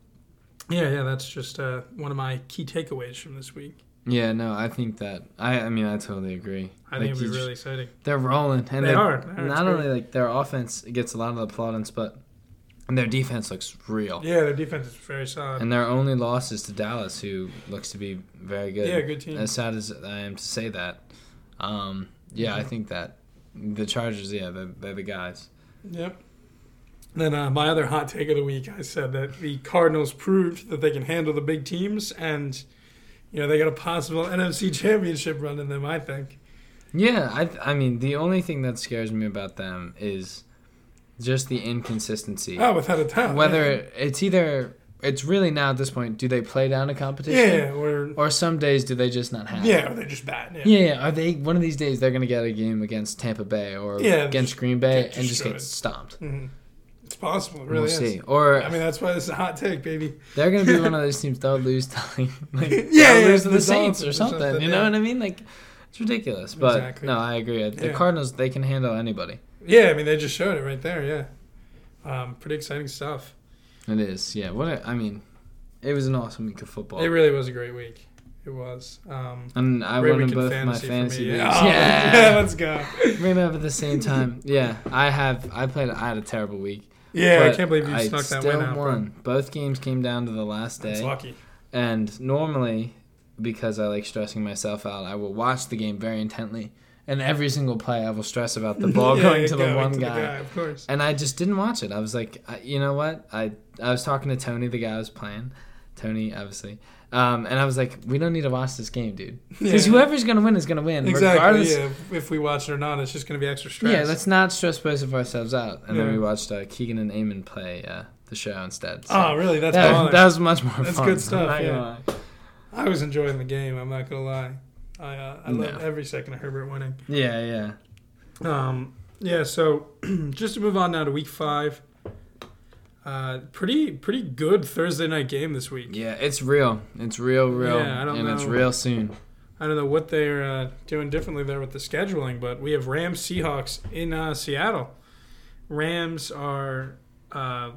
S2: yeah, yeah, that's just uh, one of my key takeaways from this week.
S1: Yeah, no, I think that. I, I mean, I totally agree.
S2: I
S1: Like,
S2: think it'll
S1: you
S2: be
S1: just-
S2: really exciting.
S1: They're rolling, and
S2: They
S1: they
S2: are. They are. It's
S1: Not
S2: great.
S1: only like their offense gets a lot of applaudance, but and their defense looks real.
S2: Yeah, their defense is very solid.
S1: And their only loss is to Dallas, who looks to be very good.
S2: yeah, good team.
S1: As sad as I am to say that, um, yeah, I think that the Chargers, yeah, they're, they're the guys.
S2: Yep. Then uh, my other hot take of the week, I said that the Cardinals proved that they can handle the big teams, and you know they got a possible NFC Championship run in them. I think.
S1: Yeah, I, th- I mean, the only thing that scares me about them is just the inconsistency.
S2: Oh, without a doubt.
S1: Whether it's either it's really now at this point, do they play down a
S2: yeah,
S1: competition,
S2: yeah, or
S1: or some days do they just not have? it?
S2: yeah, or they're just bad. Yeah.
S1: Yeah, yeah. Are they one of these days they're gonna get a game against Tampa Bay or
S2: Yeah,
S1: against
S2: just
S1: Green Bay
S2: get
S1: and just
S2: destroyed.
S1: get stomped?
S2: Mhm. It's possible. It
S1: we'll
S2: really is.
S1: see. Or
S2: I mean, that's why this is a hot take, baby.
S1: they're gonna be one of those teams that'll lose to like, like
S2: Yeah,
S1: they'll
S2: yeah,
S1: lose
S2: to
S1: to
S2: the
S1: the Saints
S2: Dolphins
S1: or
S2: or
S1: something.
S2: something,
S1: you know
S2: yeah.
S1: what I mean? Like it's ridiculous. But
S2: Exactly.
S1: no, I agree. The
S2: Yeah.
S1: Cardinals they can handle anybody.
S2: Yeah, I mean, they just showed it right there. Yeah. Um, pretty exciting stuff.
S1: It is. Yeah. What a, I mean, it was an awesome week of football.
S2: It really was a great week. It was. Um,
S1: and I
S2: great
S1: won in
S2: week in
S1: both my
S2: for
S1: fantasy
S2: me.
S1: leagues.
S2: Yeah. Oh, yeah,
S1: Yeah.
S2: let's go.
S1: Bring them up at the same time. Yeah, I have. I played. I had a terrible week.
S2: Yeah, I
S1: but
S2: can't believe you
S1: I
S2: snuck that
S1: still
S2: win out. bro.
S1: Won. Both games came down to the last day.
S2: That's lucky.
S1: And normally, because I like stressing myself out, I will watch the game very intently. And every single play, I will stress about the ball
S2: Yeah,
S1: going
S2: yeah,
S1: to the
S2: going
S1: one
S2: to
S1: guy.
S2: Of course.
S1: And I just didn't watch it. I was like, I, you know what? I I was talking to Tony, the guy I was playing, Tony, obviously. Um, and I was like, we don't need to watch this game, dude. Because
S2: Yeah.
S1: whoever's gonna win is gonna win,
S2: exactly.
S1: regardless.
S2: Yeah, if we watch it or not, it's just going to be extra stress.
S1: Yeah, let's not stress both of ourselves out. And
S2: Yeah.
S1: then we watched uh, Keegan and Eamon play uh, the show instead. so-
S2: Oh, really? That's
S1: that,
S2: baller.
S1: that was much more
S2: That's
S1: fun.
S2: good stuff,
S1: I'm not gonna
S2: yeah.
S1: lie.
S2: I was enjoying the game. I'm not going to lie. I uh, I
S1: No.
S2: love every second of Herbert winning.
S1: Yeah, yeah.
S2: Um, yeah. So just to move on now to Week Five. Uh, pretty pretty good Thursday night game this week.
S1: Yeah, it's real. It's real, real.
S2: Yeah, I don't
S1: and it's
S2: know.
S1: real soon.
S2: I don't know what they're uh, doing differently there with the scheduling, but we have Rams Seahawks in uh, Seattle. Rams are uh,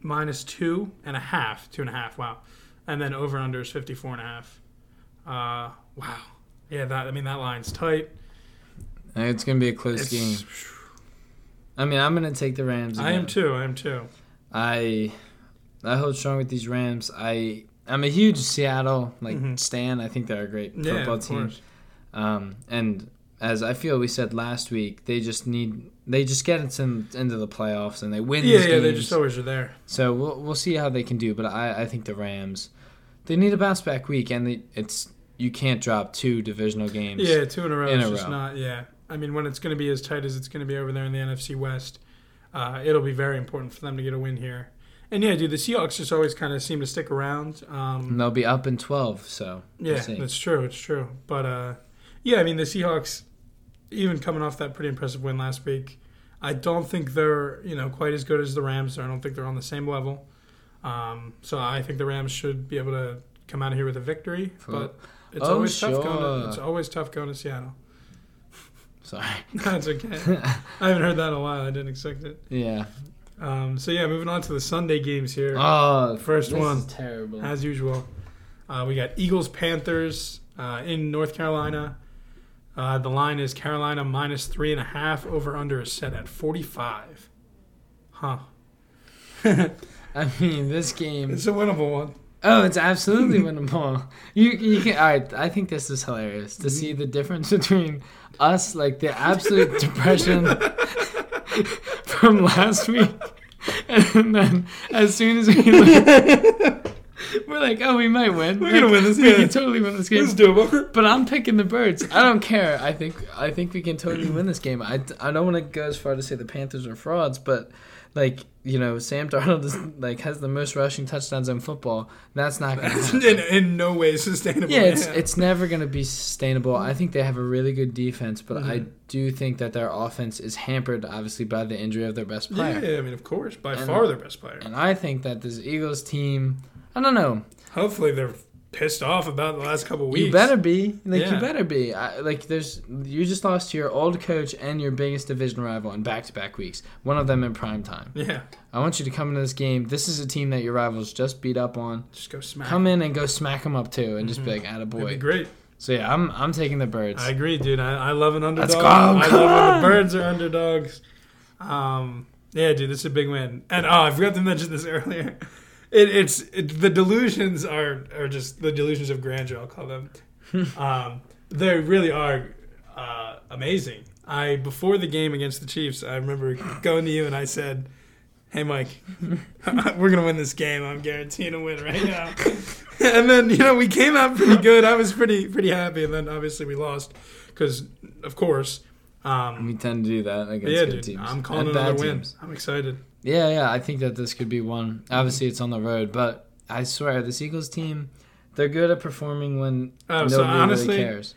S2: minus two and a half, two and a half. Wow, and then over under is fifty four and a half. Uh, wow, yeah, that I mean that line's tight.
S1: And it's going to be a close game.
S2: It's-
S1: I mean, I'm going to take the Rams.
S2: I am
S1: again.
S2: too. I am too.
S1: I I hold strong with these Rams. I I'm a huge Seattle like
S2: Mhm.
S1: stan. I think they're a great
S2: Yeah,
S1: football
S2: of
S1: team.
S2: course.
S1: Um, and as I feel we said last week, they just need they just get into, into the playoffs and they win.
S2: Yeah,
S1: these
S2: yeah, they
S1: games.
S2: just always are there.
S1: So we'll we'll see how they can do, but I, I think the Rams they need a bounce back week, and they, it's you can't drop two divisional games.
S2: Yeah, two in a row.
S1: In
S2: it's
S1: a
S2: just
S1: row.
S2: not. Yeah, I mean, when it's going to be as tight as it's going to be over there in the NFC West, uh, it'll be very important for them to get a win here. And yeah, dude, the Seahawks just always kind of seem to stick around. Um,
S1: and they'll be up in twelve. So we'll
S2: yeah,
S1: see.
S2: that's true. It's true. But uh, yeah, I mean, the Seahawks, even coming off that pretty impressive win last week, I don't think they're you know quite as good as the Rams. I don't think they're on the same level. Um, so I think the Rams should be able to come out of here with a victory.
S1: For-
S2: But it's
S1: Oh,
S2: always tough going. To,
S1: sure.
S2: it's always tough going to Seattle.
S1: sorry.
S2: That's okay. I haven't heard that in a while. I didn't expect it.
S1: Yeah.
S2: Um, so yeah, moving on to the Sunday games here.
S1: Oh,
S2: First
S1: this
S2: one.
S1: is terrible.
S2: As usual, uh, we got Eagles Panthers uh, in North Carolina. Uh, the line is Carolina minus three and a half. Over under is set at forty five. Huh.
S1: I mean, this game.
S2: It's a winnable one.
S1: Oh, it's absolutely winnable. You you can. All right, I think this is hilarious to see the difference between us, like the absolute depression from last week, and then as soon as we look, We're like, oh, we might win.
S2: We're gonna
S1: Like,
S2: win this
S1: We
S2: game.
S1: can totally win this game.
S2: It's doable.
S1: But I'm picking the birds. I don't care. I think I think we can totally win this game. I, I don't want to go as far to say the Panthers are frauds, but like you know, Sam Darnold is, like has the most rushing touchdowns in football. That's not going to
S2: That's
S1: happen.
S2: in, in no way sustainable.
S1: Yeah, it's it's never going to be sustainable. I think they have a really good defense, but I
S2: Mhm.
S1: do think that their offense is hampered obviously by the injury of their best player.
S2: Yeah, I mean, of course, by
S1: And-
S2: far their best player.
S1: And I think that this Eagles team, I don't know.
S2: Hopefully, they're pissed off about the last couple weeks.
S1: You better be like you
S2: Yeah.
S1: better be I, like there's you just lost to your old coach and your biggest division rival in back-to-back weeks. One of them in prime time.
S2: Yeah,
S1: I want you to come into this game. This is a team that your rivals just beat up on.
S2: just go smack.
S1: Come in and go smack them up too, and just be
S2: Mhm.
S1: like, "Atta
S2: It'd be
S1: boy."
S2: great.
S1: So yeah, I'm I'm taking the birds.
S2: I agree, dude. I, I love an underdog.
S1: Let's go,
S2: I
S1: come
S2: love when
S1: on.
S2: the birds are underdogs. Um, yeah, dude, this is a big win. And oh, I forgot to mention this earlier. It, it's it, the delusions are are just the delusions of grandeur. I'll call them. um, they really are uh, amazing. I before the game against the Chiefs, I remember going to you and I said, "Hey, Mike, we're gonna win this game. I'm guaranteeing a win right now." and then you know we came out pretty good. I was pretty pretty happy, and then obviously we lost because of course. Um,
S1: we tend to do that against
S2: yeah,
S1: good
S2: dude,
S1: teams.
S2: I'm calling
S1: and
S2: it
S1: bad
S2: another win.
S1: teams.
S2: I'm excited.
S1: Yeah, yeah, I think that this could be one. Obviously, it's on the road, but I swear this Eagles team, they're good at performing when
S2: Oh,
S1: nobody
S2: so honestly,
S1: really cares.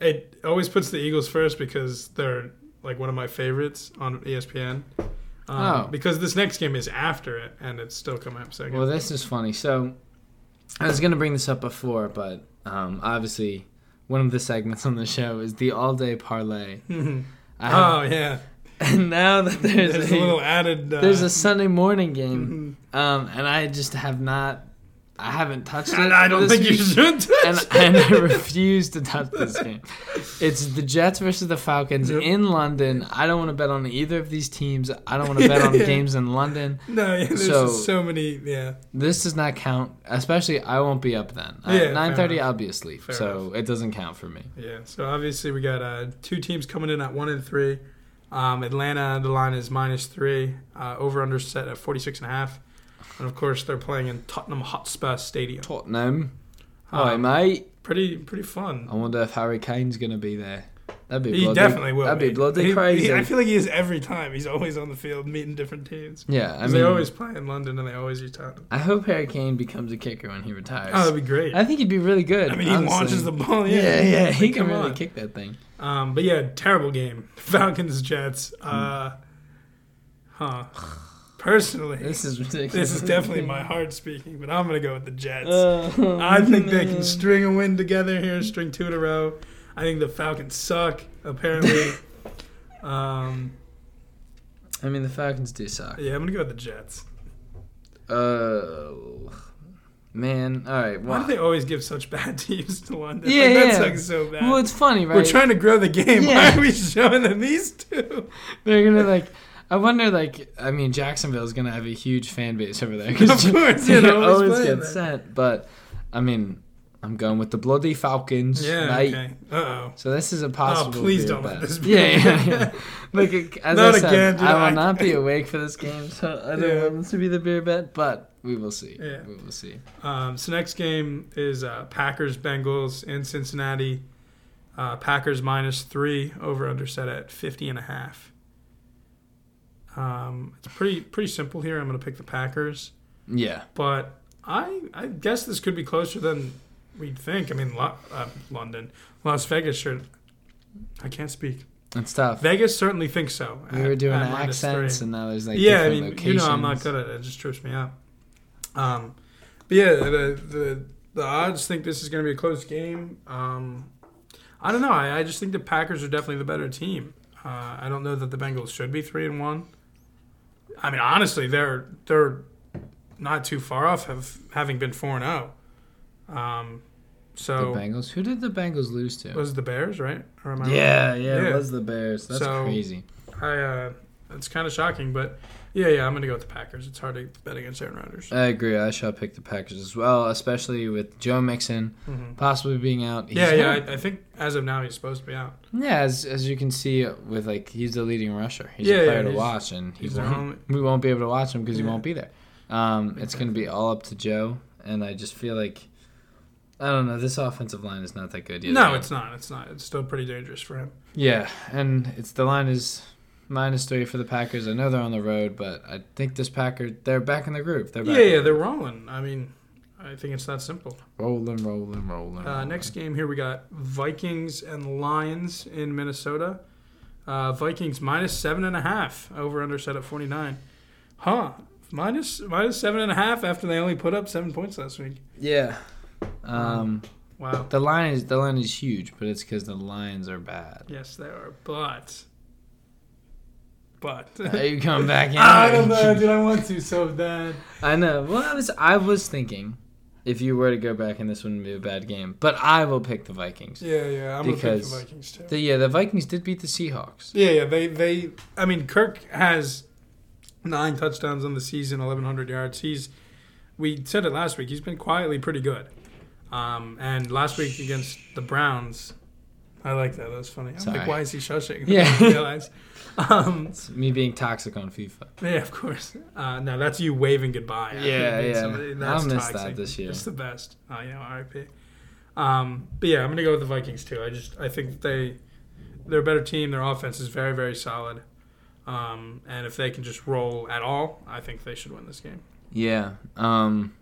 S2: it always puts the Eagles first because they're like one of my favorites on E ESPN. Um,
S1: Oh.
S2: Because this next game is after it, and it's still coming up second.
S1: Well, this is funny. So, I was going to bring this up before, but um, obviously, one of the segments on the show is the all day parlay.
S2: Mhm.
S1: I have,
S2: oh yeah,
S1: and now that there's,
S2: there's,
S1: a,
S2: a little added. Uh,
S1: there's a Sunday morning game,
S2: mhm.
S1: um, and I just have not, I haven't touched it.
S2: And I don't
S1: this
S2: think you
S1: week,
S2: should. Touch
S1: And, and I refuse to touch this game. It's the Jets versus the Falcons
S2: Yep.
S1: in London. I don't want to bet on either of these teams. I don't want to bet on
S2: Yeah.
S1: games in London.
S2: no, yeah, there's
S1: So-
S2: just so many. Yeah,
S1: This does not count, especially I won't be up then.
S2: Yeah, fair
S1: Nine thirty,
S2: enough.
S1: I'll be asleep,
S2: Fair
S1: so it doesn't count for me.
S2: yeah. So obviously we got uh, two teams coming in at one and three. Um, Atlanta, the line is minus three. Uh, over under set at 46 and a half. And of course they're playing in Tottenham Hotspur Stadium.
S1: Tottenham, hi
S2: Um,
S1: mate.
S2: pretty pretty fun.
S1: I wonder if Harry Kane's gonna be there. Oh, That'd be
S2: He
S1: bloody,
S2: definitely will.
S1: That'd be bloody
S2: He- he-
S1: crazy.
S2: I feel like he is every time. He's always on the field meeting different teams.
S1: yeah, I
S2: 'Cause
S1: mean,
S2: they always play in London and they always use Tottenham.
S1: I hope Harry Kane becomes a kicker when he retires.
S2: Oh, that'd be great.
S1: I think he'd be really good.
S2: I mean, he
S1: honestly.
S2: launches the ball. Yeah,
S1: yeah, yeah, he
S2: Like,
S1: can
S2: come
S1: really
S2: on.
S1: kick that thing.
S2: Um, but yeah, terrible game. Falcons Jets. Uh, huh. Personally, this,
S1: This is ridiculous.
S2: is definitely my heart speaking, but I'm gonna go with the Jets.
S1: Uh,
S2: I think they can string a win together here, string two in a row. I think the Falcons suck. Apparently. um,
S1: I mean, the Falcons do suck.
S2: yeah, I'm gonna go with the Jets.
S1: Oh man! All right.
S2: Why
S1: Well,
S2: do they always give such bad teams to London?
S1: Yeah,
S2: like, that
S1: yeah.
S2: sucks so bad.
S1: well, it's funny, right?
S2: We're trying to grow the game.
S1: Yeah.
S2: Why are we showing them these two?
S1: They're gonna like. I wonder, like, I mean, Jacksonville's gonna have a huge fan base over there.
S2: Of course, you know, always
S1: always
S2: playing
S1: get
S2: that.
S1: sent. But I mean, I'm going with the bloody Falcons,
S2: Yeah.
S1: mate.
S2: Okay. Uh oh.
S1: So this is a possible.
S2: please
S1: weird
S2: don't let
S1: bet.
S2: this be
S1: Yeah,
S2: a
S1: yeah,
S2: bad
S1: yeah. Look, it- as
S2: Not
S1: I said,
S2: again, dude,
S1: I will
S2: I-
S1: not be awake for this game, so I don't
S2: Yeah.
S1: want this to be the beer bet. But we will see.
S2: Yeah.
S1: We will see.
S2: Um, so next game is uh, Packers Bengals in Cincinnati. Uh, Packers minus three over under set at 50 and a half. Um, it's pretty pretty simple here. I'm going to pick the Packers,
S1: Yeah.
S2: but I I guess this could be closer than we'd think. I mean, Lo- uh, London, Las Vegas, sure. I can't speak.
S1: It's tough.
S2: Vegas certainly thinks so.
S1: We
S2: at-
S1: were doing
S2: at minus
S1: accents,
S2: three.
S1: and now there's like
S2: yeah, I
S1: different
S2: mean,
S1: locations.
S2: you know, I'm not good at it. It just trips me up. Um, but yeah, the, the the odds think this is going to be a close game. Um, I don't know. I, I just think the Packers are definitely the better team. Uh, I don't know that the Bengals should be three and one. I mean, honestly, they're they're not too far off of having been four and zero. Um,
S1: the
S2: so
S1: Bengals. Who did the Bengals lose to?
S2: it was the Bears, right? Or am I
S1: Yeah, yeah,
S2: Yeah.
S1: it was the Bears. That's
S2: So-
S1: crazy.
S2: I uh, it's kind of shocking, but yeah, yeah, I'm gonna go with the Packers. It's hard to bet against Aaron Rodgers.
S1: I agree. I shall pick the Packers as well, especially with Joe Mixon
S2: hmm
S1: possibly being out. He's
S2: Yeah, yeah,
S1: hurt.
S2: I, I think as of now he's supposed to be out.
S1: yeah. As as you can see, with like he's the leading rusher. He's
S2: Yeah,
S1: a player
S2: yeah,
S1: to
S2: he's-
S1: watch, and he
S2: he's their
S1: won't,
S2: only-
S1: we won't be able to watch him because
S2: Yeah.
S1: he won't be there. Um, it's going to be all up to Joe and I just feel like I don't know. This offensive line is not that good yet.
S2: No, it's not. It's not. It's still pretty dangerous for him.
S1: yeah, and it's the line is minus three for the Packers. I know they're on the road, but I think this Packer they're back in the group. They're back
S2: Yeah,
S1: in
S2: yeah,
S1: the
S2: they're
S1: groove.
S2: rolling. I mean, I think it's that simple.
S1: rolling, rolling, rolling.
S2: Uh,
S1: rolling.
S2: next game here, we got Vikings and Lions in Minnesota. Uh, Vikings minus seven and a half over under set at 49. Huh. Minus, minus seven and a half after they only put up seven points last week.
S1: yeah. Um,
S2: Wow.
S1: the line is the line is huge, but it's because the Lions are bad.
S2: Yes, they are. But. But.
S1: Are you coming back in?
S2: I don't know, dude. I want to so bad.
S1: I know. Well, I was I was thinking, if you were to go back and this wouldn't be a bad game, but I will pick the Vikings.
S2: Yeah, yeah. I'm going to pick
S1: Because-
S2: the Vikings, too.
S1: The, yeah, the Vikings did beat the Seahawks.
S2: Yeah, yeah. They they. I mean, Kirk has nine touchdowns on the season, eleven hundred yards. He's we said it last week. He's been quietly pretty good. Um, and last week against the Browns, I like that. That was funny. I'm like,
S1: Sorry.
S2: why is he shushing?
S1: Yeah.
S2: I realize. Um,
S1: It's me being toxic on FIFA.
S2: yeah, of course. Uh, no, that's you waving goodbye. after
S1: Yeah,
S2: you beat
S1: yeah.
S2: That's
S1: I'll miss that
S2: toxic.
S1: this year.
S2: It's the best. Oh, you know, RIP. Um, but yeah, I'm gonna go with the Vikings too. I just I think they they're a better team. Their offense is very very solid. Um, and if they can just roll at all, I think they should win this game.
S1: Yeah. Um.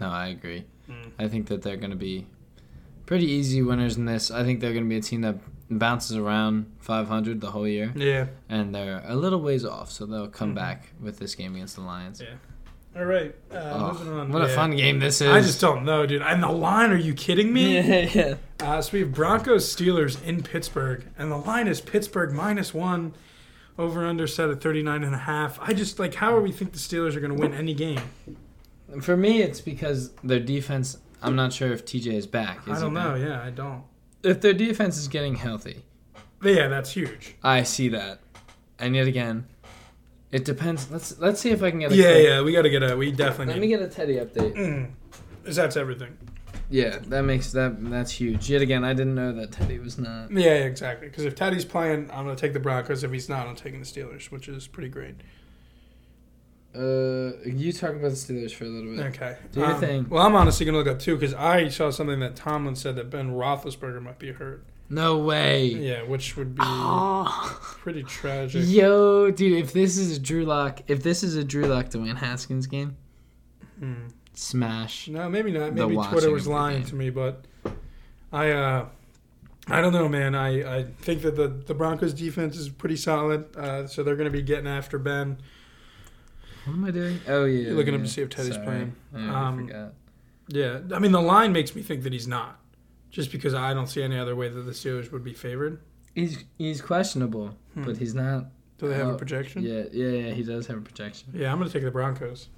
S1: No, I agree.
S2: Mm.
S1: I think that they're going to be pretty easy winners in this. I think they're going to be a team that bounces around 500 the whole year,
S2: Yeah.
S1: and they're a little ways off, so they'll come
S2: Mhm.
S1: back with this game against the Lions.
S2: Yeah. All right. Uh,
S1: Oh,
S2: moving on.
S1: what a
S2: Yeah.
S1: fun game this is!
S2: I just don't know, dude. And the line? Are you kidding me?
S1: yeah, yeah.
S2: Uh, so we have Broncos Steelers in Pittsburgh, and the line is Pittsburgh minus one, over under set at 39 and a half. I just like how are we think the Steelers are going to win any game?
S1: For me, it's because their defense. I'm not sure if TJ is back. Is
S2: I
S1: he
S2: don't know.
S1: back?
S2: Yeah, I don't.
S1: If their defense is getting healthy,
S2: But yeah, that's huge.
S1: I see that. And yet again, it depends. Let's let's see if I can get a
S2: Yeah,
S1: quick-
S2: yeah, we got to get a. We
S1: Let
S2: definitely
S1: me
S2: need.
S1: get a Teddy update.
S2: Mm, 'cause that's everything.
S1: Yeah, that makes that that's huge. Yet again, I didn't know that Teddy was not.
S2: Yeah, yeah exactly. Because if Teddy's playing, I'm going to take the Broncos. If he's not, I'm taking the Steelers, which is pretty great.
S1: Uh, you talk about the Steelers for a little bit.
S2: Okay. um,
S1: Do your thing.
S2: Well, I'm honestly going to look up too because I saw something that Tomlin said that Ben Roethlisberger might be hurt.
S1: No way.
S2: Yeah, which would be
S1: Oh.
S2: pretty tragic.
S1: Yo, dude, if this is a Drew Lock, if this is a Drew Lock Dwayne Haskins game,
S2: Hmm.
S1: smash.
S2: No, maybe not.
S1: the
S2: Maybe Twitter
S1: watching
S2: was
S1: of the
S2: lying
S1: game.
S2: to me, but I uh, I don't know, man. I, I think that the, the Broncos defense is pretty solid, uh, so they're going to be getting after Ben.
S1: What am I doing? Oh yeah.
S2: You're looking up
S1: yeah.
S2: to see if Teddy's
S1: Sorry.
S2: playing.
S1: Yeah, I
S2: Um,
S1: forgot.
S2: Yeah, I mean the line makes me think that he's not, just because I don't see any other way that the Steelers would be favored.
S1: He's he's questionable,
S2: Hmm.
S1: but he's not.
S2: Do they have a
S1: Oh,
S2: projection?
S1: Yeah, yeah, yeah. He does have a projection.
S2: Yeah, I'm going to take the Broncos.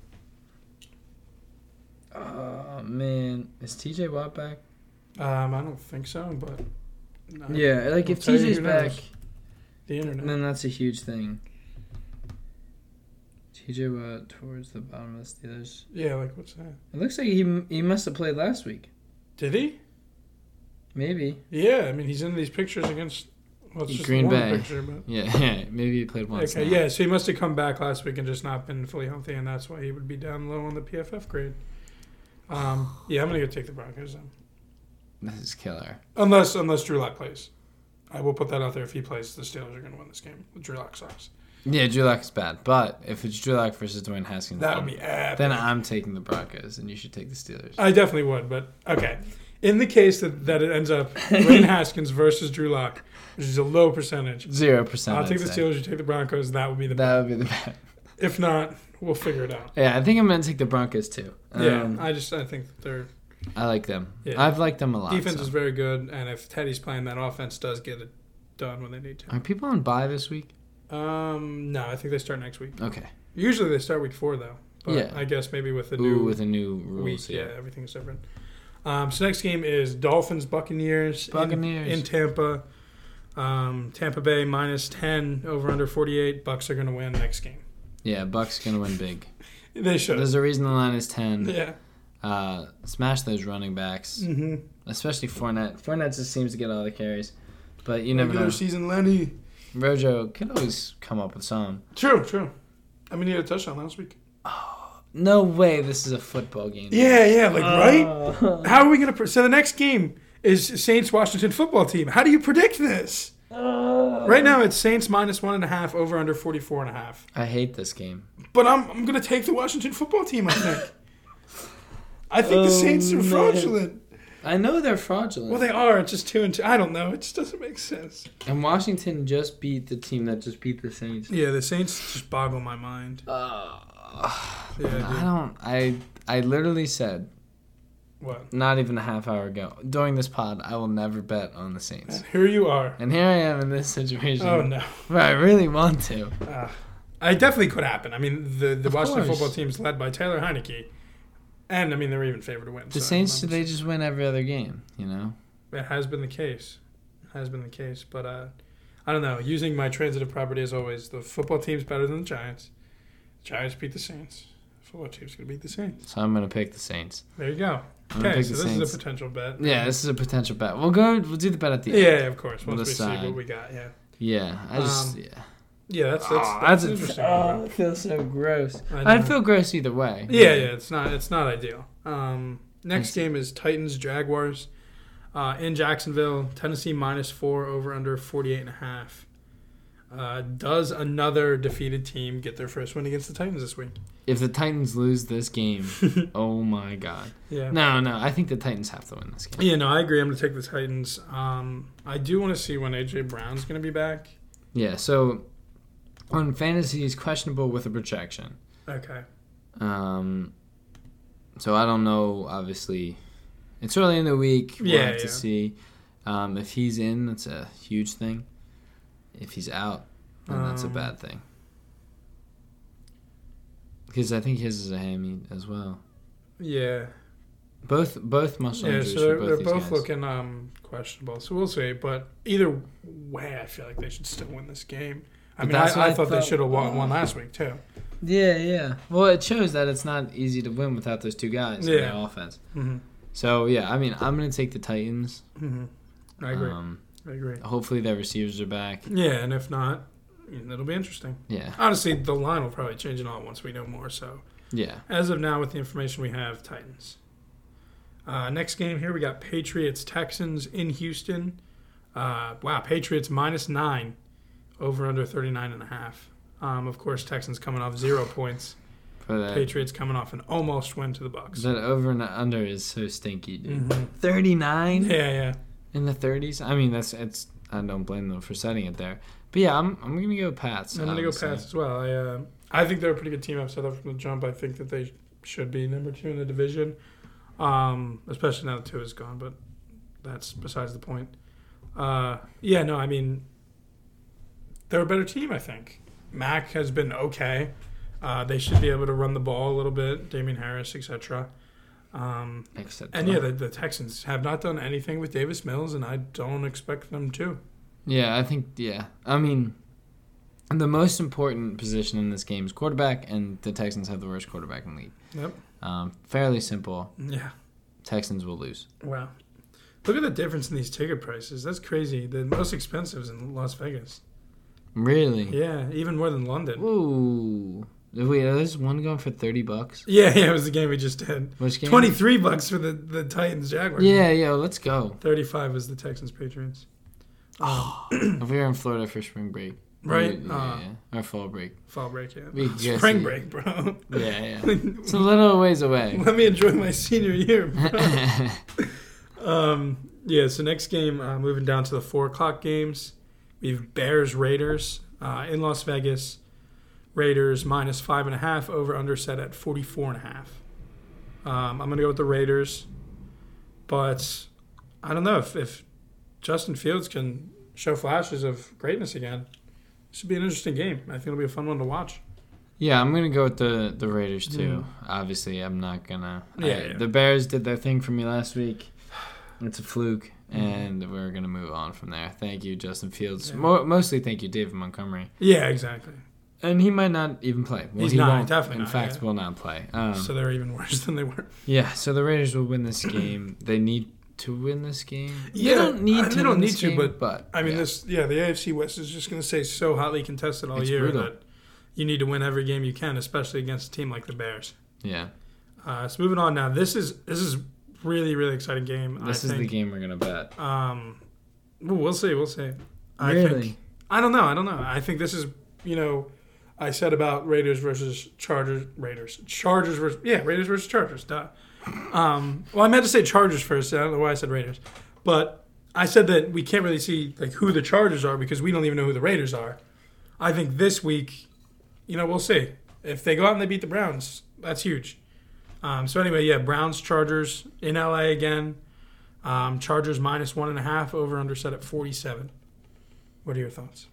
S1: Oh man, is TJ Watt back?
S2: Um, I don't think so, but no.
S1: yeah, like
S2: Uh, I'll
S1: if
S2: tell you
S1: TJ's
S2: who
S1: back,
S2: knows. the internet.
S1: then that's a huge thing. TJ Watt towards the bottom of the Steelers.
S2: Yeah, like what's that?
S1: It looks like he he must have played last week.
S2: Did he?
S1: Maybe.
S2: Yeah, I mean he's in these pictures against. Well, it's just
S1: Green
S2: one
S1: Bay.
S2: picture, but
S1: Yeah, yeah. Maybe he played once.
S2: Okay,
S1: now.
S2: yeah, so he must have come back last week and just not been fully healthy, and that's why he would be down low on the PFF grade. Um, yeah, I'm gonna go take the Broncos then,
S1: This is killer.
S2: unless unless Drew Lock plays. I will put that out there. If he plays, the Steelers are gonna win this game. Drew Lock sucks.
S1: Yeah, Drew Lock is bad, but if it's Drew Lock versus Dwayne Haskins,
S2: That
S1: I'm-
S2: would be epic.
S1: Then I'm taking the Broncos, and you should take the Steelers.
S2: I definitely would, but okay. In the case that, that it ends up Dwayne Haskins versus Drew Lock, which is a low percentage,
S1: Zero percent.
S2: I'll
S1: I'd
S2: take the
S1: say.
S2: Steelers. You take the Broncos. That would be the best.
S1: That would be the best.
S2: If not, we'll figure it out.
S1: Yeah, I think I'm gonna take the Broncos too.
S2: Yeah,
S1: Um,
S2: I just I think that they're
S1: I like them.
S2: Yeah.
S1: I've liked them a lot.
S2: Defense
S1: so.
S2: is very good, and if Teddy's playing, that offense does get it done when they need
S1: Are people on bye this week?
S2: to. Um, no, I think they start next week.
S1: Okay.
S2: Usually they start week four though, but
S1: Yeah.
S2: I guess maybe with the
S1: Ooh,
S2: new
S1: with the new rules.
S2: week, yeah,
S1: yeah.
S2: everything's different. Um, so next game is Dolphins Buccaneers. in-
S1: Buccaneers.
S2: in, Tampa. Um, Tampa Bay minus ten over under forty eight. Bucks are going to win next game.
S1: Yeah, Bucks gonna win big.
S2: They should.
S1: There's a reason the line is ten.
S2: Yeah.
S1: Uh, smash those running backs,
S2: Mm-hmm.
S1: especially Fournette. Fournette just seems to get all the carries, but you never
S2: Regular
S1: know.
S2: season Lenny.
S1: Rojo could always come up with some.
S2: True. True. I mean, he had a touchdown last week.
S1: no way this is a football game.
S2: Yeah, yeah, like right.
S1: Oh.
S2: How are we gonna? Pre- so the next game is Saints Washington football team. How do you predict this?
S1: Uh.
S2: Right now it's Saints minus one and a half over under 44 and a half.
S1: I hate this game.
S2: But I'm I'm gonna take the Washington football team. I think. I think the Saints
S1: Oh,
S2: are
S1: man.
S2: fraudulent.
S1: I know they're fraudulent.
S2: Well, they are. It's just two and two. I don't know. It just doesn't make sense.
S1: and Washington just beat the team that just beat the Saints.
S2: Yeah, the Saints just boggle my mind.
S1: Ah.
S2: Yeah, dude.
S1: I don't. I I literally said
S2: What?
S1: not even a half hour ago during this pod I will never bet on the Saints.
S2: Here you are.
S1: And here I am in this situation
S2: Oh no.
S1: where I really want to.
S2: Ah. I definitely could happen. I mean, the the
S1: Of
S2: Washington
S1: course.
S2: football team's led by Taylor Heineke, and I mean they're even favored to win.
S1: The
S2: so I
S1: Saints
S2: don't know.
S1: they just win every other game, you know.
S2: It has been the case, It has been the case. But uh, I don't know. Using my transitive property as always, the football team's better than the Giants. Giants beat the Saints. Football team's gonna beat the Saints.
S1: So I'm gonna pick the Saints.
S2: There you go.
S1: I'm gonna
S2: Okay,
S1: pick
S2: so
S1: the
S2: this
S1: Saints.
S2: is a potential bet.
S1: yeah, this is a potential bet. We'll go. We'll do the bet at the
S2: Yeah,
S1: end.
S2: of course.
S1: We'll
S2: Once we see
S1: decide.
S2: what we got, yeah,
S1: Yeah, I just
S2: Um,
S1: yeah.
S2: yeah, that's that's,
S1: Aw,
S2: that's,
S1: that's a- uh,
S2: interesting.
S1: aw, it feels Oh, so gross.
S2: I
S1: I'd
S2: know.
S1: feel gross either way.
S2: Yeah, yeah, it's not it's not ideal. Um, next
S1: I see.
S2: game is Titans Jaguars uh, in Jacksonville, Tennessee minus four over under 48 and a half. Uh, does another defeated team get their first win against the Titans this week?
S1: If the Titans lose this game, oh my god.
S2: yeah.
S1: No, no. I think the Titans have to win this game.
S2: Yeah, no, I agree. I'm going to take the Titans. Um, I do want to see when AJ Brown's going to be back.
S1: Yeah. So on fantasy, he's questionable with a projection.
S2: Okay.
S1: Um, so I don't know. Obviously, it's early in the week. We'll
S2: Yeah,
S1: have to
S2: yeah.
S1: see um, if he's in. That's a huge thing. If he's out, then that's a
S2: Um,
S1: bad thing. Because I think his is a hammy as well.
S2: Yeah.
S1: Both both muscle
S2: Yeah,
S1: injuries
S2: so
S1: for
S2: they're
S1: both
S2: they're
S1: these
S2: both
S1: guys.
S2: looking um, questionable. So we'll see. But either way, I feel like they should still win this game. I
S1: But
S2: mean, I, I,
S1: that's what I
S2: thought, they
S1: thought. Uh-huh.
S2: should have won, won last week, too.
S1: Yeah, yeah. Well, it shows that it's not easy to win without those two guys in
S2: Yeah.
S1: the offense.
S2: Mm-hmm.
S1: So yeah, I mean, I'm gonna take the Titans.
S2: hmm I agree.
S1: Um,
S2: I agree.
S1: hopefully their receivers are back.
S2: Yeah, and if not, it'll be interesting.
S1: Yeah,
S2: Honestly, the line will probably change it all once we know more. So,
S1: yeah.
S2: as of now, with the information we have, Titans. Uh, next game here, we got Patriots Texans in Houston. Uh, wow, Patriots minus nine, over under 39 and a half. Um, of course, Texans coming off zero points.
S1: For that,
S2: Patriots coming off an almost win to the Bucks.
S1: That over and under is so stinky, dude.
S2: Mhm.
S1: 39
S2: Yeah, yeah.
S1: in the 30s. I mean, that's it's. I don't blame them for setting it there. But yeah, I'm I'm gonna go Pats.
S2: I'm gonna go
S1: obviously.
S2: Pats as well. I uh, I think they're a pretty good team. I've said that from the jump. I think that they should be number two in the division, um, especially now that two is gone. But that's besides the point. Uh, yeah, no, I mean they're a better team. I think Mac has been okay. Uh, they should be able to run the ball a little bit. Damien Harris, etc. Um,
S1: Except
S2: and yeah, the, the Texans have not done anything with Davis Mills, and I don't expect them to.
S1: yeah, I think yeah. I mean, the most important position in this game is quarterback, and the Texans have the worst quarterback in the league.
S2: Yep.
S1: Um, fairly simple.
S2: Yeah.
S1: Texans will lose.
S2: Wow. Look at the difference in these ticket prices. That's crazy. The most expensive is in Las Vegas.
S1: Really?
S2: Yeah, even more than London.
S1: Whoa. Wait, there's one going for 30 bucks.
S2: Yeah, yeah, it was the game we just did.
S1: Which game?
S2: 23 bucks for the, the Titans Jaguars.
S1: Yeah, yeah. Let's go.
S2: 35 was the Texans Patriots.
S1: Oh. if we were in Florida for spring break.
S2: Right?
S1: Yeah,
S2: Uh,
S1: yeah, yeah. Or fall break.
S2: fall break, yeah.
S1: We just-
S2: Spring break, bro.
S1: Yeah, yeah. It's a little ways away.
S2: Let me enjoy my senior year, bro.
S1: yeah,
S2: Um, yeah, so next game, uh, moving down to the four o'clock games, we have Bears Raiders uh, in Las Vegas. Raiders minus five and a half over under set at 44 and a half. Um, I'm going to go with the Raiders, but I don't know if, if Justin Fields can show flashes of greatness again. This should be an interesting game. I think it'll be a fun one to watch.
S1: I'm gonna go with the the Raiders too. Obviously, I'm not gonna. I-
S2: Mm. Yeah, yeah.
S1: The Bears did their thing for me last week. It's a fluke, and we're gonna move on from there. Thank you, Justin Fields.
S2: Mm-hmm. Yeah.
S1: Mo- mostly, thank you, David Montgomery.
S2: Yeah, exactly.
S1: And he might not even play. Well,
S2: He's
S1: he
S2: not,
S1: won't.
S2: definitely
S1: In
S2: not,
S1: fact,
S2: yeah.
S1: will not play. Um,
S2: so they're even worse than they were.
S1: yeah, so the Raiders will win this game. They need to win this game. they
S2: Yeah,
S1: don't need
S2: uh,
S1: to.
S2: they don't
S1: win this
S2: need to,
S1: game,
S2: but
S1: but
S2: I mean,
S1: yeah.
S2: this yeah, the AFC West is just going to stay so hotly contested all
S1: It's
S2: year
S1: brutal.
S2: that you need to win every game you can, especially against a team like the Bears.
S1: Yeah.
S2: Uh, so moving on now. This is this is really really exciting game.
S1: This
S2: I
S1: is
S2: think.
S1: the game we're gonna bet.
S2: Um, well, we'll see. We'll see. I
S1: really?
S2: think I don't know. I don't know. I think this is you know I said about Raiders versus Chargers. Raiders. Chargers versus yeah Raiders versus Chargers. Duh. Um, well, I meant to say Chargers first. I don't know why I said Raiders, but I said that we can't really see like who the Chargers are because we don't even know who the Raiders are. I think this week, you know, we'll see if they go out and they beat the Browns. That's huge. Um, so anyway, yeah, Browns Chargers in LA again. Um, Chargers minus one and a half over under set at forty seven. What are your thoughts?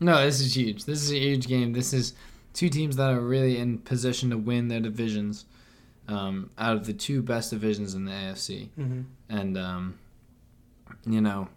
S1: No, this is huge. This is a huge game. This is two teams that are really in position to win their divisions um, out of the two best divisions in the AFC.
S2: Mm-hmm.
S1: And um, you know,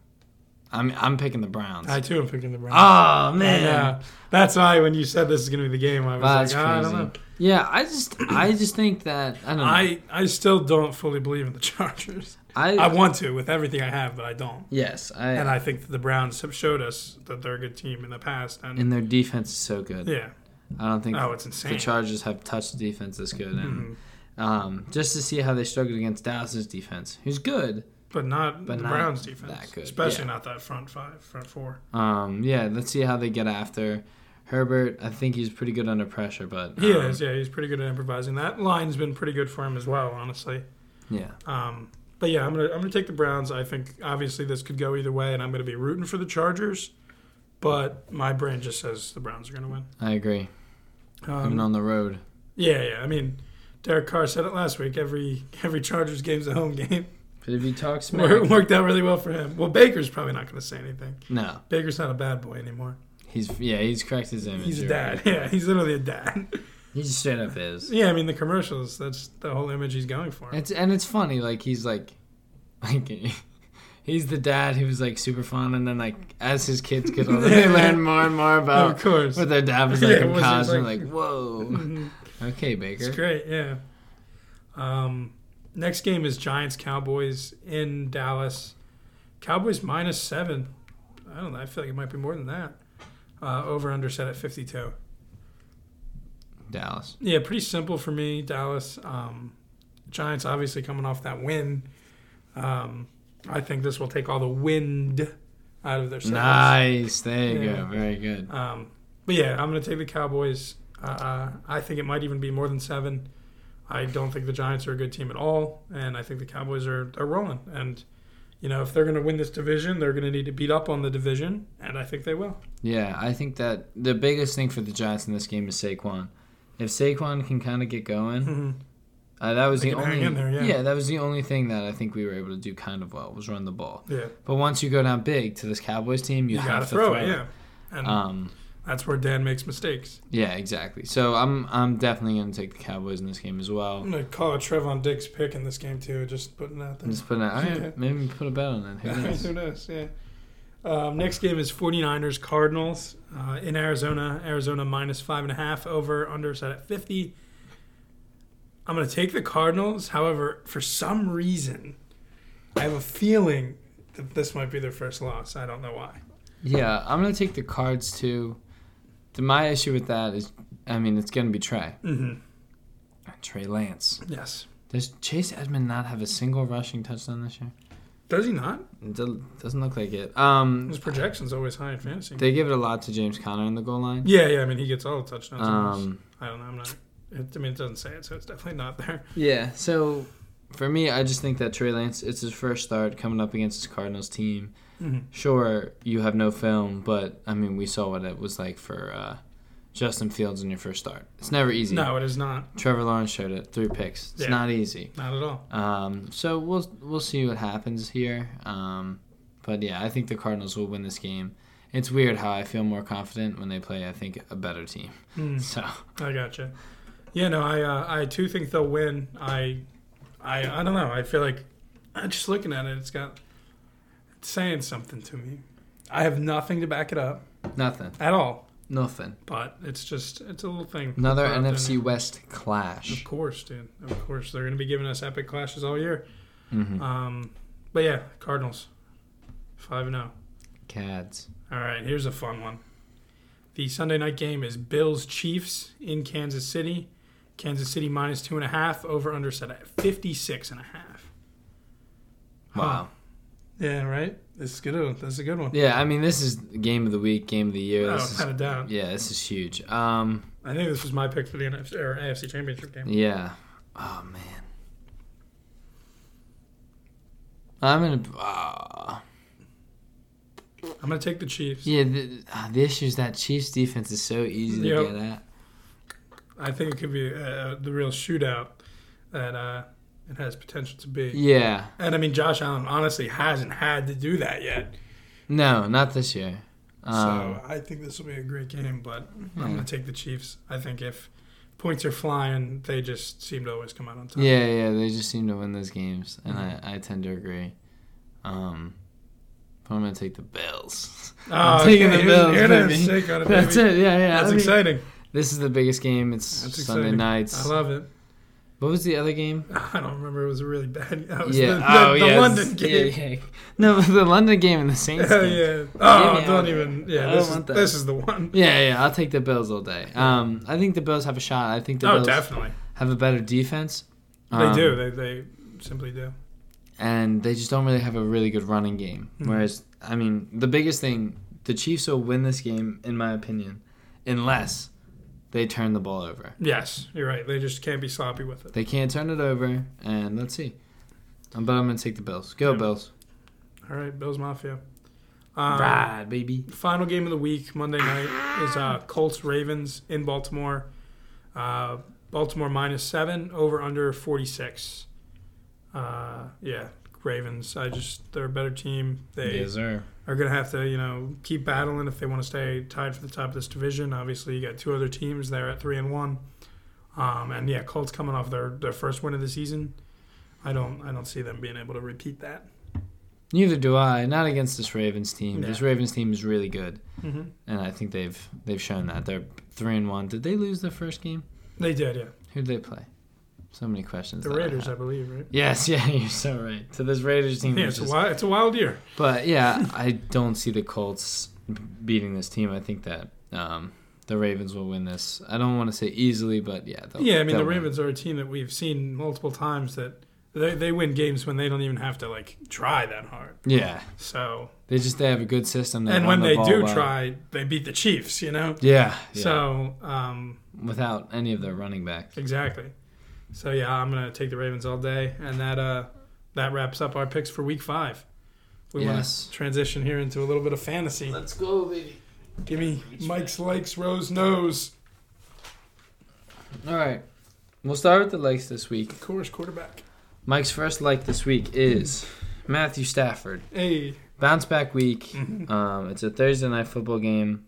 S1: I'm I'm picking the Browns.
S2: I too am picking the Browns.
S1: oh
S2: I
S1: man.
S2: know. that's why when you said this is going to be the game, I was
S1: That's
S2: like, "Ah, I don't know.
S1: crazy. Yeah, I just I just think that I don't know. I,
S2: I, I still don't fully believe in the Chargers. I want to with everything I have, but I don't.
S1: yes, I,
S2: And I think that the Browns have showed us that they're a good team in the past. And
S1: and their defense is so good.
S2: yeah,
S1: I don't think
S2: oh, it's
S1: the
S2: insane.
S1: Chargers have touched defense this good and
S2: Mhm.
S1: um, just to see how they struggled against Dallas's defense, who's good.
S2: But not
S1: But
S2: the
S1: not
S2: Browns defense,
S1: that good,
S2: especially
S1: yeah.
S2: not that front five, front four.
S1: Um, yeah, let's see how they get after Herbert. I think he's pretty good under pressure, but
S2: He
S1: um,
S2: is, yeah, he's pretty good at improvising. That line's been pretty good for him as well, honestly.
S1: Yeah,
S2: Um, but yeah, I'm gonna I'm gonna take the Browns. I think obviously this could go either way, and I'm gonna be rooting for the Chargers. But my brain just says the Browns are gonna win.
S1: I agree. Even
S2: Um,
S1: on the road,
S2: yeah, yeah. I mean, Derek Carr said it last week. Every every Chargers game's a home game.
S1: but if you talk smack,
S2: Wor- worked out really well for him. Well, Baker's probably not gonna say anything.
S1: no,
S2: Baker's not a bad boy anymore.
S1: he's yeah, he's cracked his image.
S2: He's a
S1: you're
S2: dad.
S1: right.
S2: Yeah, he's literally a dad.
S1: He just straight up is.
S2: yeah, I mean the commercials. That's the whole image he's going for.
S1: It's and it's funny. Like he's like, like he's the dad who was like super fun, and then like as his kids get older, they learn more and more
S2: of
S1: about
S2: course.
S1: what their dad was like
S2: Yeah,
S1: in
S2: what was he
S1: college. and
S2: like?
S1: like, whoa,
S2: Mhm.
S1: okay,
S2: It's
S1: Baker.
S2: great, yeah. Um, next game is Giants Cowboys in Dallas. Cowboys minus seven. I don't know. I feel like it might be more than that. Uh, over under set at 52.
S1: Dallas.
S2: Yeah, pretty simple for me. Dallas. Um, Giants obviously coming off that win. Um, I think this will take all the wind out of their sails.
S1: Nice. There you
S2: Yeah.
S1: go. Very good.
S2: Um, but yeah, I'm going to take the Cowboys. Uh, Uh, I think it might even be more than seven. I don't think the Giants are a good team at all, and I think the Cowboys are are rolling. And you know, if they're going to win this division, they're going to need to beat up on the division, and I think they will.
S1: Yeah, I think that the biggest thing for the Giants in this game is Saquon. If Saquon can kind of get going, uh, that was
S2: They
S1: the
S2: can hang
S1: only
S2: in there, yeah.
S1: that was the only thing that I think we were able to do kind of well was run the ball.
S2: Yeah,
S1: But once you go down big to this Cowboys team, you,
S2: you,
S1: have
S2: got to
S1: to
S2: throw, it. Yeah, and
S1: Um,
S2: that's where Dan makes mistakes.
S1: yeah, exactly. So I'm I'm definitely gonna take the Cowboys in this game as well.
S2: I'm going to call it Trevon Diggs pick in this game too. Just putting that
S1: And
S2: there.
S1: just put an, all right,
S2: Yeah.
S1: maybe put a bet on it. Who knows?
S2: Who knows? Yeah. Um, next game is 49ers Cardinals uh, in Arizona. Arizona minus five and a half over under set at 50. I'm going to take the Cardinals. However, for some reason, I have a feeling that this might be their first loss. I don't know why.
S1: yeah, I'm gonna take the Cards too. The- My issue with that is, I mean, it's gonna be Trey,
S2: Mm-hmm.
S1: Trey Lance.
S2: Yes.
S1: Does Chase Edmond not have a single rushing touchdown this year?
S2: Does he not?
S1: It do- doesn't look like it. Um,
S2: His projection's always high in fantasy.
S1: they give it a lot to James Conner in the goal line.
S2: yeah, yeah. I mean, he gets all the touchdowns. almost.
S1: Um,
S2: I don't know. I'm not. It, I mean, it doesn't say it, so it's definitely not there.
S1: yeah. So for me, I just think that Trey Lance, it's his first start coming up against his Cardinals team.
S2: Mm-hmm.
S1: Sure, you have no film, but I mean, we saw what it was like for uh, Justin Fields in your first start. It's never easy.
S2: No, it is not.
S1: Trevor Lawrence showed it. Three picks. It's
S2: Yeah.
S1: not easy.
S2: Not at all.
S1: Um, so we'll we'll see what happens here. Um, but yeah, I think the Cardinals will win this game. It's weird how I feel more confident when they play. I think a better team.
S2: Mm.
S1: So
S2: I gotcha. Yeah, no, I uh, I too think they'll win. I, I I don't know. I feel like I'm just looking at it. It's got it's saying something to me. I have nothing to back it up
S1: nothing,
S2: at all.
S1: nothing.
S2: But it's just it's a little thing.
S1: Another
S2: Out there.
S1: NFC West
S2: Of
S1: clash.
S2: course, dude. Of course, they're going to be giving us epic clashes all year.
S1: Mm-hmm.
S2: Um, but yeah, Cardinals five and oh. zero.
S1: Cads.
S2: All right, here's a fun one. The Sunday night game is Bills Chiefs in Kansas City. Kansas City minus two and a half. Over under set at 56 and a half.
S1: Wow.
S2: Yeah, right? This is good. That's a good one.
S1: Yeah, I mean, this is game of the week, game of the year.
S2: Oh,
S1: This
S2: kind
S1: is,
S2: of down.
S1: yeah, this is huge. Um,
S2: I think this was my pick for the NFC, or AFC Championship game.
S1: yeah. Oh man. I'm gonna. ah.
S2: I'm going to take the Chiefs.
S1: yeah, the, uh, the issue is that Chiefs defense is so easy to
S2: Yep.
S1: get at.
S2: I think it could be uh, the real shootout that uh, it has potential to be.
S1: Yeah.
S2: And I mean, Josh Allen honestly hasn't had to do that yet.
S1: No, not this year. Um, hmm.
S2: so I think this will be a great game, but
S1: Yeah.
S2: I'm going to take the Chiefs. I think if points are flying, they just seem to always come out on top.
S1: yeah, yeah, they just seem to win those games, and
S2: Mm-hmm.
S1: I, I tend to agree. Um, but I'm gonna take the Bills.
S2: Oh,
S1: I'm taking
S2: okay,
S1: the
S2: here's-
S1: Bills,
S2: here it is.
S1: baby.
S2: Shake on it,
S1: That's
S2: baby.
S1: it. Yeah, yeah.
S2: That's
S1: I mean,
S2: exciting.
S1: This is the biggest game. It's
S2: That's
S1: Sunday
S2: exciting.
S1: nights.
S2: I love it.
S1: What was the other game?
S2: I don't remember. It was a really bad. That was
S1: yeah.
S2: the, the,
S1: oh,
S2: the
S1: yeah.
S2: London
S1: it's- yeah,
S2: game.
S1: yeah. No, the London game and the Saints
S2: Hell
S1: game. Yeah.
S2: yeah! Oh,
S1: me
S2: don't
S1: out.
S2: even.
S1: I
S2: Yeah,
S1: don't
S2: this is,
S1: want that.
S2: this is the one.
S1: yeah, I'll take the Bills all day. Um, I think the Bills have a shot. I think the
S2: oh,
S1: Bills
S2: definitely.
S1: have a better defense.
S2: they
S1: Um,
S2: do. They they simply do.
S1: and they just don't really have a really good running game.
S2: Mhm.
S1: Whereas, I mean, the biggest thing, the Chiefs will win this game, in my opinion, unless they turn the ball over.
S2: Yes, you're right. They just can't be sloppy with it.
S1: They can't turn it over, and let's see. Um, But I'm gonna take the Bills. Go
S2: Yeah.
S1: Bills!
S2: All right, Bills Mafia. Um,
S1: Ride, baby.
S2: Final game of the week, Monday night, is uh, Colts Ravens in Baltimore. Uh, Baltimore minus seven, over under 46. Uh, yeah, Ravens. I just, they're a better team. They
S1: sir.
S2: are going to have to, you know, keep battling if they want to stay tied for the top of this division. Obviously, you got two other teams there at three and one, um, and yeah, Colts coming off their, their first win of the season. I don't I don't see them being able to repeat that.
S1: Neither do I. Not against this Ravens team.
S2: No.
S1: This Ravens team is really good,
S2: Mm-hmm.
S1: and I think they've they've shown that. They're three and one. Did they lose their first game?
S2: They did, yeah.
S1: Who did they play? So many questions.
S2: The
S1: that I
S2: Raiders,
S1: have.
S2: I believe, right?
S1: Yes, yeah, you're so right. To this Raiders team,
S2: Yeah,
S1: which
S2: it's a
S1: is-
S2: wild, it's a wild year.
S1: But yeah, I don't see the Colts beating this team. I think that um, the Ravens will win this. I don't want to say easily, but yeah. they'll-
S2: Yeah, I mean
S1: they'll
S2: the
S1: win.
S2: Ravens are a team that we've seen multiple times that they, they win games when they don't even have to like try that hard.
S1: Yeah,
S2: So
S1: they just they have a good system.
S2: and
S1: run
S2: when
S1: the
S2: they
S1: ball
S2: do
S1: well.
S2: try, they beat the Chiefs. You know.
S1: yeah, yeah.
S2: So um,
S1: without any of their running backs.
S2: exactly. So yeah, I'm gonna take the Ravens all day, and that uh, that wraps up our picks for Week Five. We
S1: Yes.
S2: want to transition here into a little bit of fantasy.
S1: Let's go, baby.
S2: Give me Mike's likes, Rose knows.
S1: All right, we'll start with the likes this week.
S2: Of course, quarterback.
S1: Mike's first like this week is Matthew Stafford.
S2: Hey,
S1: Bounce back week.
S2: Mhm.
S1: Um, it's a Thursday night football game,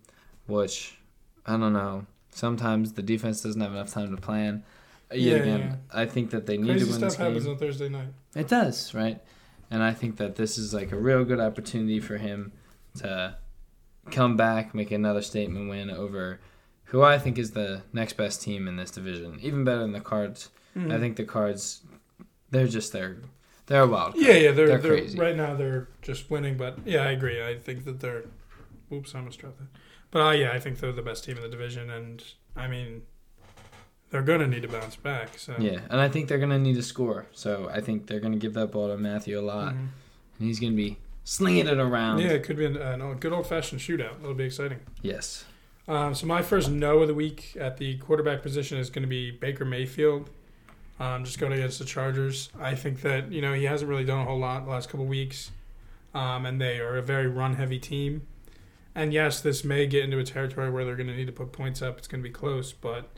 S1: which I don't know. Sometimes the defense doesn't have enough time to plan. Yet
S2: Yeah,
S1: again,
S2: yeah.
S1: I think that they need
S2: crazy
S1: to win
S2: stuff
S1: this
S2: happens
S1: game.
S2: on Thursday night.
S1: It does, right? And I think that this is like a real good opportunity for him to come back, make another statement win over who I think is the next best team in this division, even better than the Cards.
S2: Hmm.
S1: I think the Cards, they're just they're they're a wild. Card.
S2: Yeah, yeah, they're,
S1: They're
S2: they're,
S1: crazy.
S2: right now they're just winning, but yeah, I agree. I think that they're. Oops, I almost dropped that. But uh, yeah, I think they're the best team in the division, and I mean, they're gonna need to bounce back. So
S1: Yeah, and I think they're gonna need a score. So I think they're gonna give that ball to Matthew a lot,
S2: Mhm.
S1: and he's gonna be slinging it around.
S2: yeah, it could be an, an, old- good old fashioned shootout. That'll be exciting.
S1: Yes.
S2: Um, so my first no of the week at the quarterback position is going to be Baker Mayfield. Um, just going against the Chargers. I think that you know he hasn't really done a whole lot the last couple weeks, um, and they are a very run heavy team. And yes, this may get into a territory where they're going to need to put points up. It's going to be close, but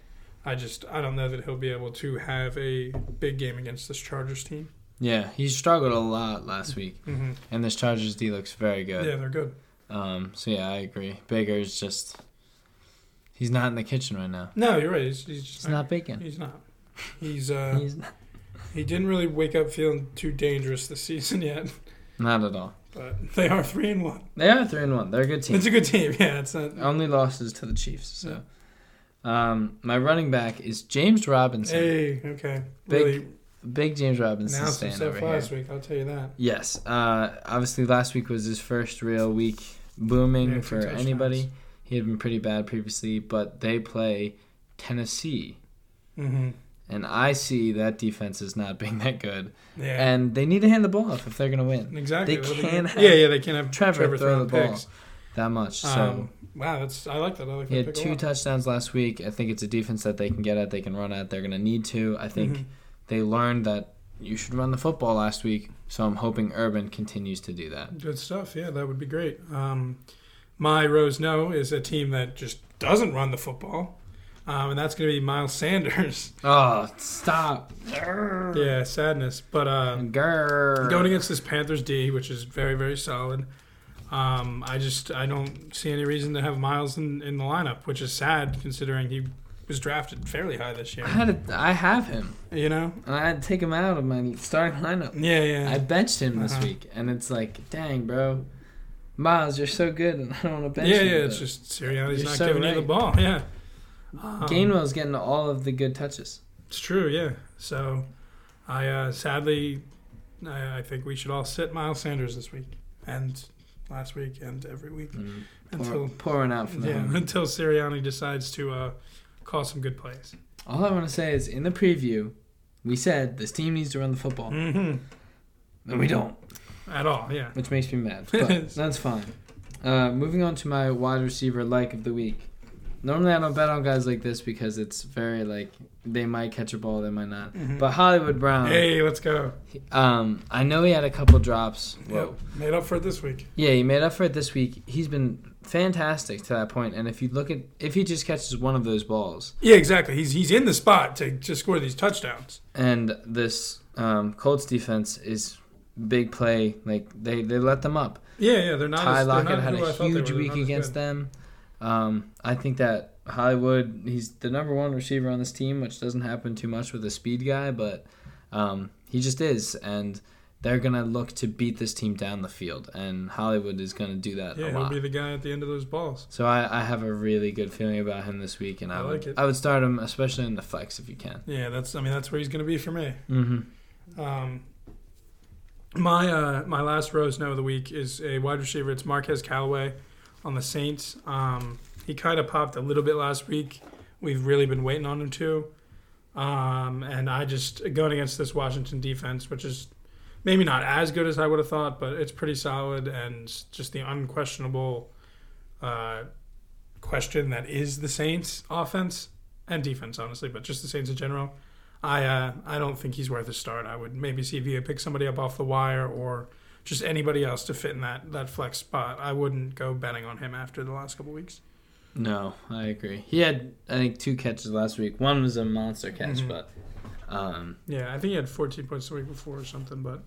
S2: I just I don't know that he'll be able to have a big game against this Chargers team.
S1: Yeah, he struggled a lot last week,
S2: Mm-hmm.
S1: and this Chargers D looks very
S2: Yeah,
S1: good.
S2: they're good.
S1: Um. So yeah, I agree. Baker's just he's not in the kitchen right now.
S2: No, you're right. He's, he's just
S1: He's not baking.
S2: He's not. He's uh.
S1: He's not,
S2: He didn't really wake up feeling too dangerous this season yet,
S1: not at all.
S2: but they are three and one.
S1: They are three and one. They're a good team.
S2: It's a good team. Yeah, it's not.
S1: Only losses to the Chiefs. So, um, my running back is James Robinson.
S2: Hey, okay.
S1: Big
S2: really
S1: Big James Robinson
S2: announced some
S1: stand over
S2: stuff
S1: here.
S2: last week. I'll tell you that.
S1: Yes. Uh, obviously, last week was his first real week booming
S2: Yeah, two
S1: for
S2: touchdowns.
S1: anybody. He had been pretty bad previously, but they play Tennessee
S2: Mm-hmm.
S1: And I see that defense is not being that good.
S2: Yeah.
S1: And they need to hand the ball off if they're going to win
S2: exactly.
S1: they
S2: What are
S1: can
S2: gonna-
S1: have
S2: yeah, yeah, they can have
S1: Trevor
S2: Trevor,
S1: throw
S2: throwing
S1: the ball.
S2: picks.
S1: that much. So
S2: Um, wow, that's I like that. I like
S1: he
S2: that
S1: had
S2: pick a
S1: two
S2: lot.
S1: touchdowns last week. I think it's a defense that they can get at, they can run at, they're going to need to. I think
S2: Mhm.
S1: they learned that you should run the football last week. So I'm hoping Urban continues to do that.
S2: Good stuff. Yeah, that would be great. Um, my Rose No is a team that just doesn't run the football, um, and that's going to be Miles Sanders.
S1: Oh, stop.
S2: yeah, sadness. But uh,
S1: Grr.
S2: going against this Panthers D, which is very very solid. Um, I just I don't see any reason to have Miles in, in the lineup, which is sad considering he was drafted fairly high this
S1: I
S2: year.
S1: had a, I have him.
S2: You know?
S1: And I had to take him out of my starting lineup.
S2: Yeah, yeah.
S1: I benched him this
S2: Uh-huh.
S1: week, and it's like, dang, bro, Miles, you're so good, and I don't want to bench
S2: yeah,
S1: you.
S2: yeah. It's
S1: but
S2: just Sirianni's
S1: You're
S2: not
S1: so
S2: giving you
S1: right.
S2: the ball. Yeah, um,
S1: Gainwell's getting all of the good touches.
S2: It's true. Yeah. So, I uh, sadly, I, I think we should all sit Miles Sanders this week and last week and every week
S1: And pour,
S2: Mm-hmm. until
S1: pouring out for the
S2: yeah
S1: home.
S2: until Sirianni decides to uh, call some good plays.
S1: All I want to say is, in the preview, we said this team needs to run the football,
S2: Mm-hmm.
S1: and we don't,
S2: At all. Yeah.
S1: which makes me mad. But that's fine. Uh, moving on to my wide receiver like of the week. Normally, I don't bet on guys like this because it's very like they might catch a ball, they might not.
S2: Mhm.
S1: But Hollywood Brown,
S2: hey, let's go.
S1: um, I know he had a couple drops.
S2: Yep. Made up for it this week.
S1: Yeah, he made up for it this week. He's been fantastic to that point, and if you look at if he just catches one of those balls
S2: Yeah, exactly. He's he's in the spot to, to score these touchdowns.
S1: and this um, Colts defense is big play, like they they let them up.
S2: Yeah, yeah. They're not.
S1: Ty
S2: as, they're
S1: Lockett
S2: not
S1: had
S2: who I
S1: a
S2: thought they
S1: huge
S2: were. They're
S1: week
S2: not as
S1: against
S2: good.
S1: them. Um, I think that Hollywood, he's the number one receiver on this team, which doesn't happen too much with a speed guy, but um, he just is, and they're gonna look to beat this team down the field, and Hollywood is gonna do that
S2: Yeah,
S1: a
S2: he'll
S1: lot.
S2: be the guy at the end of those balls.
S1: So I, I have a really good feeling about him this week, and I,
S2: I
S1: would
S2: like it.
S1: I would start him, especially in the flex if you can.
S2: Yeah, that's. I mean, that's where he's going to be for me.
S1: Mm-hmm.
S2: Um, my uh, my last Rose note of the week is a wide receiver. It's Marquez Callaway on the Saints. Um, he kind of popped a little bit last week. We've really been waiting on him too. Um, and I just going against this Washington defense, which is maybe not as good as I would have thought, but it's pretty solid and just the unquestionable uh, question that is the Saints offense and defense, honestly, but just the Saints in general. I uh, I don't think he's worth a start. I would maybe see if you could pick somebody up off the wire or just anybody else to fit in that, that flex spot. I wouldn't go betting on him after the last couple weeks.
S1: No, I agree. He had I think two catches last week. One was a monster catch,
S2: Mhm.
S1: but um,
S2: Yeah, I think he had 14 points the week before or something, but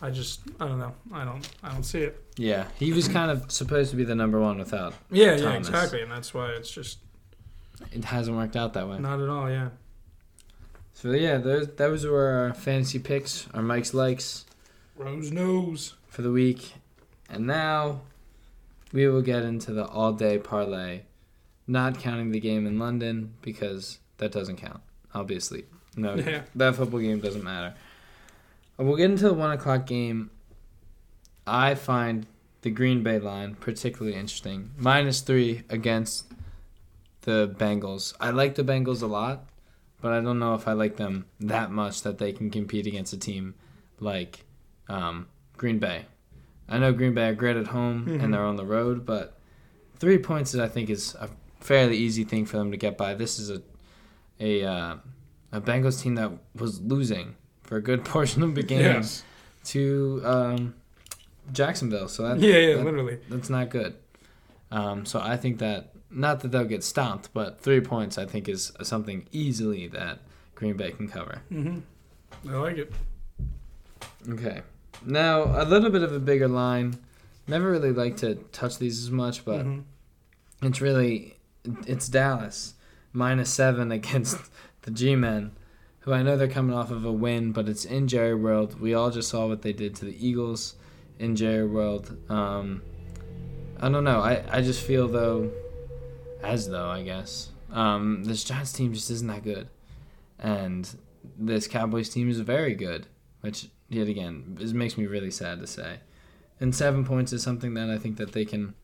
S2: I just I don't know. I don't I don't see it.
S1: yeah, he was kind of supposed to be the number one without.
S2: Yeah, yeah,
S1: Thomas.
S2: exactly, and that's why it's just
S1: It hasn't worked out that way.
S2: not at all. Yeah,
S1: So yeah, those those were our fantasy picks, our Mike's likes
S2: Rose knows.
S1: for the week, and now we will get into the all day parlay, not counting the game in London because that doesn't count. I'll be asleep. No,
S2: Yeah.
S1: that football game doesn't matter. Uh, We'll get into the one o'clock game. I find the Green Bay line particularly interesting. Minus three against the Bengals. I like the Bengals a lot, but I don't know if I like them that much that they can compete against a team like um, Green Bay. I know Green Bay are great at home
S2: Mhm.
S1: and they're on the road, but three points I think is a fairly easy thing for them to get by. This is a a uh, a Bengals team that was losing for a good portion of the game
S2: Yes.
S1: to um, Jacksonville. So that,
S2: yeah, yeah,
S1: that-
S2: literally.
S1: that's not good. Um, so I think that not that they'll get stomped, but three points I think is something easily that Green Bay can cover.
S2: hmm I like it.
S1: Okay. Now a little bit of a bigger line. Never really like to touch these as much, but
S2: Mhm.
S1: it's really it's Dallas minus seven against the G-men, who I know they're coming off of a win, but it's in Jerry World. We all just saw what they did to the Eagles in Jerry World. Um, I don't know. I I just feel though, as though I guess um, this Giants team just isn't that good, and this Cowboys team is very good, which yet again is, makes me really sad to say. And seven points is something that I think that they can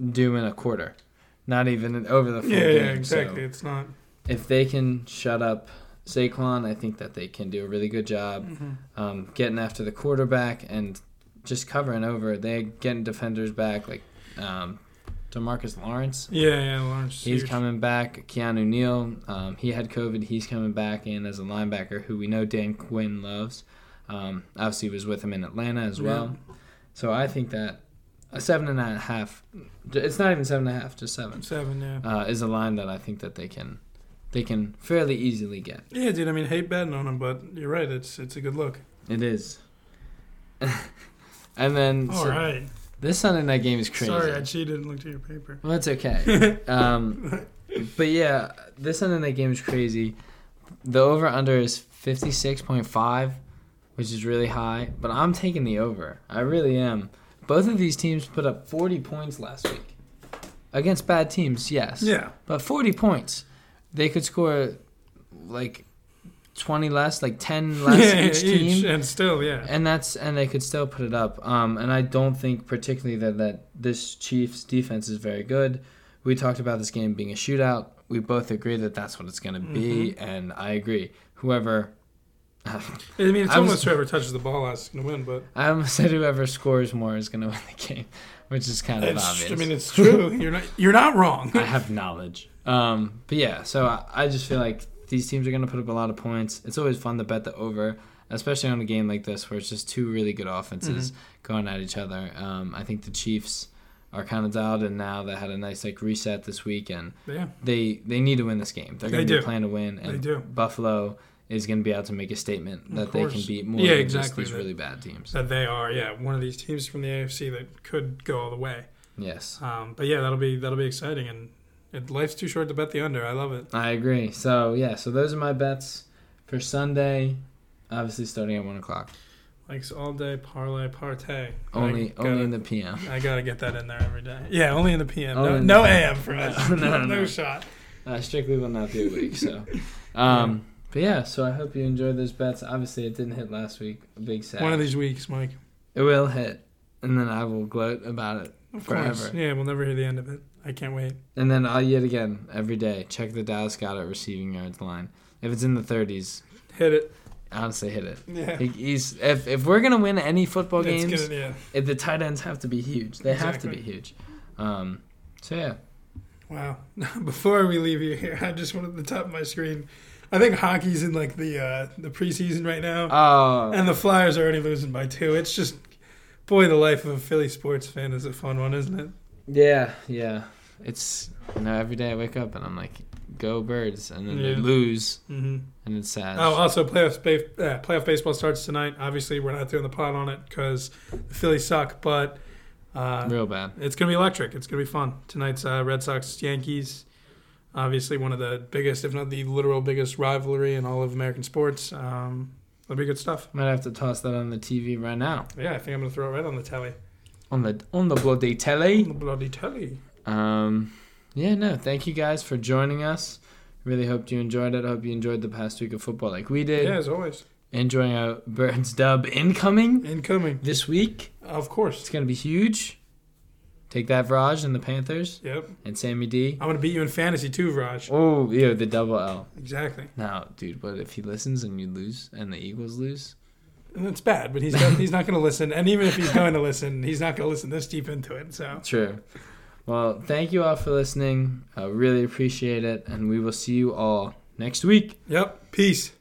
S1: do in a quarter, not even over the full
S2: Yeah,
S1: game.
S2: yeah,
S1: so-
S2: exactly. It's not.
S1: if they can shut up Saquon, I think that they can do a really good job
S2: Mm-hmm.
S1: um, getting after the quarterback and just covering over. They're getting defenders back, like um, Demarcus Lawrence.
S2: Yeah, yeah, Lawrence.
S1: He's
S2: huge.
S1: coming back. Keanu Neal, um, he had COVID. He's coming back in as a linebacker who we know Dan Quinn loves. Um, obviously, he was with him in Atlanta as well. So I think that a seven and a half, it's not even seven and a half, just seven,
S2: Seven, yeah.
S1: uh, is a line that I think that they can, they can fairly easily get.
S2: Yeah, dude. I mean, hate betting on him, but you're right. It's it's a good look.
S1: It is. and then
S2: All
S1: so
S2: right.
S1: this Sunday night game is crazy.
S2: Sorry, I cheated and looked at your paper.
S1: Well, that's okay. um, but yeah, this Sunday night game is crazy. The over under is 56.5, which is really high, but I'm taking the over. I really am. Both of these teams put up 40 points last week. Against bad teams, yes.
S2: Yeah.
S1: But 40 points. They could score like 20 less, like 10 less
S2: yeah,
S1: each team.
S2: and still, yeah.
S1: And that's and they could still put it up. Um, and I don't think particularly that that this Chiefs defense is very good. We talked about this game being a shootout. We both agree that that's what it's going to be,
S2: Mm-hmm.
S1: and I agree. Whoever,
S2: I mean, it's
S1: I was-
S2: almost whoever touches the ball is gonna win, but
S1: I almost said whoever scores more is going to win the game, which is kind of
S2: it's,
S1: obvious.
S2: I mean, it's true. You're not you're not wrong.
S1: I have knowledge. Um, but yeah, so I, I just feel like these teams are going to put up a lot of points. It's always fun to bet the over, especially on a game like this where it's just two really good
S2: Mm-hmm.
S1: offenses going at each other. Um, I think the Chiefs are kind of dialed in now. They had a nice like reset this week, and
S2: yeah.
S1: they they need to win this game. They're
S2: They
S1: going to be
S2: do.
S1: playing to win, and
S2: They do.
S1: Buffalo is going to be out to make a statement that they can
S2: course.
S1: beat more
S2: Yeah,
S1: than just
S2: exactly.
S1: these really bad teams.
S2: That they are, yeah, one of these teams from the AFC that could go all the way.
S1: Yes.
S2: Um, but yeah, that'll be that'll be exciting, and it, life's too short to bet the under. I love it.
S1: I agree. So yeah, so those are my bets for Sunday. Obviously starting at one o'clock.
S2: Likes all day parlay partay.
S1: Only
S2: I
S1: only
S2: gotta,
S1: in the PM.
S2: I gotta get that in there every day. Yeah, only in the PM.
S1: Only
S2: No,
S1: in the
S2: no
S1: PM.
S2: AM for us.
S1: No,
S2: No,
S1: no, no.
S2: shot.
S1: I Uh, strictly will not be awake. So, um, but yeah. So I hope you enjoyed those bets. Obviously, it didn't hit last week. A big sad.
S2: One of these weeks, Mike.
S1: It will hit, and then I will gloat about it,
S2: Of course.
S1: Forever.
S2: Yeah, we'll never hear the end of it. I can't wait.
S1: and then I'll yet again every day check the Dallas Goddard receiving yards line. If it's in the thirties,
S2: Hit it.
S1: honestly, hit it.
S2: Yeah.
S1: He- He's, if if we're gonna win any football
S2: That's
S1: games,
S2: good, yeah.
S1: if the tight ends have to be huge. They have to
S2: Exactly.
S1: be huge. Um, so yeah.
S2: Wow. Before we leave you here, I just wanted the top of my screen. I think hockey's in like the uh, the preseason right now.
S1: Oh,
S2: And the Flyers are already losing by two. It's just, boy, the life of a Philly sports fan is a fun one, isn't it?
S1: Yeah, yeah. It's you know every day I wake up and I'm like, go birds, and then they
S2: Yeah.
S1: lose,
S2: Mm-hmm.
S1: and it's sad.
S2: Oh, also playoffs. Ba- uh, playoff baseball starts tonight. Obviously, we're not doing the pot on it because the Phillies suck, but uh,
S1: real bad.
S2: it's gonna be electric. It's gonna be fun tonight's uh, Red Sox Yankees. Obviously, one of the biggest, if not the literal biggest, rivalry in all of American sports. Um, that'll be good stuff.
S1: Might have to toss that on the TV right now
S2: Yeah, I think I'm gonna throw it right on the telly.
S1: on the on the bloody
S2: The
S1: telly.
S2: bloody telly.
S1: Um, yeah, no. Thank you guys for joining us. Really hoped you enjoyed it. Hope you enjoyed the past week of football like we did.
S2: Yeah, as always.
S1: Enjoying our birds dub incoming
S2: Incoming,
S1: this week.
S2: of
S1: It's
S2: course.
S1: gonna be huge. Take that, Viraj and the Panthers
S2: Yep.
S1: and Sammy D.
S2: I'm gonna beat you in fantasy too, Raj.
S1: Oh, yeah, the double L.
S2: Exactly.
S1: Now, dude, but if he listens and you lose and the Eagles lose,
S2: And it's bad, but he's not, he's not going to listen. And even if he's going to listen, he's not going to listen this deep into it. So
S1: true. Well, thank you all for listening. I really appreciate it, and we will see you all next week.
S2: yep. Peace.